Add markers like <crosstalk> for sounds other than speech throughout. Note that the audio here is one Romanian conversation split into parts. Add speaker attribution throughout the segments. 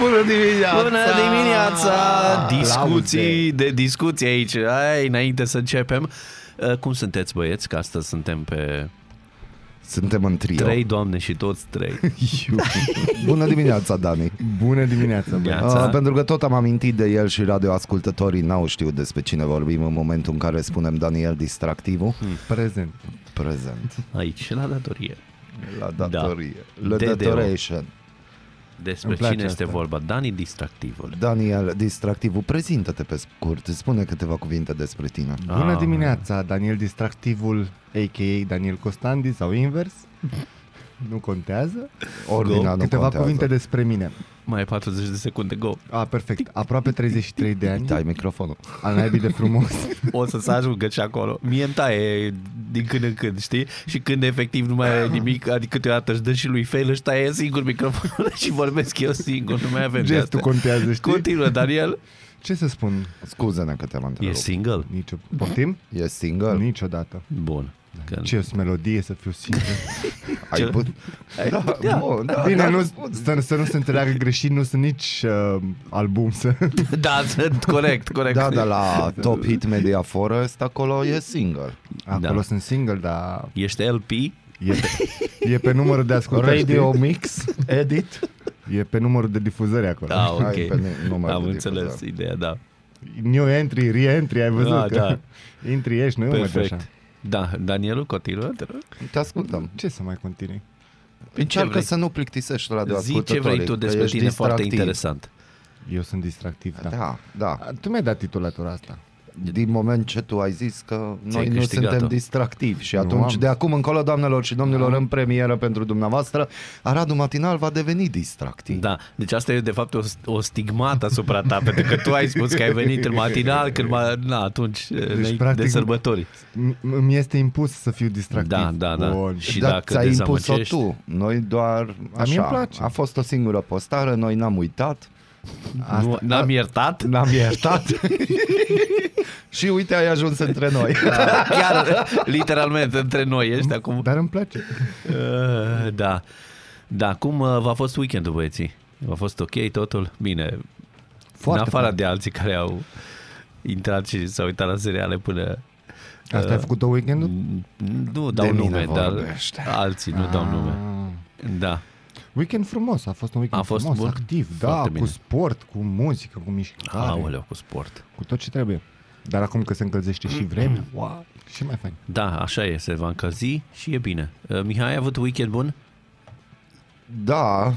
Speaker 1: Bună dimineața!
Speaker 2: Bună dimineața! Discuții de discuții aici. Ai, înainte să începem, uh, cum sunteți băieți? Că astăzi suntem pe
Speaker 1: Suntem în trio.
Speaker 2: trei doamne și toți
Speaker 3: <laughs>
Speaker 2: trei.
Speaker 3: Da.
Speaker 1: Iuhu. <laughs> Bună dimineața, Dani.
Speaker 3: Bună dimineața, bă.
Speaker 2: Dimineața.
Speaker 1: Uh, pentru că tot am amintit de el și radioascultătorii n-au știut despre cine vorbim în momentul în care spunem Daniel Distractivul.
Speaker 2: Hmm.
Speaker 3: Prezent.
Speaker 1: Prezent.
Speaker 2: Aici, la datorie.
Speaker 1: La datorie.
Speaker 2: Da.
Speaker 1: Le
Speaker 2: DDO.
Speaker 1: datoration.
Speaker 2: Despre
Speaker 3: Îmi place
Speaker 2: cine este
Speaker 3: asta.
Speaker 2: vorba? Dani Distractivul.
Speaker 1: Daniel Distractivul, prezintă-te pe scurt. Spune câteva cuvinte despre tine.
Speaker 3: Bună
Speaker 2: Ah.
Speaker 3: dimineața, Daniel Distractivul, a.k.a. Daniel Costandi sau invers. <laughs> Nu contează.
Speaker 1: Ordinea nu
Speaker 3: Câteva
Speaker 1: contează.
Speaker 3: cuvinte despre mine.
Speaker 2: Mai 40 de secunde, go!
Speaker 3: A, perfect. Aproape 33 de ani.
Speaker 1: Dai microfonul.
Speaker 3: Al naibii de
Speaker 1: <laughs>
Speaker 3: frumos. <laughs>
Speaker 2: O să se ajungă și acolo. Mie îmi taie din când în când, știi? Și când efectiv nu mai e nimic, adică câteodată își dă și lui Fel, își taie singur microfonul <laughs> și vorbesc eu singur, nu mai avem de
Speaker 3: Gestul
Speaker 2: astea.
Speaker 3: contează, știi?
Speaker 2: Continuă, Daniel.
Speaker 3: Ce să spun?
Speaker 1: Scuze-ne că te-am
Speaker 2: E
Speaker 1: întrerupt.
Speaker 2: single?
Speaker 3: Nicio... Poftim?
Speaker 1: E single?
Speaker 3: Niciodată.
Speaker 2: Bun. Că-
Speaker 3: Ce o melodie să fiu
Speaker 2: <laughs>
Speaker 3: sincer.
Speaker 1: Ai
Speaker 2: Mm. Ce-
Speaker 1: put...
Speaker 2: Ai
Speaker 1: Da,
Speaker 2: putea.
Speaker 1: bun, da,
Speaker 3: Bine,
Speaker 1: da.
Speaker 3: nu, să, să nu se înțeleagă greșit, nu sunt nici uh, album să...
Speaker 2: Da, sunt corect, corect.
Speaker 1: Da, dar
Speaker 3: <laughs>
Speaker 1: la Top Hit Media Forest acolo e single.
Speaker 3: Acolo
Speaker 2: Da.
Speaker 3: sunt single, dar
Speaker 2: Ești LP?
Speaker 3: E pe, e pe numărul de ascultări,
Speaker 1: Radio
Speaker 3: știi?
Speaker 1: Mix, edit.
Speaker 3: E pe numărul de difuzări acolo.
Speaker 2: Da, ok.
Speaker 1: Hai pe nu- număr
Speaker 2: Am
Speaker 1: de
Speaker 2: înțeles
Speaker 1: difuzare.
Speaker 2: ideea, da.
Speaker 3: New entry, re-entry, ai văzut
Speaker 2: Da,
Speaker 3: că
Speaker 2: da.
Speaker 3: intri, ieși, nu e uite așa.
Speaker 2: Perfect. Da, Danielu, continuă, te rog.
Speaker 1: Te ascultăm.
Speaker 3: Ce să mai continui?
Speaker 1: Încearcă
Speaker 2: vrei?
Speaker 1: să nu plictisești
Speaker 2: Zi ce
Speaker 1: radioascultătorii.
Speaker 2: vrei tu
Speaker 1: că
Speaker 2: despre
Speaker 1: ești
Speaker 2: tine, foarte
Speaker 1: distractiv.
Speaker 2: interesant.
Speaker 3: Eu sunt distractiv, da.
Speaker 1: Da, da.
Speaker 3: A, Tu mi-ai dat titulatura asta.
Speaker 1: Din moment ce tu ai zis că noi nu
Speaker 2: câștigat-o.
Speaker 1: suntem distractivi și
Speaker 3: Nu
Speaker 1: atunci
Speaker 3: am.
Speaker 1: de acum încolo, doamnelor și
Speaker 2: Da.
Speaker 1: domnilor, în premieră pentru dumneavoastră, Aradul Matinal va deveni distractiv.
Speaker 2: Da, deci asta e de fapt o, o stigmată asupra ta, pentru că tu ai spus că ai venit în matinal, când ma, na, atunci deci, de
Speaker 3: practic,
Speaker 2: sărbători.
Speaker 3: M- Îmi este impus să fiu distractiv.
Speaker 2: Da, da, da. <laughs>
Speaker 3: Bun.
Speaker 2: Și
Speaker 1: Dar
Speaker 2: dacă
Speaker 1: ți-ai impus-o
Speaker 2: dezamăgești-
Speaker 1: tu. Noi doar
Speaker 3: Dar mie
Speaker 1: așa.
Speaker 3: îmi place.
Speaker 1: A fost o singură postare, noi n-am uitat,
Speaker 2: Nu, n-am iertat?
Speaker 1: <laughs> n-am
Speaker 3: <laughs>
Speaker 1: iertat. și uite, ai ajuns între noi.
Speaker 2: Da. Chiar, literalmente, între noi ești acum.
Speaker 3: Dar îmi place.
Speaker 2: Uh, Da. Da, cum uh, v-a fost weekendul, băieții? V-a fost ok totul? Bine, Foarte în afara de alții care au intrat și s-au uitat la seriale până...
Speaker 3: Asta ai făcut tot weekendul?
Speaker 2: Uh, Nu dau
Speaker 1: De mine
Speaker 2: nume, dar
Speaker 1: vorbește.
Speaker 2: alții nu dau nume.
Speaker 3: Ah.
Speaker 2: Da.
Speaker 3: Weekend frumos, a fost un weekend
Speaker 2: A fost
Speaker 3: frumos,
Speaker 2: bun?
Speaker 3: activ,
Speaker 2: Foarte
Speaker 3: da,
Speaker 2: bine.
Speaker 3: cu sport, cu muzică, cu mișcare,
Speaker 2: Aoleu, cu sport.
Speaker 3: cu tot ce trebuie. Dar acum că se încălzește și vremea, wow, și mai fain.
Speaker 2: Da, așa e, se va încălzi și e bine. Uh, Mihai, ai avut weekend bun?
Speaker 1: Da,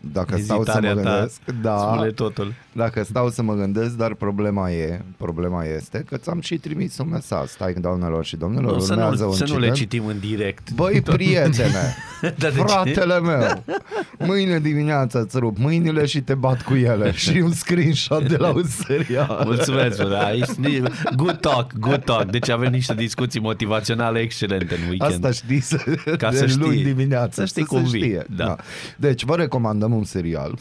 Speaker 1: dacă stau să mă
Speaker 2: Ezitarea ta
Speaker 1: gândesc, da,
Speaker 2: Spune totul.
Speaker 1: dacă stau să mă gândesc, dar problema e, problema este că ți-am și trimis un mesaj. Stai, doamnelor și domnilor,
Speaker 2: Nu, să,
Speaker 1: urmează
Speaker 2: nu,
Speaker 1: un
Speaker 2: să nu le
Speaker 1: incident.
Speaker 2: citim în direct.
Speaker 1: Băi,
Speaker 2: <laughs>
Speaker 1: prietene,
Speaker 2: Dar <laughs> de ce?
Speaker 1: fratele meu, mâine dimineața îți rup mâinile și te bat cu
Speaker 2: <laughs>
Speaker 1: ele și un screenshot de la un serial.
Speaker 2: Mulțumesc, bă, da, ești ni- good talk, good talk. Deci avem niște discuții motivaționale excelente în weekend.
Speaker 1: Asta știi să,
Speaker 2: Ca
Speaker 1: de
Speaker 2: să știi.
Speaker 1: luni dimineața.
Speaker 2: Să știi cum vii. Da.
Speaker 1: Deci vă recomandăm un serial.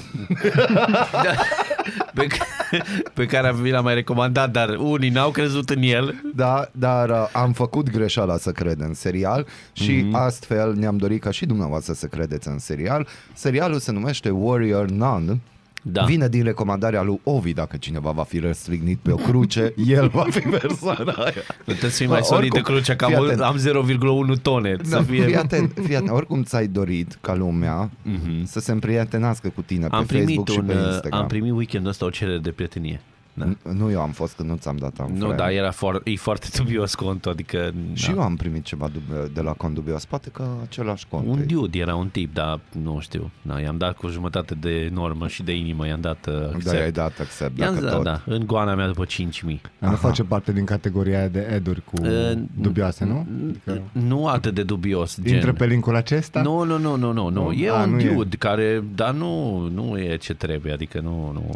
Speaker 2: pe, ca- <laughs> pe care vi l-am mai recomandat, dar unii n-au crezut în el.
Speaker 1: Da, dar uh, am făcut greșeala să cred în serial și
Speaker 2: Mhm.
Speaker 1: mm-hmm. astfel ne-am dorit ca și dumneavoastră să credeți în serial. Serialul se numește Warrior Nun.
Speaker 2: Da.
Speaker 1: Vine din recomandarea lui Ovi, dacă cineva va fi răstignit pe o
Speaker 2: <laughs>
Speaker 1: cruce, el va fi persoana aia.
Speaker 2: Nu trebuie să fii
Speaker 1: Bă,
Speaker 2: mai solid de
Speaker 1: oricum,
Speaker 2: cruce, că
Speaker 1: fii
Speaker 2: am,
Speaker 1: atent.
Speaker 2: am 0,1 tone.
Speaker 1: Da,
Speaker 2: Să
Speaker 1: fii,
Speaker 2: fie...
Speaker 1: atent, fii atent, oricum ți-ai dorit ca lumea mm-hmm. să se împrietenească cu tine
Speaker 2: Mhm. Am
Speaker 1: pe Facebook
Speaker 2: primit,
Speaker 1: și
Speaker 2: un,
Speaker 1: pe
Speaker 2: uh,
Speaker 1: Instagram.
Speaker 2: am primit weekendul ăsta o cerere de prietenie. Da.
Speaker 1: N- Nu eu am fost, că nu ți-am dat am
Speaker 2: Nu, dar era foar- e foarte <laughs> dubios contul, adică...
Speaker 1: Și eu am primit ceva dub- de la Condubios, poate că același cont.
Speaker 2: Un
Speaker 1: e.
Speaker 2: dude era un tip, dar nu știu. Da, i-am dat cu jumătate de normă și de inimă, i-am dat uh,
Speaker 1: Da,
Speaker 2: accept.
Speaker 1: ai dat accept,
Speaker 2: I-am
Speaker 1: dacă
Speaker 2: zis, da,
Speaker 1: tot.
Speaker 2: da, în goana mea după 5.000.
Speaker 3: Nu face parte din categoria aia de eduri cu
Speaker 2: Eh,
Speaker 3: dubioase, nu? Adică
Speaker 2: Nu atât de dubios, gen.
Speaker 3: intră pe linkul acesta?
Speaker 2: Nu, nu, nu, nu, nu, nu. E
Speaker 3: A,
Speaker 2: un
Speaker 3: nu e.
Speaker 2: dude care, dar nu, nu e ce trebuie, adică nu, nu.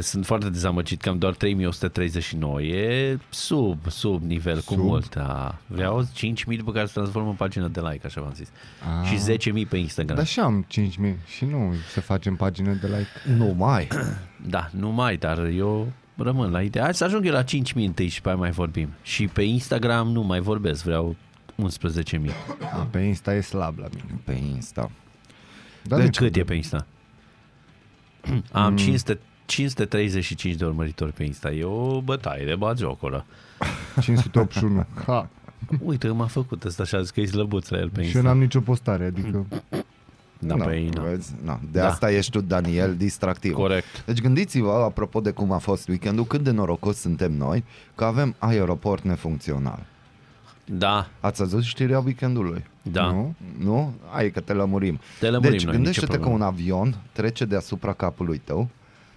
Speaker 2: Sunt foarte dezamăgit că am doar 3139. E sub, sub nivel, cu
Speaker 4: Sub?
Speaker 2: mult. Da. Vreau 5000 după care se transformă în pagină de like, așa v-am zis.
Speaker 4: Ah.
Speaker 2: Și 10.000 pe Instagram.
Speaker 4: Dar și am 5.000 și nu să facem pagină de like.
Speaker 1: Nu mai.
Speaker 2: Da, nu mai, dar eu rămân la ideea. Hai să ajung eu la 5.000 întâi și pe aia mai vorbim. Și pe Instagram nu mai vorbesc, vreau 11.000.
Speaker 4: <clears throat> A, pe Insta e slab la mine.
Speaker 1: Pe Insta.
Speaker 4: Da,
Speaker 2: De
Speaker 4: nu-
Speaker 1: deci-
Speaker 2: cât e pe Insta? Am
Speaker 1: Mm.
Speaker 2: 500, 535 de urmăritori pe Insta. E o bătaie de bagiocoră.
Speaker 4: deci, 581. Ha.
Speaker 2: Uite, m-a făcut ăsta așa, zis că e slăbuț la el
Speaker 4: Și
Speaker 2: pe
Speaker 4: eu
Speaker 2: Insta.
Speaker 4: n-am nicio postare, adică...
Speaker 2: Da,
Speaker 1: Nu,
Speaker 2: păi, na.
Speaker 1: vezi? Na, de
Speaker 2: Da.
Speaker 1: asta ești tu, Daniel, distractiv.
Speaker 2: Corect.
Speaker 1: Deci gândiți-vă, apropo de cum a fost weekendul, cât de norocos suntem noi că avem aeroport nefuncțional.
Speaker 2: Da,
Speaker 1: Ați văzut știrea weekendului?
Speaker 2: da.
Speaker 4: Nu?
Speaker 1: Nu? Hai că te lămurim.
Speaker 2: Te lămurim
Speaker 1: deci
Speaker 2: noi,
Speaker 1: gândește-te
Speaker 2: nicio
Speaker 1: că un avion trece deasupra capului tău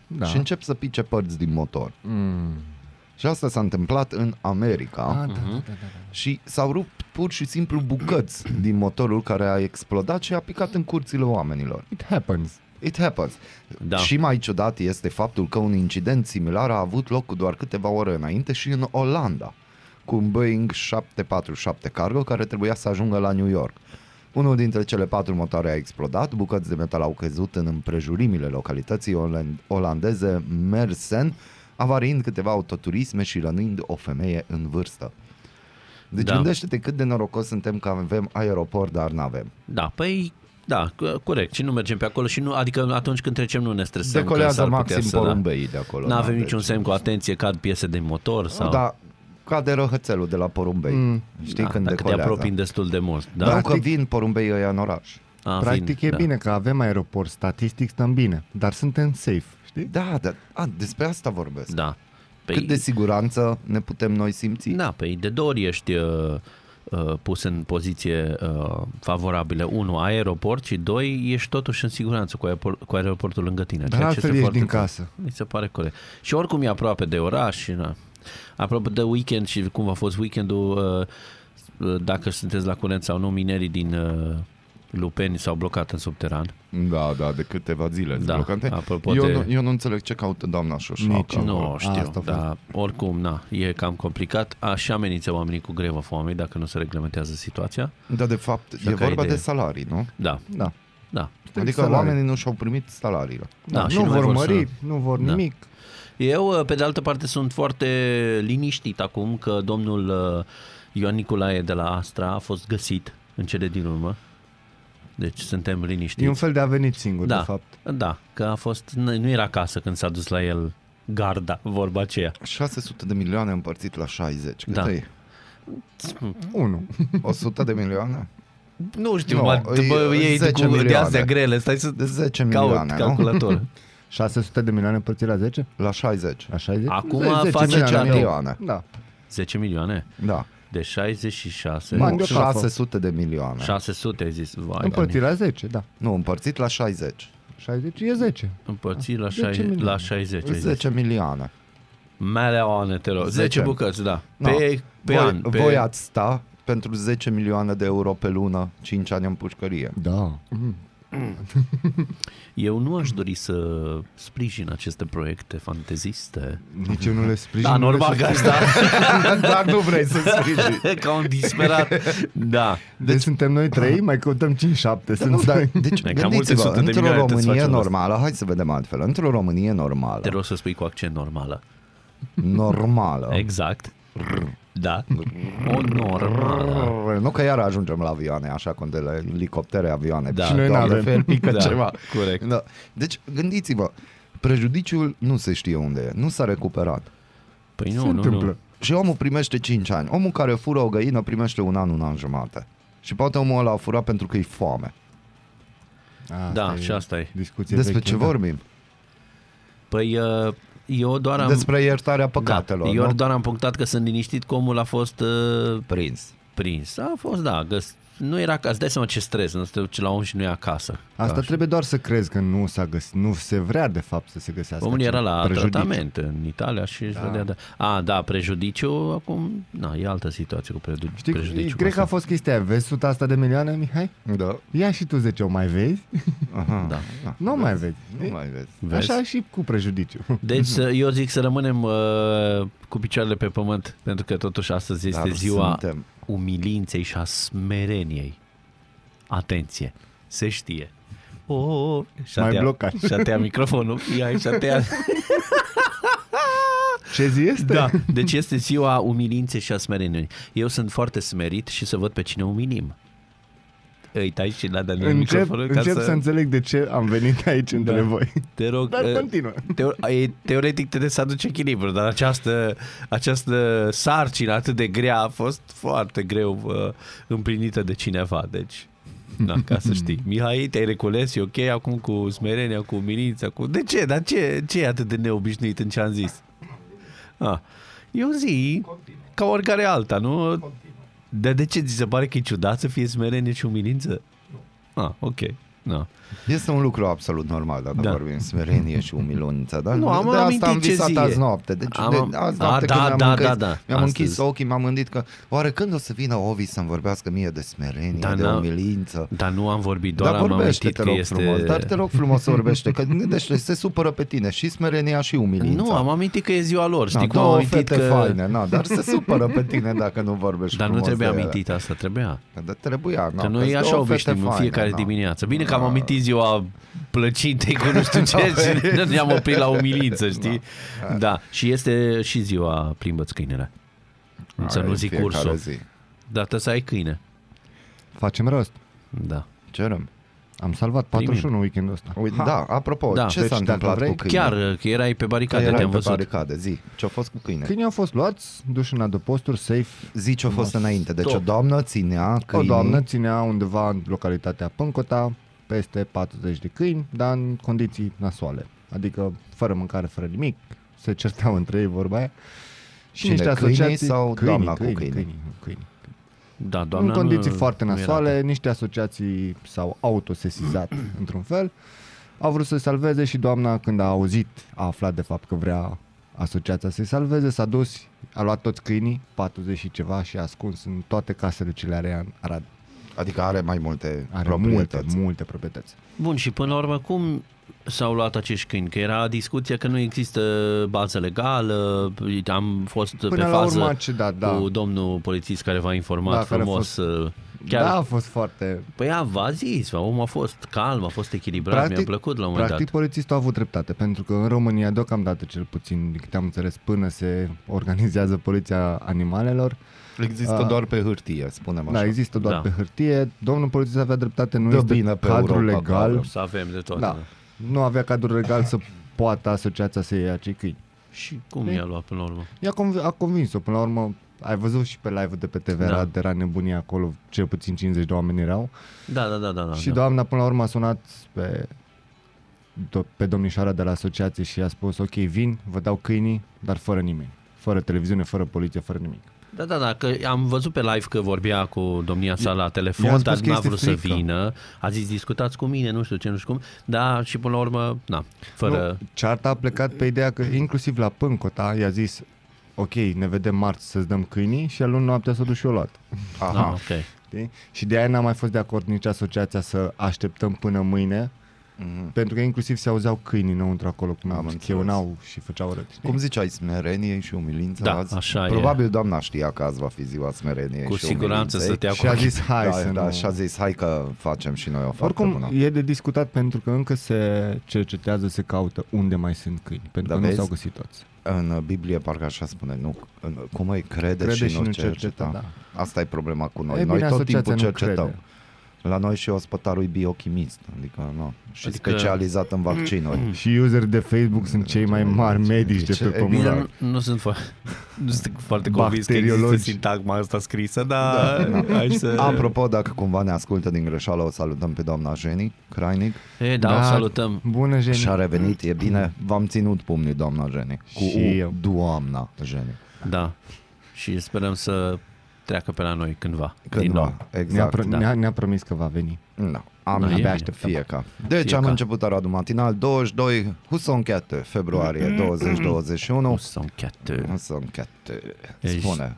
Speaker 1: da.
Speaker 4: Da.
Speaker 1: și încep să pice părți din motor.
Speaker 4: Mm.
Speaker 1: Și asta s-a întâmplat în America.
Speaker 4: Ah, da, da, da, da, da.
Speaker 1: și s-au rupt pur și simplu bucăți din motorul care a explodat și a picat în curțile oamenilor.
Speaker 4: It happens.
Speaker 1: It happens.
Speaker 2: Da.
Speaker 1: Și mai ciudat este faptul că un incident similar a avut loc cu doar câteva ore înainte și în Olanda, cu un Boeing 747 cargo care trebuia să ajungă la New York. Unul dintre cele patru motoare a explodat, bucăți de metal au căzut în împrejurimile localității olan- olandeze Mersen, avariind câteva autoturisme și rănind o femeie în vârstă. Deci
Speaker 2: Da.
Speaker 1: da. gândește-te cât de norocos suntem că avem aeroport, dar n-avem.
Speaker 2: Da, păi da, c- corect. Și nu mergem pe acolo și nu, adică atunci când trecem nu ne stresăm. că
Speaker 1: Decolează
Speaker 2: s-ar putea
Speaker 1: maxim
Speaker 2: să- da.
Speaker 1: porumbeii de acolo.
Speaker 2: Nu avem
Speaker 1: da,
Speaker 2: niciun
Speaker 1: deci-
Speaker 2: semn cu atenție, cad piese din motor sau...
Speaker 1: Da, cade răhățelul de la porumbei. Mm.
Speaker 4: Mm.
Speaker 1: Știi
Speaker 2: da,
Speaker 1: când
Speaker 2: dacă te
Speaker 1: decolează.
Speaker 2: apropii destul de mult. Da,
Speaker 1: Da, Dar că
Speaker 4: Practic-
Speaker 1: vin porumbei ăia în oraș.
Speaker 2: A, da.
Speaker 4: Practic
Speaker 2: vin,
Speaker 4: e bine că avem aeroport, statistic stăm bine, dar suntem safe, știi?
Speaker 1: Da, da, a, despre asta vorbesc. Da.
Speaker 2: Da. Păi,
Speaker 1: Cât de siguranță ne putem noi simți?
Speaker 2: Da, păi de două ori ești uh, uh, pus în poziție uh, favorabilă. Unu, aeroport și doi, ești totuși în siguranță cu, aeroport, cu aeroportul lângă tine. ceea ce
Speaker 4: altfel
Speaker 2: este
Speaker 4: ieși
Speaker 2: foarte
Speaker 4: din
Speaker 2: tare.
Speaker 4: casă.
Speaker 2: Mi se pare corect. Și oricum e aproape de oraș. Și, na. Apropo de weekend și cum a fost weekendul, uh, uh, dacă sunteți la curent sau nu, minerii din uh, Lupeni s-au blocat în subteran.
Speaker 1: da, da, de câteva zile
Speaker 2: Da, apropo
Speaker 1: Eu,
Speaker 2: de-
Speaker 1: nu, eu nu înțeleg ce caută doamna
Speaker 4: Nici
Speaker 1: Șoșoacă.
Speaker 4: eu.
Speaker 2: Deci Nu
Speaker 4: acolo.
Speaker 2: știu,
Speaker 4: Ah,
Speaker 2: da.
Speaker 4: Asta a fost.
Speaker 2: dar oricum, na, e cam complicat. Așa amenință oamenii cu grevă foamei dacă nu se reglementează situația.
Speaker 1: Dar de fapt
Speaker 2: Așa
Speaker 1: e
Speaker 2: ca
Speaker 1: vorba
Speaker 2: idee.
Speaker 1: de salarii, nu?
Speaker 2: Da,
Speaker 4: Da.
Speaker 2: da.
Speaker 1: Adică
Speaker 4: salarii.
Speaker 1: oamenii nu și-au primit salariile.
Speaker 2: Da, și
Speaker 4: nu,
Speaker 2: nu mai
Speaker 4: vor
Speaker 2: vor
Speaker 4: mări,
Speaker 2: să-
Speaker 4: nu vor
Speaker 2: Da.
Speaker 4: nimic.
Speaker 2: Eu, uh, pe de altă parte, sunt foarte liniștit acum că domnul uh, Ioan Nicolae de la Astra a fost găsit în cele din urmă. Deci suntem liniștiți.
Speaker 4: E un fel de a venit singur,
Speaker 2: da,
Speaker 4: de fapt.
Speaker 2: da, că a fost, nu nu era acasă când s-a dus la el garda, vorba aceea.
Speaker 1: 600 de milioane împărțit la 60. Cât
Speaker 2: Da.
Speaker 1: e?
Speaker 4: Unu.
Speaker 1: 100 de milioane?
Speaker 2: Nu știu,
Speaker 1: Nu,
Speaker 2: no, mă,
Speaker 1: e-
Speaker 2: bă, ei
Speaker 1: 10
Speaker 2: cu, de
Speaker 1: milioane.
Speaker 2: astea grele, stai să
Speaker 1: De 10
Speaker 2: caut
Speaker 1: milioane, nu?
Speaker 4: <laughs>
Speaker 2: calculator.
Speaker 4: 600 de milioane împărțit la 10?
Speaker 1: La 60.
Speaker 4: La 60?
Speaker 2: Acum
Speaker 4: Ze-
Speaker 2: facem
Speaker 1: 10
Speaker 2: cadou.
Speaker 1: milioane.
Speaker 4: Da.
Speaker 2: 10 milioane?
Speaker 1: Da.
Speaker 2: De 66?
Speaker 4: Ba,
Speaker 2: Nu,
Speaker 1: Nu,
Speaker 4: Bani de capă.
Speaker 1: 600 de milioane.
Speaker 2: 600 ai zis, vai, Dani.
Speaker 4: Împărțit la 10, da.
Speaker 1: Nu, împărțit la 60.
Speaker 4: 60 e 10.
Speaker 2: Împărțit la,
Speaker 4: 10
Speaker 2: șai,
Speaker 4: milioane.
Speaker 2: la 60. ai zis.
Speaker 1: 10 milioane.
Speaker 2: Meleoane, te rog. 10,
Speaker 1: Zece.
Speaker 2: bucăți, da.
Speaker 1: Na.
Speaker 2: Pe, pe
Speaker 1: voi,
Speaker 2: an. Pe...
Speaker 1: voi ați sta pentru 10 milioane de euro pe lună 5 ani în pușcărie.
Speaker 4: Da.
Speaker 2: Eu nu aș dori să sprijin aceste proiecte fanteziste.
Speaker 4: Nici Deci eu nu le sprijin.
Speaker 2: Da,
Speaker 4: nu le
Speaker 2: normal că
Speaker 4: susțin.
Speaker 2: asta.
Speaker 3: <laughs>
Speaker 1: Dar nu vrei să sprijini.
Speaker 2: <laughs> Ca un disperat. Da.
Speaker 4: Deci Da, suntem noi trei, mai căutăm 5-7.
Speaker 1: Nu,
Speaker 4: Sunt <laughs>
Speaker 1: dar,
Speaker 4: noi.
Speaker 1: deci,
Speaker 2: cam multe
Speaker 1: gândiți-vă,
Speaker 2: sute de
Speaker 1: într-o
Speaker 2: milioane trebuie să
Speaker 1: Românie
Speaker 2: facem asta.
Speaker 1: normală, hai să vedem altfel, într-o Românie
Speaker 2: Te
Speaker 1: normală,
Speaker 2: rog să spui cu accent normală.
Speaker 1: normală,
Speaker 2: Exact. Da. O normală.
Speaker 1: nu că iar ajungem la avioane, așa, cu de la elicoptere, avioane,
Speaker 2: Da.
Speaker 1: și
Speaker 2: Și noi
Speaker 1: doamne,
Speaker 4: n-avem.
Speaker 1: fel,
Speaker 2: <laughs>
Speaker 1: pică
Speaker 2: Da,
Speaker 1: ceva.
Speaker 2: corect.
Speaker 1: Da. Deci, gândiți-vă, prejudiciul nu se știe unde e, nu s-a recuperat.
Speaker 2: Păi nu,
Speaker 4: Se
Speaker 2: nu,
Speaker 4: întâmplă.
Speaker 2: nu.
Speaker 1: Și omul primește 5 ani. Omul care fură o găină primește un an, un an jumate. Și poate omul ăla a furat pentru că e foame.
Speaker 3: Ah,
Speaker 4: Asta
Speaker 2: Da,
Speaker 4: e
Speaker 2: și asta e.
Speaker 4: Discuție
Speaker 1: Despre
Speaker 4: veche,
Speaker 1: ce
Speaker 4: da.
Speaker 1: vorbim?
Speaker 2: Păi uh, eu doar am...
Speaker 1: Despre iertarea
Speaker 2: da,
Speaker 1: păcatelor,
Speaker 2: eu
Speaker 1: nu?
Speaker 2: doar am punctat că sunt liniștit că omul a fost uh,
Speaker 1: Prins.
Speaker 2: prins. A fost, da, găs, nu era, ca- îți dai seama ce stres, nu te duci la om și nu e acasă.
Speaker 3: Asta
Speaker 4: Da,
Speaker 2: Așa.
Speaker 3: trebuie doar să crezi că nu s-a găsit, nu se vrea de fapt să se găsească.
Speaker 2: Omul
Speaker 3: acel
Speaker 2: era la
Speaker 3: prejudiciu.
Speaker 2: tratament în Italia și da. vedea, da. A, da, prejudiciu, acum, na, e altă situație cu predu-
Speaker 3: Știi,
Speaker 2: prejudiciu.
Speaker 3: cred că a fost chestia aia. Vezi suta asta de milioane, Mihai?
Speaker 1: Da.
Speaker 3: Ia și tu 10, o mai vezi?
Speaker 1: Aha.
Speaker 2: Da.
Speaker 1: da.
Speaker 3: Nu mai vezi.
Speaker 1: Nu mai vezi.
Speaker 2: Vezi?
Speaker 3: Așa Mhm. și cu prejudiciu. <laughs>
Speaker 2: Deci să- eu zic să rămânem uh, cu picioarele pe pământ, pentru că totuși astăzi este
Speaker 1: Dar
Speaker 2: ziua
Speaker 1: suntem.
Speaker 2: umilinței și a smereniei. Atenție, se știe. O, oh, oh,
Speaker 3: Mai blocat.
Speaker 2: Și-a microfonul. Ia, și-a
Speaker 3: <laughs> Ce zi este?
Speaker 2: Da, deci este ziua umilinței și a smereniei. Eu sunt foarte smerit și să văd pe cine umilim. Îi tai și la Daniel
Speaker 3: Încep,
Speaker 2: microfonul ca
Speaker 3: încep să... să înțeleg de ce am venit aici între
Speaker 2: Da.
Speaker 3: voi.
Speaker 2: Te rog,
Speaker 3: Dar
Speaker 2: eh,
Speaker 3: continuă.
Speaker 2: Teo- e- teoretic te să aduce echilibru, dar această, această sarcină atât de grea a fost foarte greu uh, împlinită de cineva, deci... Da, ca să
Speaker 1: <laughs>
Speaker 2: știi. Mihai, te-ai recules, e ok acum cu smerenia, cu umilința, cu... De ce? Dar ce, ce e atât de neobișnuit în ce am zis? Ah, e o zi ca oricare alta, nu? Dar de ce ți se pare că e ciudat să fie smerenie și umilință? Nu. Ah, ok. No.
Speaker 1: Este un lucru absolut normal dacă
Speaker 2: Da.
Speaker 1: da. vorbim smerenie și umilință, dar
Speaker 2: Nu, am
Speaker 1: de
Speaker 2: amintit
Speaker 1: asta am
Speaker 2: ce
Speaker 1: visat
Speaker 2: zi e.
Speaker 1: azi noapte. Deci
Speaker 2: Am-
Speaker 1: am, de, azi
Speaker 2: A,
Speaker 1: noapte
Speaker 2: da,
Speaker 1: când mi-am,
Speaker 2: da,
Speaker 1: încălzit,
Speaker 2: da, da.
Speaker 1: mi-am
Speaker 2: Astăzi.
Speaker 1: închis ochii, m-am gândit că oare când o să vină Ovi să-mi vorbească mie de smerenie,
Speaker 2: Dar
Speaker 1: de
Speaker 2: n-am-
Speaker 1: umilință?
Speaker 2: Dar nu am vorbit, doar
Speaker 1: dar
Speaker 2: am
Speaker 1: vorbește,
Speaker 2: amintit
Speaker 1: te
Speaker 2: că
Speaker 1: rog
Speaker 2: este...
Speaker 1: frumos, dar te rog frumos să vorbește, că gândește, se supără pe tine și smerenia și umilința.
Speaker 2: Nu, am amintit că e ziua lor, știi
Speaker 1: Na,
Speaker 2: cum am
Speaker 1: Da, două
Speaker 2: amintit
Speaker 1: fete
Speaker 2: că...
Speaker 1: faine, na, dar se supără pe tine dacă nu vorbești
Speaker 2: Dar nu
Speaker 1: frumos
Speaker 2: trebuie
Speaker 1: de ele.
Speaker 2: amintit asta, trebuia.
Speaker 1: Dar trebuia,
Speaker 2: Că
Speaker 1: na, că
Speaker 2: noi
Speaker 1: sunt
Speaker 2: așa
Speaker 1: două fete
Speaker 2: obișnim în
Speaker 1: faine, da.
Speaker 2: fiecare
Speaker 1: na.
Speaker 2: dimineață. Bine că am amintit ziua plăcintei cu nu
Speaker 1: <laughs>
Speaker 2: știu ce
Speaker 1: Da,
Speaker 2: și nu <laughs> ne-am oprit la umilință, știi? Da, și este și ziua plimbă-ți câinele. Să
Speaker 1: Aia
Speaker 2: nu
Speaker 1: e
Speaker 2: zic
Speaker 1: fiecare
Speaker 2: ursul.
Speaker 1: zi.
Speaker 2: Dar trebuie să ai câine.
Speaker 3: Facem rost.
Speaker 2: Da.
Speaker 1: Cerem.
Speaker 3: Am salvat
Speaker 2: Primim.
Speaker 3: 41 weekendul ăsta.
Speaker 1: Ui, da, apropo,
Speaker 2: Da.
Speaker 1: da, ce
Speaker 3: Deci
Speaker 1: s-a
Speaker 3: dacă
Speaker 1: întâmplat
Speaker 3: vrei,
Speaker 1: cu câine?
Speaker 2: Chiar că erai pe
Speaker 1: că
Speaker 2: baricade,
Speaker 1: era
Speaker 2: te-am
Speaker 1: pe
Speaker 2: văzut.
Speaker 1: baricade, zi. Ce-a fost cu câine?
Speaker 3: Câinii au fost luați, duși în adăposturi, safe.
Speaker 1: Zi ce-a fost înainte. Deci
Speaker 2: Top.
Speaker 1: o doamnă ținea câinii.
Speaker 3: O doamnă ținea undeva în localitatea Pâncota peste 40 de câini, dar în condiții nasoale. Adică fără mâncare, fără nimic, se certau între ei vorba aia. Și
Speaker 1: Cine,
Speaker 3: niște
Speaker 1: câinii
Speaker 3: asociații...
Speaker 1: sau doamna cu
Speaker 3: câinii,
Speaker 1: câinii?
Speaker 3: câinii, câinii.
Speaker 2: Da, doamna,
Speaker 3: Doamna în condiții
Speaker 2: nu-
Speaker 3: foarte
Speaker 2: nu era
Speaker 3: nasoale, niște asociații s-au autosesizat <clears throat> într-un fel. Au vrut să salveze și doamna când a auzit, a aflat de fapt că vrea asociația să-i salveze, s-a dus, a luat toți câinii, 40 și ceva și a ascuns în toate casele ce le are ea în Arad.
Speaker 1: Adică are mai multe
Speaker 3: Are
Speaker 1: proprietăți.
Speaker 3: multe, multe proprietăți.
Speaker 2: Bun, și până la urmă, cum s-au luat acești câini? Că era discuția că nu există bază legală, am fost pe
Speaker 3: Până la
Speaker 2: fază
Speaker 3: urmă a cedat, da.
Speaker 2: cu domnul polițist care v-a informat
Speaker 3: Da, care a
Speaker 2: frumos. uh, Chiar,
Speaker 3: Chiar... Da, a fost foarte...
Speaker 2: Păi a, v-a zis, omul a fost calm, a fost echilibrat, mi-a plăcut la un moment
Speaker 3: practic
Speaker 2: dat.
Speaker 3: polițistul a avut dreptate, pentru că în România deocamdată cel puțin, din câte am înțeles, până se organizează poliția animalelor,
Speaker 1: Există
Speaker 3: A.
Speaker 1: doar pe hârtie, spunem așa.
Speaker 3: Da, există doar
Speaker 2: Da.
Speaker 3: da. pe hârtie. Domnul polițist avea dreptate, nu
Speaker 1: Dă
Speaker 3: este
Speaker 1: bine pe
Speaker 3: cadru
Speaker 1: Europa,
Speaker 3: legal.
Speaker 1: bravo.
Speaker 2: Să avem de toate.
Speaker 3: Da.
Speaker 2: Da.
Speaker 3: Nu avea cadru legal să poată asociația să ia acei câini.
Speaker 2: Și cum i-a luat până la urmă?
Speaker 3: I-a conv- a convins-o, până la urmă, ai văzut și pe live-ul de pe TV
Speaker 2: Da.
Speaker 3: Arad, era nebunie acolo, cel puțin 50 de oameni erau.
Speaker 2: Da, da, da, da. da
Speaker 3: și
Speaker 2: da.
Speaker 3: doamna până la urmă a sunat pe, do- pe domnișoara de la asociație și a spus, ok, vin, vă dau câinii, dar fără nimeni. Fără televiziune, fără poliție, fără nimic.
Speaker 2: Da, da, da, că am văzut pe live că vorbea cu domnia sa la
Speaker 3: i-am
Speaker 2: telefon,
Speaker 3: spus
Speaker 2: dar
Speaker 3: că
Speaker 2: n-a
Speaker 3: este
Speaker 2: vrut să
Speaker 3: frică.
Speaker 2: vină. A zis, discutați cu mine, nu știu ce, nu știu cum. Da, și până la urmă, na, fără...
Speaker 3: Nu, cearta a plecat pe ideea că inclusiv la Pâncota i-a zis ok, ne vedem marți să-ți dăm câinii și luni noaptea s-a dus și o luat.
Speaker 2: Aha.
Speaker 1: Aha.
Speaker 2: Da, ok.
Speaker 3: Știi? Și de aia n-a mai fost de acord nici asociația să așteptăm până mâine
Speaker 1: Mhm.
Speaker 3: pentru că inclusiv se auzeau câinii înăuntru acolo cum
Speaker 1: Am
Speaker 3: Am
Speaker 1: înțeles.
Speaker 3: cheunau și făceau răd. știi?
Speaker 1: Cum ziceai, smerenie și umilință
Speaker 2: Da,
Speaker 1: azi?
Speaker 2: așa e.
Speaker 1: Probabil doamna știa că azi va fi ziua smereniei
Speaker 2: Cu
Speaker 1: și
Speaker 2: siguranță să
Speaker 1: umilinței.
Speaker 2: te ia cu
Speaker 3: Și a
Speaker 2: ochii.
Speaker 3: zis hai
Speaker 1: da,
Speaker 3: să
Speaker 1: da,
Speaker 3: nu...
Speaker 1: și a zis, hai că facem și noi o faptă
Speaker 3: Oricum,
Speaker 1: bună.
Speaker 3: e de discutat pentru că încă se cercetează, se caută unde mai sunt câini, pentru
Speaker 1: Da,
Speaker 3: că
Speaker 1: vezi?
Speaker 3: nu s-au găsit toți.
Speaker 1: În Biblie parcă așa spune, nu, în, cum îi crede,
Speaker 3: Crede
Speaker 1: și, nu cerceta. Da. Asta e problema cu noi.
Speaker 3: E
Speaker 1: noi
Speaker 3: bine,
Speaker 1: tot
Speaker 3: asociația
Speaker 1: timpul
Speaker 3: nu
Speaker 1: cercetăm.
Speaker 3: crede.
Speaker 1: La noi și ospătarul e biochimist, adică nu,
Speaker 2: Adică- Mm.
Speaker 1: și adică... specializat în vaccinuri.
Speaker 3: Și user de Facebook
Speaker 1: Da,
Speaker 3: sunt cei mai mari medici de
Speaker 1: Ce-
Speaker 3: pe
Speaker 1: e
Speaker 3: pământ.
Speaker 1: bine,
Speaker 2: Bine, nu, nu, sunt foarte, <laughs> nu sunt foarte convins că există
Speaker 3: Bacteriologi.
Speaker 2: sintagma asta scrisă, dar da, da. hai să...
Speaker 1: Apropo, dacă cumva ne ascultă din greșeală, o salutăm pe doamna Jenny Crainic
Speaker 2: E, da, da, salutăm.
Speaker 3: Bună, Jenny.
Speaker 1: și a revenit, e bine, v-am ținut pumnii doamna Jenny, cu
Speaker 3: Și
Speaker 1: U,
Speaker 3: eu.
Speaker 1: doamna Jenny.
Speaker 2: Da. Și sperăm să treacă pe la noi cândva. Din
Speaker 1: Cândva.
Speaker 2: nou.
Speaker 4: Ne-a,
Speaker 1: Exact.
Speaker 4: pr-
Speaker 2: da.
Speaker 4: ne-a, ne-a promis că va veni.
Speaker 1: Da. Am
Speaker 2: Da, e
Speaker 1: abia
Speaker 2: bine.
Speaker 1: aștept fieca. Deci
Speaker 2: Fieca.
Speaker 1: am început Aradul Matinal 22 Husonchete, februarie 2021.
Speaker 2: Sau chiar te-
Speaker 1: Husonchete.
Speaker 2: Ești-
Speaker 1: Spune.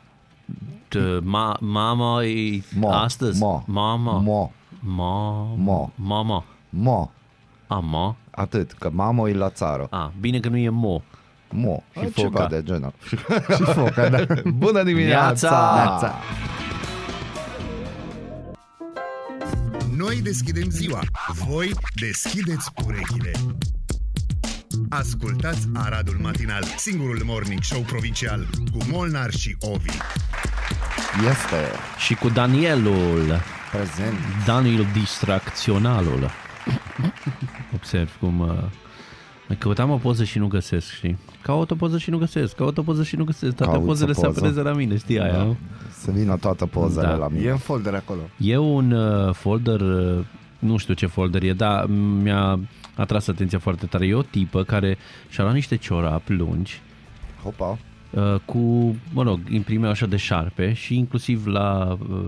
Speaker 2: te- ma- mama e
Speaker 1: Mo,
Speaker 2: astăzi?
Speaker 1: mo,
Speaker 2: Mama.
Speaker 1: Mo.
Speaker 2: Ma-
Speaker 1: Mo.
Speaker 2: Mama.
Speaker 1: Mo.
Speaker 2: A, ma.
Speaker 1: Atât, că mamă e la țară.
Speaker 2: A, bine că nu e mo.
Speaker 1: Mo. Și
Speaker 2: Altceva.
Speaker 1: foca de genul.
Speaker 4: Și foca, da.
Speaker 1: Bună dimineața!
Speaker 2: Neața!
Speaker 5: Noi deschidem ziua, voi deschideți urechile. Ascultați Aradul Matinal, singurul morning show provincial cu Molnar și Ovi.
Speaker 1: Este
Speaker 2: Și cu Danielul.
Speaker 1: prezent.
Speaker 2: Daniel distracționalul. Observ cum... Uh, căutam o poză și nu găsesc, știi? Caut o poză și nu găsesc, caut o poză și nu găsesc. Toate
Speaker 1: Cauți o
Speaker 2: pozele se
Speaker 1: poză.
Speaker 2: apeleze la mine, știi aia, nu?
Speaker 1: Să vină toată pozele
Speaker 2: Da.
Speaker 1: la
Speaker 4: E
Speaker 1: mine.
Speaker 4: în folder acolo.
Speaker 2: E un uh, folder, uh, nu știu ce folder e, dar mi-a atras atenția foarte tare. E o tipă care și-a luat niște ciorapi lungi
Speaker 1: Hopa.
Speaker 2: uh, cu, mă rog, imprimeau așa de șarpe și inclusiv la uh,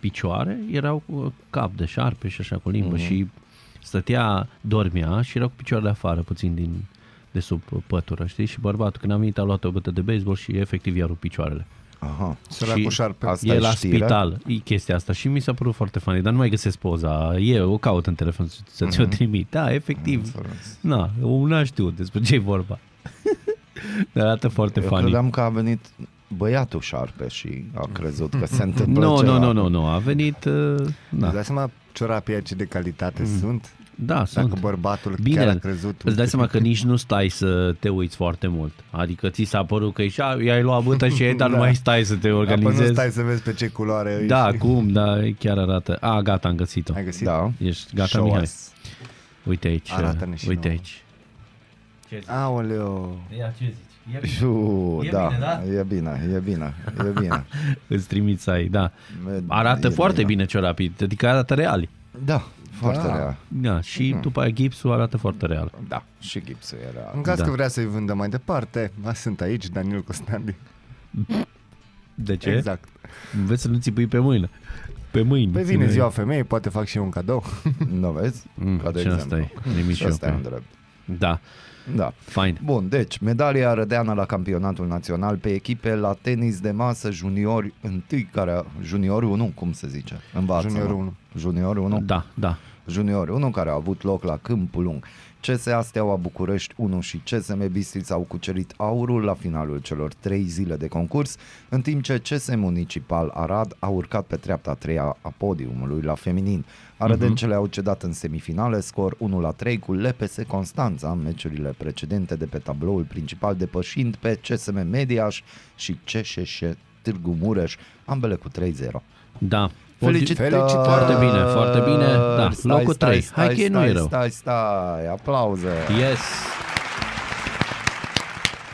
Speaker 2: picioare erau cu cap de șarpe și așa cu limbă
Speaker 1: Mhm.
Speaker 2: mm-hmm. și stătea, dormea și era cu picioarele afară puțin din de sub uh, pătură, știi? Și bărbatul când a venit a luat o bătă de baseball și efectiv i-a rupt picioarele.
Speaker 1: Aha.
Speaker 4: Săracul șarpe.
Speaker 1: Asta
Speaker 2: e
Speaker 1: e
Speaker 2: la
Speaker 1: știre?
Speaker 2: spital, e chestia asta și mi s-a părut foarte funny, dar nu mai găsesc poza. E, o caut în telefon să- să ți-o trimit. Da, efectiv.
Speaker 1: Mhm. înțeles.
Speaker 2: Na, omul n-a știut despre ce e vorba. <laughs> dar arată foarte
Speaker 1: Eu
Speaker 2: funny.
Speaker 1: credeam că a venit băiatul șarpe și a crezut că se întâmplă
Speaker 2: Nu,
Speaker 1: ceva.
Speaker 2: nu, nu, nu, nu, a venit... uh,
Speaker 4: Da.
Speaker 2: Na.
Speaker 4: Îți dai seama ciorapii aia ce de calitate mm. sunt?
Speaker 2: Da,
Speaker 4: Dacă
Speaker 2: sunt.
Speaker 4: bărbatul
Speaker 2: Bine,
Speaker 4: chiar a crezut.
Speaker 2: îți dai seama că nici nu stai să te uiți foarte mult. Adică ți s-a părut că ești, a, i-ai luat bâta și
Speaker 4: <laughs>
Speaker 2: ai, dar nu
Speaker 4: Da.
Speaker 2: mai stai să te
Speaker 4: Apoi nu
Speaker 2: organizezi.
Speaker 4: stai să vezi pe ce culoare e
Speaker 2: Da,
Speaker 4: și-
Speaker 2: cum, da, chiar arată. A, gata, am găsit-o.
Speaker 4: Ai găsit?
Speaker 1: Da.
Speaker 2: Ești gata,
Speaker 4: Show
Speaker 2: Mihai?
Speaker 4: us.
Speaker 2: Uite aici, uh,
Speaker 4: Arată-ne și
Speaker 2: uite
Speaker 4: nouă.
Speaker 2: aici.
Speaker 4: Aoleo.
Speaker 2: Ia, ce zici?
Speaker 1: Iu,
Speaker 2: E
Speaker 1: da,
Speaker 2: bine, da?
Speaker 1: e bine, e bine, e bine.
Speaker 2: Îți trimiți ai, da.
Speaker 1: E-
Speaker 2: <laughs> Arată
Speaker 1: e
Speaker 2: foarte
Speaker 4: da.
Speaker 2: bine, ciorapii, adică arată reali.
Speaker 1: Da, foarte da. rea.
Speaker 2: Da, și
Speaker 4: Mm-hmm.
Speaker 2: după aia gipsul arată foarte real.
Speaker 1: Da, și gipsul era.
Speaker 4: În caz
Speaker 2: Da.
Speaker 4: da. că vrea să-i vândă mai departe, a, sunt aici, Daniel Costandi.
Speaker 2: De ce?
Speaker 4: Exact.
Speaker 2: Înveți să nu țipui pe mâină. Pe mâini.
Speaker 4: Păi vine ziua femeii, poate fac și eu un <laughs> cadou.
Speaker 1: Nu vezi?
Speaker 2: Mm, și asta e, nimic
Speaker 1: și asta
Speaker 2: eu, da.
Speaker 1: e îndrept.
Speaker 2: Da,
Speaker 1: Da.
Speaker 2: fain.
Speaker 1: Bun, deci, medalia rădeană la campionatul național pe echipe la tenis de masă juniori întâi, care, juniorul 1, cum se zice? Învață,
Speaker 4: Juniorul
Speaker 1: mă.
Speaker 4: unu.
Speaker 1: Juniorul 1.
Speaker 2: Da, da.
Speaker 1: Junior 1 care a avut loc la Câmpul Lung. CSA Steaua București 1 și CSM Bistrița au cucerit aurul la finalul celor 3 zile de concurs, în timp ce CSM Municipal Arad a urcat pe treapta 3 a a podiumului la feminin. Arădencele au cedat în semifinale scor 1 la 3 cu LPS Constanța în meciurile precedente de pe tabloul principal depășind pe CSM Mediaș și CSS Târgu Mureș, ambele cu 3-0.
Speaker 2: Da.
Speaker 1: Felicitări!
Speaker 4: Felicitări!
Speaker 2: Foarte bine, foarte bine. Da, locul trei.
Speaker 1: Stai,
Speaker 2: Hai că
Speaker 1: stai,
Speaker 2: nu e
Speaker 1: stai,
Speaker 2: rău.
Speaker 1: Stai, stai, aplauze.
Speaker 2: Yes.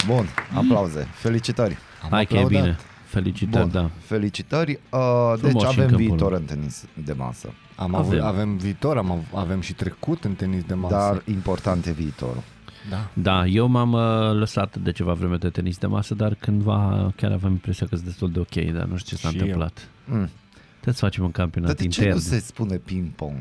Speaker 1: Bun, aplauze. Felicitări.
Speaker 2: Hai că e
Speaker 4: aplaudat.
Speaker 2: bine. Felicitări,
Speaker 1: Bun,
Speaker 2: da.
Speaker 1: felicitări. Uh, deci
Speaker 2: și în
Speaker 1: avem
Speaker 2: câmpul
Speaker 1: viitor în tenis de masă.
Speaker 4: Am avem. Avut,
Speaker 2: Avem.
Speaker 4: avem viitor, am, av- avem și trecut în tenis de masă.
Speaker 1: Dar important e viitorul.
Speaker 4: da.
Speaker 2: Da, eu m-am uh, lăsat de ceva vreme de tenis de masă, dar cândva chiar aveam impresia că sunt destul de ok, dar nu știu ce s-a
Speaker 4: Și eu.
Speaker 2: întâmplat.
Speaker 1: Mm.
Speaker 2: Trebuie să facem un
Speaker 1: Dar
Speaker 2: campionat
Speaker 1: de ce
Speaker 2: intern.
Speaker 1: nu se spune ping-pong?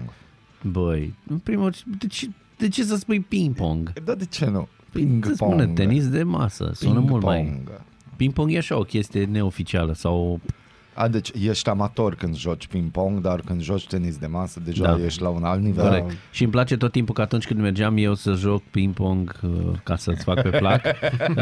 Speaker 2: Băi, în primul rând, de ce, de ce să spui ping-pong?
Speaker 1: Dar de ce nu?
Speaker 2: Păi, Se spune tenis de masă, sună mult mai...
Speaker 1: da. Ping-pong.
Speaker 2: Ping-pong e așa o chestie neoficială sau...
Speaker 1: A, deci ești amator când joci ping-pong, dar când joci tenis de masă, deja
Speaker 2: Da.
Speaker 1: ești la un alt nivel.
Speaker 2: Corect. Și îmi place tot timpul că atunci când mergeam eu să joc ping-pong uh, ca să-ți fac pe plac, uh,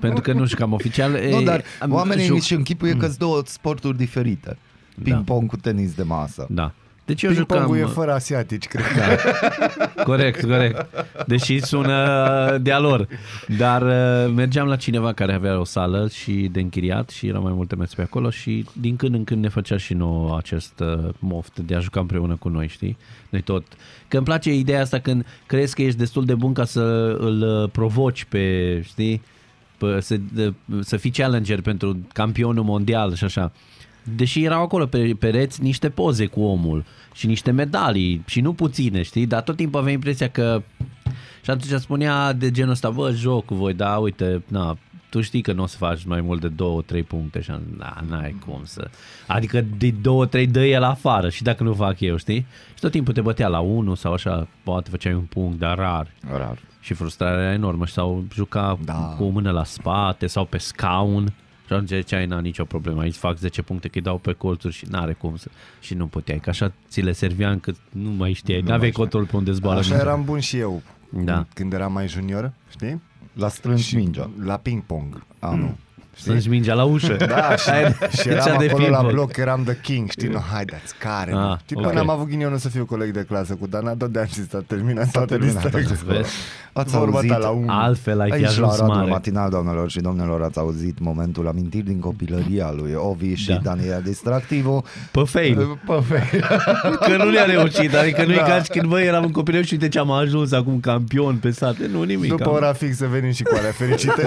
Speaker 2: pentru că nu știu cam oficial...
Speaker 1: Nu,
Speaker 2: eh,
Speaker 1: dar
Speaker 2: am-
Speaker 1: oamenii
Speaker 2: joc-
Speaker 1: își închipuie că sunt două sporturi diferite. Ping-pong cu tenis de masă.
Speaker 2: Da. Deci eu
Speaker 4: Ping-pongul e
Speaker 2: jucam...
Speaker 4: fără asiatici, cred.
Speaker 2: Da. Corect, corect. Deși sună uh, de-a lor. Dar uh, mergeam la cineva care avea o sală și de închiriat și erau mai multe mese pe acolo și din când în când ne făcea și nouă acest uh, moft de a juca împreună cu noi, știi? Noi tot. Că îmi place ideea asta când crezi că ești destul de bun ca să îl uh, provoci pe, știi? Pă- Să, de- să fii challenger pentru campionul mondial și așa. Deși erau acolo pe pereți niște poze cu omul și niște medalii și nu puține, știi? Dar tot timpul aveam impresia că... Și atunci spunea de genul ăsta, bă, joc cu voi, da, uite, na, tu știi că nu o să faci mai mult de două, trei puncte și am zis, na, n-ai cum să... Adică de două, trei dă el afară și dacă nu fac eu, știi? Și tot timpul te bătea la unul sau așa, poate făceai un punct, dar rar.
Speaker 1: Rar.
Speaker 2: Și frustrarea era enormă și sau juca da. cu o mână la spate sau pe scaun și atunci ziceai, n-am nicio problemă, aici fac 10 puncte că îi dau pe colțuri și n-are cum să... Și nu puteai, că așa ți le servea încât nu mai știai, nu aveai control pe unde zboară.
Speaker 3: Așa eram bun și eu
Speaker 2: Da.
Speaker 3: când eram mai junior, știi?
Speaker 1: La strâns și... mingea.
Speaker 3: La ping-pong.
Speaker 1: A, nu.
Speaker 2: Strângi mingea la ușă.
Speaker 3: <laughs> Da, și, și
Speaker 2: Cea
Speaker 3: eram
Speaker 2: de
Speaker 3: acolo la
Speaker 2: ping-pong.
Speaker 3: bloc, eram the king, știi, nu, haideți, care?
Speaker 2: Ah,
Speaker 3: Ah, știi, okay.
Speaker 2: ok.
Speaker 3: până am avut ghinionul să fiu coleg de clasă cu Dana, tot de-am zis, s-a terminat toată
Speaker 1: terminat,
Speaker 3: lista.
Speaker 2: Vezi?
Speaker 1: Ați
Speaker 3: Vorba
Speaker 1: auzit?
Speaker 3: ta la un...
Speaker 2: Altfel ai fi
Speaker 1: Aici la
Speaker 2: ajuns
Speaker 1: Radul
Speaker 2: mare.
Speaker 1: Matinal, doamnelor și domnilor, ați auzit momentul amintiri din copilăria lui Ovi și
Speaker 2: Da.
Speaker 1: da. Daniela Distractivo.
Speaker 2: Pe fail. Că nu le-a reușit, adică nu-i da. ca și când, băi, eram un copil și uite ce am ajuns acum campion pe sate. Nu, nimic.
Speaker 3: După
Speaker 2: am...
Speaker 3: ora fixă venim și cu alea fericite, <laughs>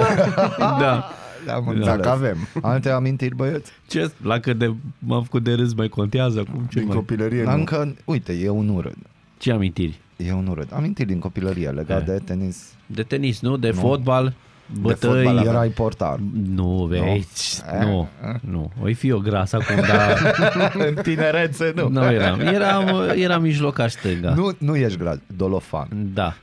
Speaker 2: Da.
Speaker 1: Am
Speaker 3: dacă
Speaker 1: înțeles.
Speaker 3: avem.
Speaker 1: Alte amintiri, băieți?
Speaker 2: Ce? La că de, m-am făcut de râs mai contează acum? Ce,
Speaker 3: Din
Speaker 2: mai...
Speaker 3: copilărie, nu.
Speaker 1: Încă, uite, eu nu râd.
Speaker 2: ce amintiri?
Speaker 1: Eu nu râd. Amintiri din copilărie legat
Speaker 2: E.
Speaker 1: de tenis.
Speaker 2: De tenis, nu? De nu. fotbal? Bătăi?
Speaker 1: fotbal erai portar.
Speaker 2: Nu, vezi, nu, Eh? nu. Oi fi eu gras acum, dar <laughs>
Speaker 1: În tinerețe,
Speaker 2: nu eram. Eram, eram mijlocaș stânga.
Speaker 1: Nu, nu ești gras, dolofan.
Speaker 2: Da,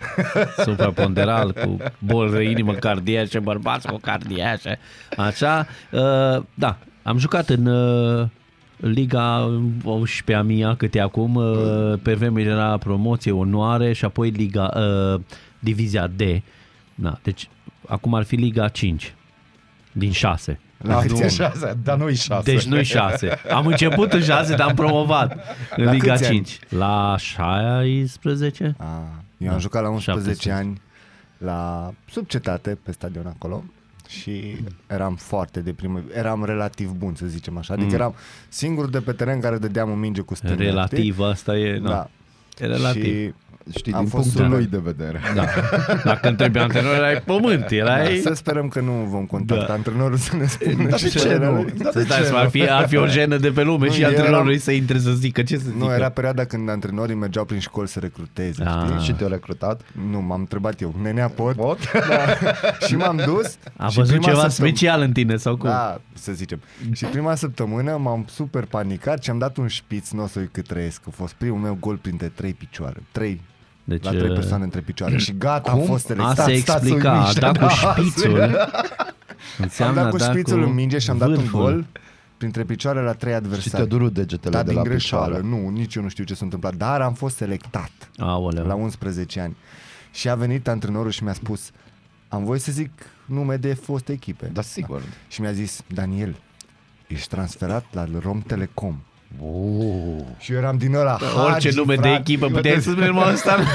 Speaker 2: supraponderal cu boli de inimă cardiace, bărbați cu cardiace. Așa, uh, da, am jucat în uh, Liga 18 a mia, câte acum, uh, pe vremuri era promoție, onoare și apoi Liga, uh, Divizia D. Da, deci acum ar fi Liga 5 din 6.
Speaker 1: La nu. șase, dar nu-i șase.
Speaker 2: Deci nu-i 6. Am început în 6, dar am promovat în
Speaker 3: La
Speaker 2: Liga
Speaker 3: câți ani?
Speaker 2: 5. La 16?
Speaker 3: A, eu am jucat la 11
Speaker 2: 17.
Speaker 3: ani la subcetate, pe stadion acolo și eram foarte deprimă, eram relativ bun să zicem așa, adică eram singurul de pe teren care dădeam o minge cu stânga. știi?
Speaker 2: Relativ, asta e, na.
Speaker 3: Da.
Speaker 2: E relativ.
Speaker 3: Și
Speaker 1: Știi,
Speaker 3: Am
Speaker 1: din
Speaker 3: fost
Speaker 1: punctul
Speaker 2: da.
Speaker 1: lui de vedere.
Speaker 2: Da. Dacă întrebi antrenor, erai pământ,
Speaker 3: da,
Speaker 2: erai...
Speaker 3: să sperăm că nu vom contacta
Speaker 2: Da.
Speaker 3: antrenorul să ne spună
Speaker 1: Dar
Speaker 3: ce, Da,
Speaker 1: de ce
Speaker 3: era.
Speaker 1: nu? Dar de
Speaker 2: Să dai
Speaker 1: ce
Speaker 2: seama, ar
Speaker 1: nu?
Speaker 2: fi, ar fi o jenă de pe lume
Speaker 3: Nu,
Speaker 2: și
Speaker 3: eu
Speaker 2: antrenorul
Speaker 3: eram-
Speaker 2: să intre să zică ce să zică.
Speaker 3: Nu, era perioada când antrenorii mergeau prin școli să recruteze,
Speaker 2: Da.
Speaker 3: știi?
Speaker 1: Și te-au recrutat.
Speaker 3: Nu, m-am întrebat eu, nenea pot? Da.
Speaker 1: Pot? <laughs>
Speaker 3: și m-am dus.
Speaker 2: A
Speaker 3: și
Speaker 2: văzut
Speaker 3: prima
Speaker 2: ceva
Speaker 3: săptăm-
Speaker 2: special în tine sau cum?
Speaker 3: Da, să zicem. Și prima săptămână m-am super panicat și am dat un șpiț, nu o să-i cât trăiesc. A fost primul meu gol printre trei picioare. Trei.
Speaker 2: Deci,
Speaker 3: Deci, la trei
Speaker 2: uh,
Speaker 3: persoane între picioare. Și gata,
Speaker 1: cum?
Speaker 3: am fost
Speaker 2: A
Speaker 3: selectat.
Speaker 2: se
Speaker 3: Stați,
Speaker 2: explica,
Speaker 3: stați,
Speaker 2: a dat
Speaker 3: uimiște,
Speaker 2: cu
Speaker 3: <laughs> da.
Speaker 2: șpițul.
Speaker 3: Am
Speaker 2: Înseamnă
Speaker 3: dat cu
Speaker 2: a da
Speaker 3: șpițul în minge și am dat un
Speaker 2: vârful.
Speaker 3: gol printre picioare la trei
Speaker 1: Și te-au
Speaker 3: adversari.
Speaker 1: durut degetele
Speaker 3: Dar
Speaker 1: de
Speaker 3: din
Speaker 1: la
Speaker 3: greșeală,
Speaker 1: picioare.
Speaker 3: nu, nici eu nu știu ce s-a întâmplat, dar am fost selectat.
Speaker 2: Aoleu.
Speaker 3: la 11 ani. Și a venit antrenorul și mi-a spus, am voie să zic nume de foste echipe.
Speaker 1: Da, sigur.
Speaker 3: Și mi-a zis, Daniel, ești transferat la Rom Telecom. Și eu eram din ăla.
Speaker 2: Oh. Orice
Speaker 3: Hagi,
Speaker 2: nume de
Speaker 3: frate,
Speaker 2: echipă puteai să spui mă
Speaker 3: <laughs>
Speaker 2: ăsta. <laughs>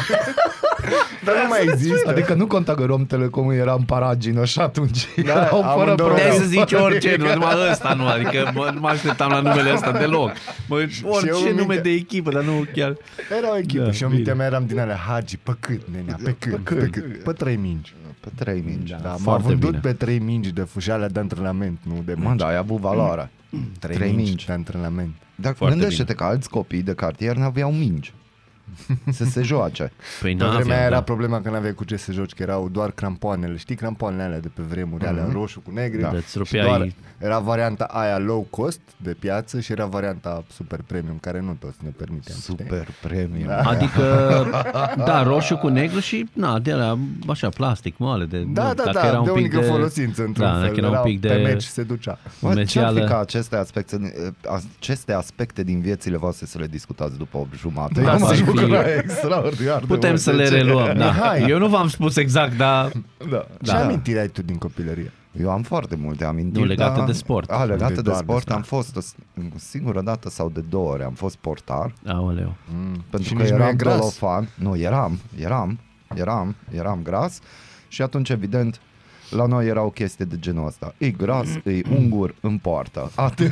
Speaker 3: Dar nu mai există.
Speaker 1: Adică nu conta că Rom Telecom era în paragină și atunci da, erau fără
Speaker 3: amândouă
Speaker 1: program.
Speaker 2: Puteai
Speaker 3: erau.
Speaker 2: să zici
Speaker 3: <laughs>
Speaker 2: orice, nu, numai ăsta nu, adică mă, nu mă așteptam la numele ăsta deloc. Mă,
Speaker 3: eu
Speaker 2: orice
Speaker 3: îmi
Speaker 2: nume
Speaker 3: minte-
Speaker 2: de echipă, dar nu chiar.
Speaker 3: Era o echipă
Speaker 2: Da,
Speaker 3: da, și eu mintea mea eram din alea. Hagi, pe cât, nenea, pe cât, pe, cât, pe, cât, pe trei mingi.
Speaker 1: Pe trei mingi. Da.
Speaker 3: Da, m-am
Speaker 2: foarte
Speaker 3: vândut
Speaker 2: bine.
Speaker 3: pe trei mingi de fușalea de antrenament, nu de
Speaker 1: Mă,
Speaker 3: mingi.
Speaker 1: da, ai avut valoare.
Speaker 3: trei,
Speaker 1: trei
Speaker 3: mingi,
Speaker 1: mingi.
Speaker 3: de antrenament.
Speaker 1: Dar
Speaker 2: Foarte
Speaker 1: gândește-te că alți copii de cartier n-aveau mingi. Să se
Speaker 2: <laughs>
Speaker 1: joace.
Speaker 2: Păi
Speaker 3: Pe vremea aia
Speaker 2: da.
Speaker 3: era problema că n-aveai cu ce să joci, că erau doar crampoanele. Știi crampoanele alea de pe vremuri, alea roșu cu negru?
Speaker 2: Da, îți
Speaker 3: Și
Speaker 2: rupeai-
Speaker 3: doar era varianta aia low cost de piață și era varianta super premium, care nu toți ne permiteam. știi?
Speaker 1: Super premium.
Speaker 2: Adică, da, roșu cu negru și, na, de la așa, plastic, moale. De,
Speaker 3: Da,
Speaker 2: nu,
Speaker 3: da,
Speaker 2: dacă
Speaker 3: da,
Speaker 2: era un
Speaker 3: de
Speaker 2: pic
Speaker 3: unică
Speaker 2: de,
Speaker 3: folosință într-un
Speaker 2: da,
Speaker 3: fel.
Speaker 2: dacă era un pic
Speaker 3: pe
Speaker 2: de
Speaker 3: meci se ducea.
Speaker 1: Bă, ce-ar fi ca
Speaker 2: mecială.
Speaker 1: aceste aspecte, eh, aceste aspecte din viețile voastre să le discutați după 8 jumate?
Speaker 2: Da,
Speaker 1: Eu m-aș
Speaker 2: să fie.
Speaker 1: bucura extraordinar de
Speaker 2: Putem
Speaker 1: mult.
Speaker 2: să
Speaker 1: De
Speaker 2: le
Speaker 1: ce?
Speaker 2: reluăm, da.
Speaker 3: Mihai.
Speaker 2: Eu nu v-am spus exact, dar
Speaker 1: Da.
Speaker 3: Da. Ce amintiri ai tu din copilărie?
Speaker 1: Eu am foarte multe amintiri.
Speaker 2: Nu, legate
Speaker 1: dar-
Speaker 2: de sport.
Speaker 1: A, legate
Speaker 3: De
Speaker 1: de,
Speaker 3: doar de
Speaker 1: sport.
Speaker 3: sport.
Speaker 1: Am fost o s- o singură dată sau de două ori am fost portar.
Speaker 2: Aoleu.
Speaker 1: Pentru
Speaker 3: Și
Speaker 1: că
Speaker 3: nici nu e
Speaker 1: eram
Speaker 3: gras.
Speaker 1: dolofan. Nu, eram, eram, eram, eram gras. Și atunci, evident, la noi era o chestie de genul ăsta. E gras, e ungur, în poartă. Atât.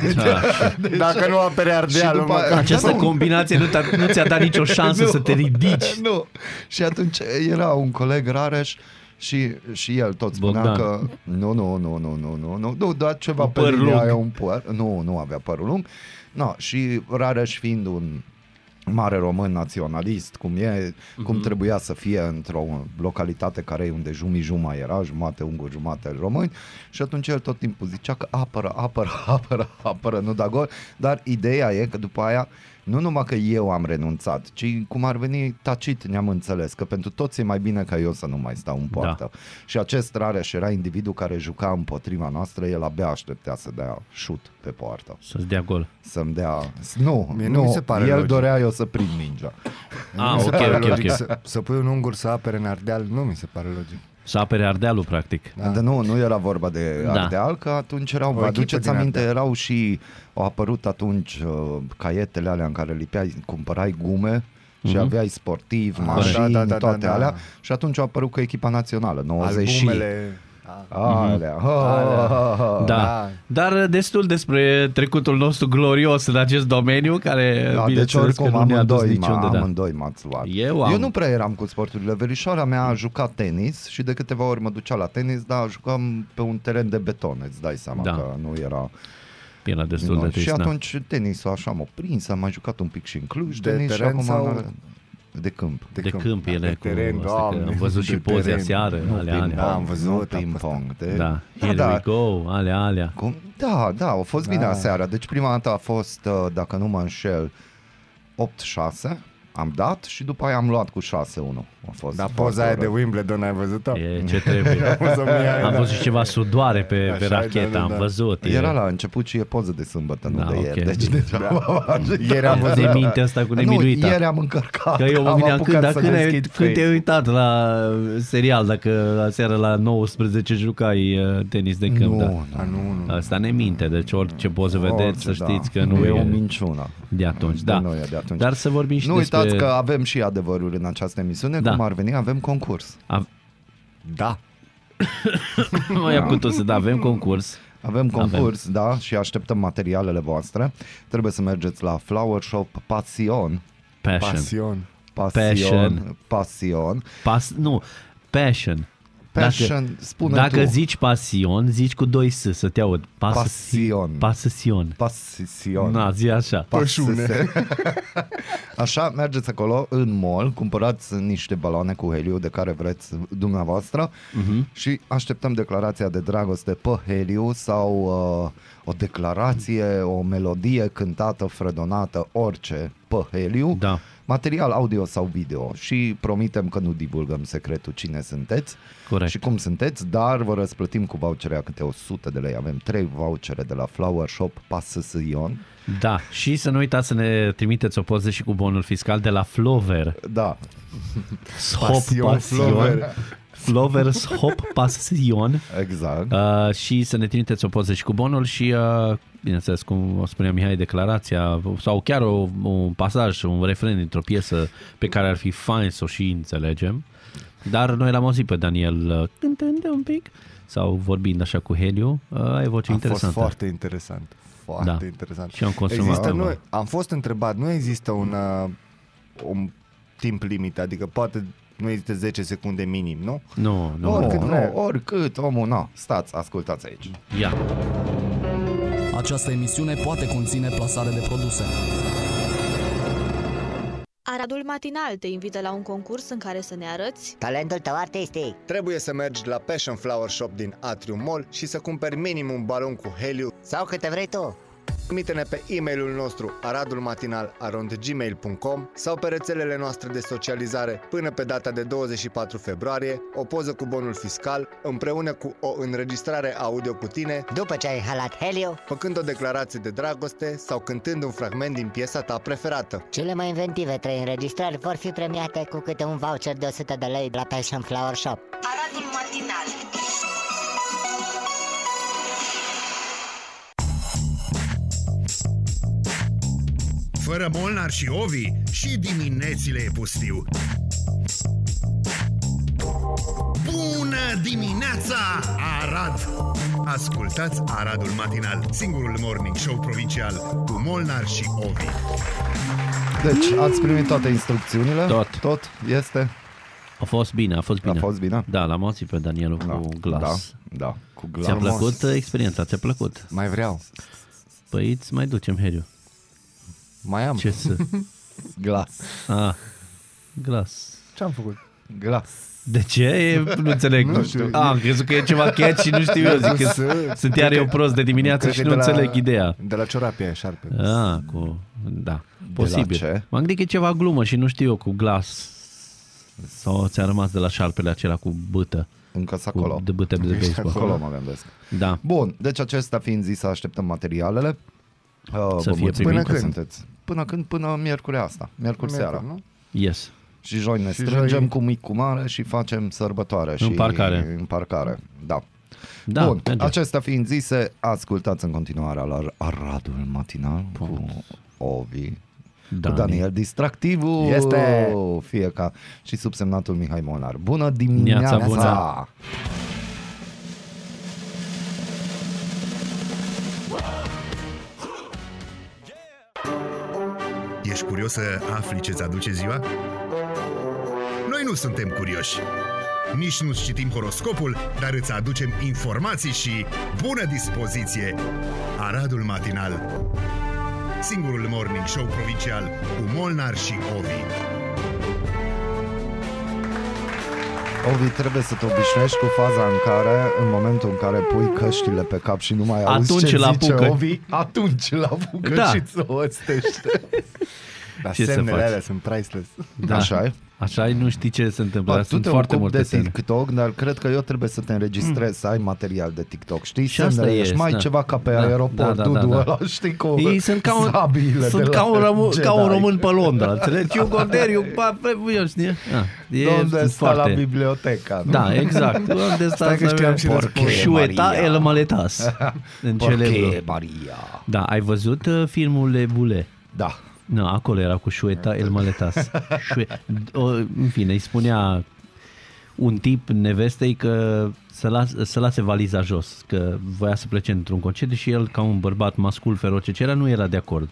Speaker 3: Dacă nu apere
Speaker 1: Deci- Și
Speaker 3: ardealul,
Speaker 1: după-
Speaker 3: măcar. <laughs>
Speaker 2: Această
Speaker 1: nu.
Speaker 2: combinație nu, te-a- nu ți-a dat nicio șansă
Speaker 1: Nu.
Speaker 2: să te ridici.
Speaker 1: nu. Și atunci era un coleg Rareș și, și el tot spunea
Speaker 2: Bogdan.
Speaker 1: că nu, nu, nu, nu, nu, nu, nu, nu, doar ceva
Speaker 2: Un
Speaker 1: pe
Speaker 2: păr
Speaker 1: linia
Speaker 2: lung.
Speaker 1: aia, un păr, nu, nu avea părul lung. No, și Rareș fiind un mare român naționalist, cum e, mm-hmm. cum trebuia să fie într-o localitate care e unde jumii juma era, jumate unguri, jumate români și atunci el tot timpul zicea că apără, apără, <laughs> apără, apără, nu da gol, dar ideea e că după aia nu numai că eu am renunțat, ci cum ar veni tacit ne-am înțeles că pentru toți e mai bine ca eu să nu mai stau în poartă. Da. Și acest Rareș era individul care juca împotriva noastră, el abia așteptea să dea șut pe poartă.
Speaker 2: Să-ți dea gol.
Speaker 1: Să-mi dea... Nu,
Speaker 3: Mie
Speaker 1: nu,
Speaker 3: nu mi
Speaker 1: nu
Speaker 3: se pare
Speaker 1: el
Speaker 3: logic.
Speaker 1: dorea eu să prind mingea.
Speaker 2: Ah, ok,
Speaker 3: pare
Speaker 2: ok,
Speaker 3: logic
Speaker 2: ok.
Speaker 3: Să, să pui un ungur să apere în Ardeal, nu mi se pare logic.
Speaker 2: Să apere Ardealul, practic.
Speaker 1: Da. Dar nu, nu era vorba de
Speaker 2: Da.
Speaker 1: Ardeal, că atunci erau, vă
Speaker 3: echipă
Speaker 1: aduceți
Speaker 3: din
Speaker 1: aminte, erau și, au apărut atunci uh, caietele alea în care lipeai, cumpărai gume
Speaker 2: Mhm.
Speaker 1: și mm-hmm. aveai sportiv, mașini, da, da, da, toate da, da, alea
Speaker 3: Ah, da.
Speaker 1: și atunci au apărut că echipa națională, 90 și...
Speaker 3: Albumele... Mhm. A,
Speaker 1: Alea. Alea.
Speaker 2: Da.
Speaker 3: Da.
Speaker 2: Dar destul despre trecutul nostru glorios în acest domeniu, care
Speaker 1: Da, deci
Speaker 2: bineînțeles că
Speaker 1: oricum
Speaker 2: nu ne-a dus
Speaker 1: amândoi, ma,
Speaker 2: niciunde. Da.
Speaker 1: amândoi m-ați luat.
Speaker 2: Eu am.
Speaker 1: Eu nu prea eram cu sporturile. Verișoara mea a jucat tenis și de câteva ori mă ducea la tenis, dar jucam pe un teren de beton, îți dai seama
Speaker 2: Da.
Speaker 1: că nu era...
Speaker 2: Era destul de
Speaker 1: Nu,
Speaker 2: trist.
Speaker 1: și
Speaker 2: da.
Speaker 1: atunci tenisul așa m-a prins, am mai jucat un pic și în Cluj
Speaker 3: De
Speaker 1: tenis
Speaker 3: teren
Speaker 1: și acum
Speaker 3: sau-
Speaker 1: am- de câmp.
Speaker 2: da.
Speaker 1: Da,
Speaker 2: de câmp ele
Speaker 3: de
Speaker 2: cu teren, astea, că
Speaker 3: Doamne,
Speaker 2: am văzut și
Speaker 3: de
Speaker 2: poze
Speaker 3: teren.
Speaker 2: aseară,
Speaker 1: Nu
Speaker 2: ale
Speaker 1: ping-pong,
Speaker 2: alea.
Speaker 3: Da, am văzut,
Speaker 1: nu
Speaker 3: am
Speaker 1: ping-pong. De...
Speaker 2: Da, here we go, alea, alea.
Speaker 1: Cum? Da, da, a fost bine
Speaker 3: Da.
Speaker 1: aseară. Deci prima dată a fost, uh, dacă nu mă înșel, 8-6 am dat și după aia am luat cu 6-1. A fost
Speaker 2: Da,
Speaker 3: Dar
Speaker 1: foarte
Speaker 3: poza aia de
Speaker 1: rău.
Speaker 3: Wimbledon ai văzut-o?
Speaker 2: E ce trebuie.
Speaker 3: <laughs> Poza mea e,
Speaker 2: Am
Speaker 3: da.
Speaker 2: văzut și ceva sudoare pe, pe
Speaker 3: Așa e,
Speaker 2: rachetă,
Speaker 3: da, da,
Speaker 2: am
Speaker 3: da.
Speaker 2: văzut. e-
Speaker 1: Era la început și e poză de sâmbătă, nu
Speaker 2: Da,
Speaker 1: de
Speaker 2: ok.
Speaker 1: ieri. Deci deja
Speaker 3: Ieri am văzut
Speaker 2: de minte asta cu
Speaker 1: Nu,
Speaker 2: nemiluita.
Speaker 1: ieri am încărcat.
Speaker 2: Că eu mă
Speaker 1: am
Speaker 2: gândeam
Speaker 1: apucat
Speaker 2: când, dar
Speaker 1: să
Speaker 2: când, ai,
Speaker 1: deschid
Speaker 2: când te-ai uitat
Speaker 1: Facebook.
Speaker 2: la uh, serial, dacă la seara la 19 jucai uh, tenis de câmp.
Speaker 1: Nu,
Speaker 2: da.
Speaker 1: nu,
Speaker 3: A, nu, nu.
Speaker 2: Asta ne minte, deci orice poză
Speaker 1: Orice,
Speaker 2: vedeți, să știți
Speaker 1: da.
Speaker 2: că nu
Speaker 1: e o
Speaker 2: e
Speaker 1: minciună.
Speaker 2: de atunci. Da.
Speaker 1: Nu e de atunci.
Speaker 2: Dar să vorbim și
Speaker 1: nu
Speaker 2: despre...
Speaker 1: uitați că avem și adevărul în această emisiune,
Speaker 2: Da.
Speaker 1: cum ar veni, avem concurs.
Speaker 2: A-
Speaker 3: Da.
Speaker 2: <laughs> Noi am putut să da, avem concurs.
Speaker 1: Avem concurs, avem. da, și așteptăm materialele voastre. Trebuie să mergeți la Flower Shop Passion.
Speaker 2: Passion.
Speaker 3: Pasion.
Speaker 1: Passion.
Speaker 2: Passion.
Speaker 1: Passion.
Speaker 2: Pas, nu, passion.
Speaker 1: Passion,
Speaker 2: dacă,
Speaker 1: spune
Speaker 2: Dacă
Speaker 1: tu.
Speaker 2: zici pasion, zici cu doi S, să te aud. Pas-
Speaker 1: Pasion.
Speaker 2: Pasion.
Speaker 1: Passion.
Speaker 2: Na, zi așa.
Speaker 1: Pășune. <laughs> Așa, mergeți acolo în mall, cumpărați niște baloane cu heliu de care vreți dumneavoastră
Speaker 2: Mhm.
Speaker 1: uh-huh. și așteptăm declarația de dragoste pe heliu sau uh, o declarație, o melodie cântată, fredonată, orice pe heliu.
Speaker 2: Da.
Speaker 1: Material audio sau video și promitem că nu divulgăm secretul cine sunteți
Speaker 2: Corect.
Speaker 1: și cum sunteți, dar vă răsplătim cu voucherea câte 100 de lei. Avem 3 vouchere de la Flower Shop Pasăsăion.
Speaker 2: Da, și să nu uitați să ne trimiteți o poză și cu bonul fiscal de la Flover.
Speaker 1: Da,
Speaker 2: Hop Pasion.
Speaker 3: Flover.
Speaker 2: Flover Hop Pasion.
Speaker 1: exact.
Speaker 2: Uh, și să ne trimiteți o poză și cu bonul și, uh, bineînțeles, cum o spunea Mihai, declarația sau chiar o, un pasaj, un refren dintr-o piesă pe care ar fi fain să o și înțelegem. Dar noi l-am auzit pe Daniel uh, cântând un pic sau vorbind așa cu Heliu. Uh, ai voce
Speaker 3: A fost
Speaker 2: interesantă.
Speaker 3: foarte interesant. Foarte
Speaker 2: Da.
Speaker 3: interesant.
Speaker 2: Și eu am consumat
Speaker 3: Există,
Speaker 2: ceva.
Speaker 3: nu, am fost întrebat, nu există un, uh, un timp limit, adică poate nu există 10 secunde minim, nu?
Speaker 2: Nu, nu.
Speaker 1: Nu,
Speaker 2: Oh.
Speaker 3: Oricât
Speaker 1: nu,
Speaker 3: vrei.
Speaker 1: oricât, omul, nu. Stați, ascultați aici.
Speaker 2: Ia.
Speaker 6: Această emisiune poate conține plasare de produse.
Speaker 7: Aradul Matinal te invită la un concurs în care să ne arăți
Speaker 8: Talentul tău artistic.
Speaker 3: Trebuie să mergi la Passion Flower Shop din Atrium Mall și să cumperi minim un balon cu heliu.
Speaker 8: Sau câte vrei tu.
Speaker 3: Trimite-ne pe e-mailul nostru aradulmatinal.gmail.com sau pe rețelele noastre de socializare până pe data de 24 februarie o poză cu bonul fiscal împreună cu o înregistrare audio cu tine
Speaker 8: După ce ai halat Heliu,
Speaker 3: făcând o declarație de dragoste sau cântând un fragment din piesa ta preferată.
Speaker 8: cele mai inventive trei înregistrări vor fi premiate cu câte un voucher de 100 de lei de la Passion Flower Shop.
Speaker 9: Aradul matinal.
Speaker 5: Fără Molnar și Ovi, și diminețile e pustiu. Bună dimineața, Arad! Ascultați Aradul Matinal, singurul morning show provincial cu Molnar și Ovi.
Speaker 1: Deci, ați primit toate instrucțiunile?
Speaker 2: Tot.
Speaker 1: Tot este?
Speaker 2: A fost bine, a fost bine.
Speaker 1: A fost bine?
Speaker 2: Da, l-am auzit pe Daniel cu glas.
Speaker 1: Da, da. Cu glas.
Speaker 2: Ți-a plăcut uh, experiența? Ți-a plăcut?
Speaker 3: Mai vreau.
Speaker 2: Păi îți mai ducem, Heriu.
Speaker 3: Mai am.
Speaker 2: Ce să...
Speaker 1: Glas.
Speaker 2: Ah, glas.
Speaker 3: Ce-am făcut?
Speaker 1: Glas.
Speaker 2: De ce? E, nu înțeleg. Nu știu. Ah, am crezut că e ceva catch și nu știu eu. Zic că
Speaker 3: Să-
Speaker 2: sunt iar eu prost de dimineață
Speaker 3: Cred
Speaker 2: și
Speaker 3: că
Speaker 2: nu
Speaker 3: de la-
Speaker 2: înțeleg ideea.
Speaker 3: De la ciorapia e șarpe.
Speaker 2: Ah, cu... Da, posibil.
Speaker 1: ce?
Speaker 2: M-am gândit că e ceva glumă și nu știu eu cu glas. Sau ți-a rămas de la șarpele acela cu bâtă.
Speaker 1: Încă s
Speaker 2: Cu
Speaker 1: acolo.
Speaker 2: de bâte de baseball.
Speaker 1: Acolo mă gândesc.
Speaker 2: Da.
Speaker 1: Bun, deci acesta fiind zis, așteptăm materialele. Uh,
Speaker 2: fie
Speaker 1: vă mulțumim
Speaker 2: primit.
Speaker 1: că sunteți. Până când? Până miercuri asta, miercuri, seara.
Speaker 3: nu?
Speaker 2: Yes.
Speaker 1: Și joi ne
Speaker 3: Și
Speaker 1: strângem
Speaker 3: joi-
Speaker 1: cu mic cu mare și facem sărbătoare. și
Speaker 2: parcare.
Speaker 1: În parcare, da.
Speaker 2: Da,
Speaker 1: Bun,
Speaker 2: merge.
Speaker 1: acestea fiind zise, ascultați în continuare la Aradul Matinal cu Ovi,
Speaker 2: Dani.
Speaker 1: cu Daniel Distractivu
Speaker 3: Este!
Speaker 1: fieca, și subsemnatul Mihai Molnar. Bună
Speaker 2: Neața
Speaker 1: dimineața!
Speaker 2: bună!
Speaker 5: Ești curios să afli ce-ți aduce ziua? Noi nu suntem curioși. Nici nu-ți citim horoscopul, dar îți aducem informații și bună dispoziție! Aradul Matinal Singurul morning show provincial cu Molnar și Ovi.
Speaker 1: Ovi, trebuie să te obișnuiești cu faza în care, în momentul în care pui căștile pe cap și nu mai auzi
Speaker 2: Atunci
Speaker 1: ce
Speaker 2: îl
Speaker 1: zice
Speaker 2: apucă.
Speaker 1: Ovi, atunci la apucă
Speaker 2: Da.
Speaker 1: și ți
Speaker 2: <laughs>
Speaker 1: o ostește.
Speaker 3: Dar
Speaker 2: Ce să
Speaker 3: semnele
Speaker 2: faci?
Speaker 3: alea sunt priceless.
Speaker 2: Da.
Speaker 1: Așa e.
Speaker 2: Așa e, nu știi ce se întâmplă.
Speaker 1: Bă,
Speaker 2: Dar
Speaker 1: tu
Speaker 2: sunt
Speaker 1: te
Speaker 2: foarte
Speaker 1: ocupi
Speaker 2: multe
Speaker 1: de
Speaker 2: semne.
Speaker 1: TikTok, dar cred că eu trebuie să te înregistrez, să ai material de TikTok, știi?
Speaker 2: Și asta
Speaker 1: Semnele,
Speaker 2: e,
Speaker 1: ești mai
Speaker 2: da.
Speaker 1: ceva ca pe
Speaker 2: Da,
Speaker 1: aeroport,
Speaker 2: da, da, da,
Speaker 1: Dudu
Speaker 2: da.
Speaker 1: ăla, știi, cu
Speaker 2: Ei sunt ca un,
Speaker 1: sabiile de
Speaker 2: sunt
Speaker 1: la
Speaker 2: ca un, rămu,
Speaker 1: Jedi.
Speaker 2: ca un român pe Londra, înțelegi? Eu Goderi, eu, pa, pe, eu știu. Ah, e,
Speaker 1: Unde
Speaker 2: sunt
Speaker 1: sta la biblioteca, nu?
Speaker 2: Da,
Speaker 1: <laughs>
Speaker 2: exact. Unde
Speaker 3: Stai
Speaker 2: stați
Speaker 3: că știam și răspunsul.
Speaker 2: Șueta
Speaker 1: Maria.
Speaker 2: el
Speaker 1: <laughs>
Speaker 2: maletas. În
Speaker 1: Porche,
Speaker 2: celebru.
Speaker 1: Maria.
Speaker 2: Da, ai văzut uh, filmul Le Boulet?
Speaker 1: Da.
Speaker 2: Na, acolo era cu Șueta el
Speaker 1: <laughs>
Speaker 2: maletas. Șue... O, în fine, îi spunea un tip nevestei că să, las, să lase valiza jos, că voia să plece într-un concediu și el, ca un bărbat mascul feroce ce era, nu era de acord.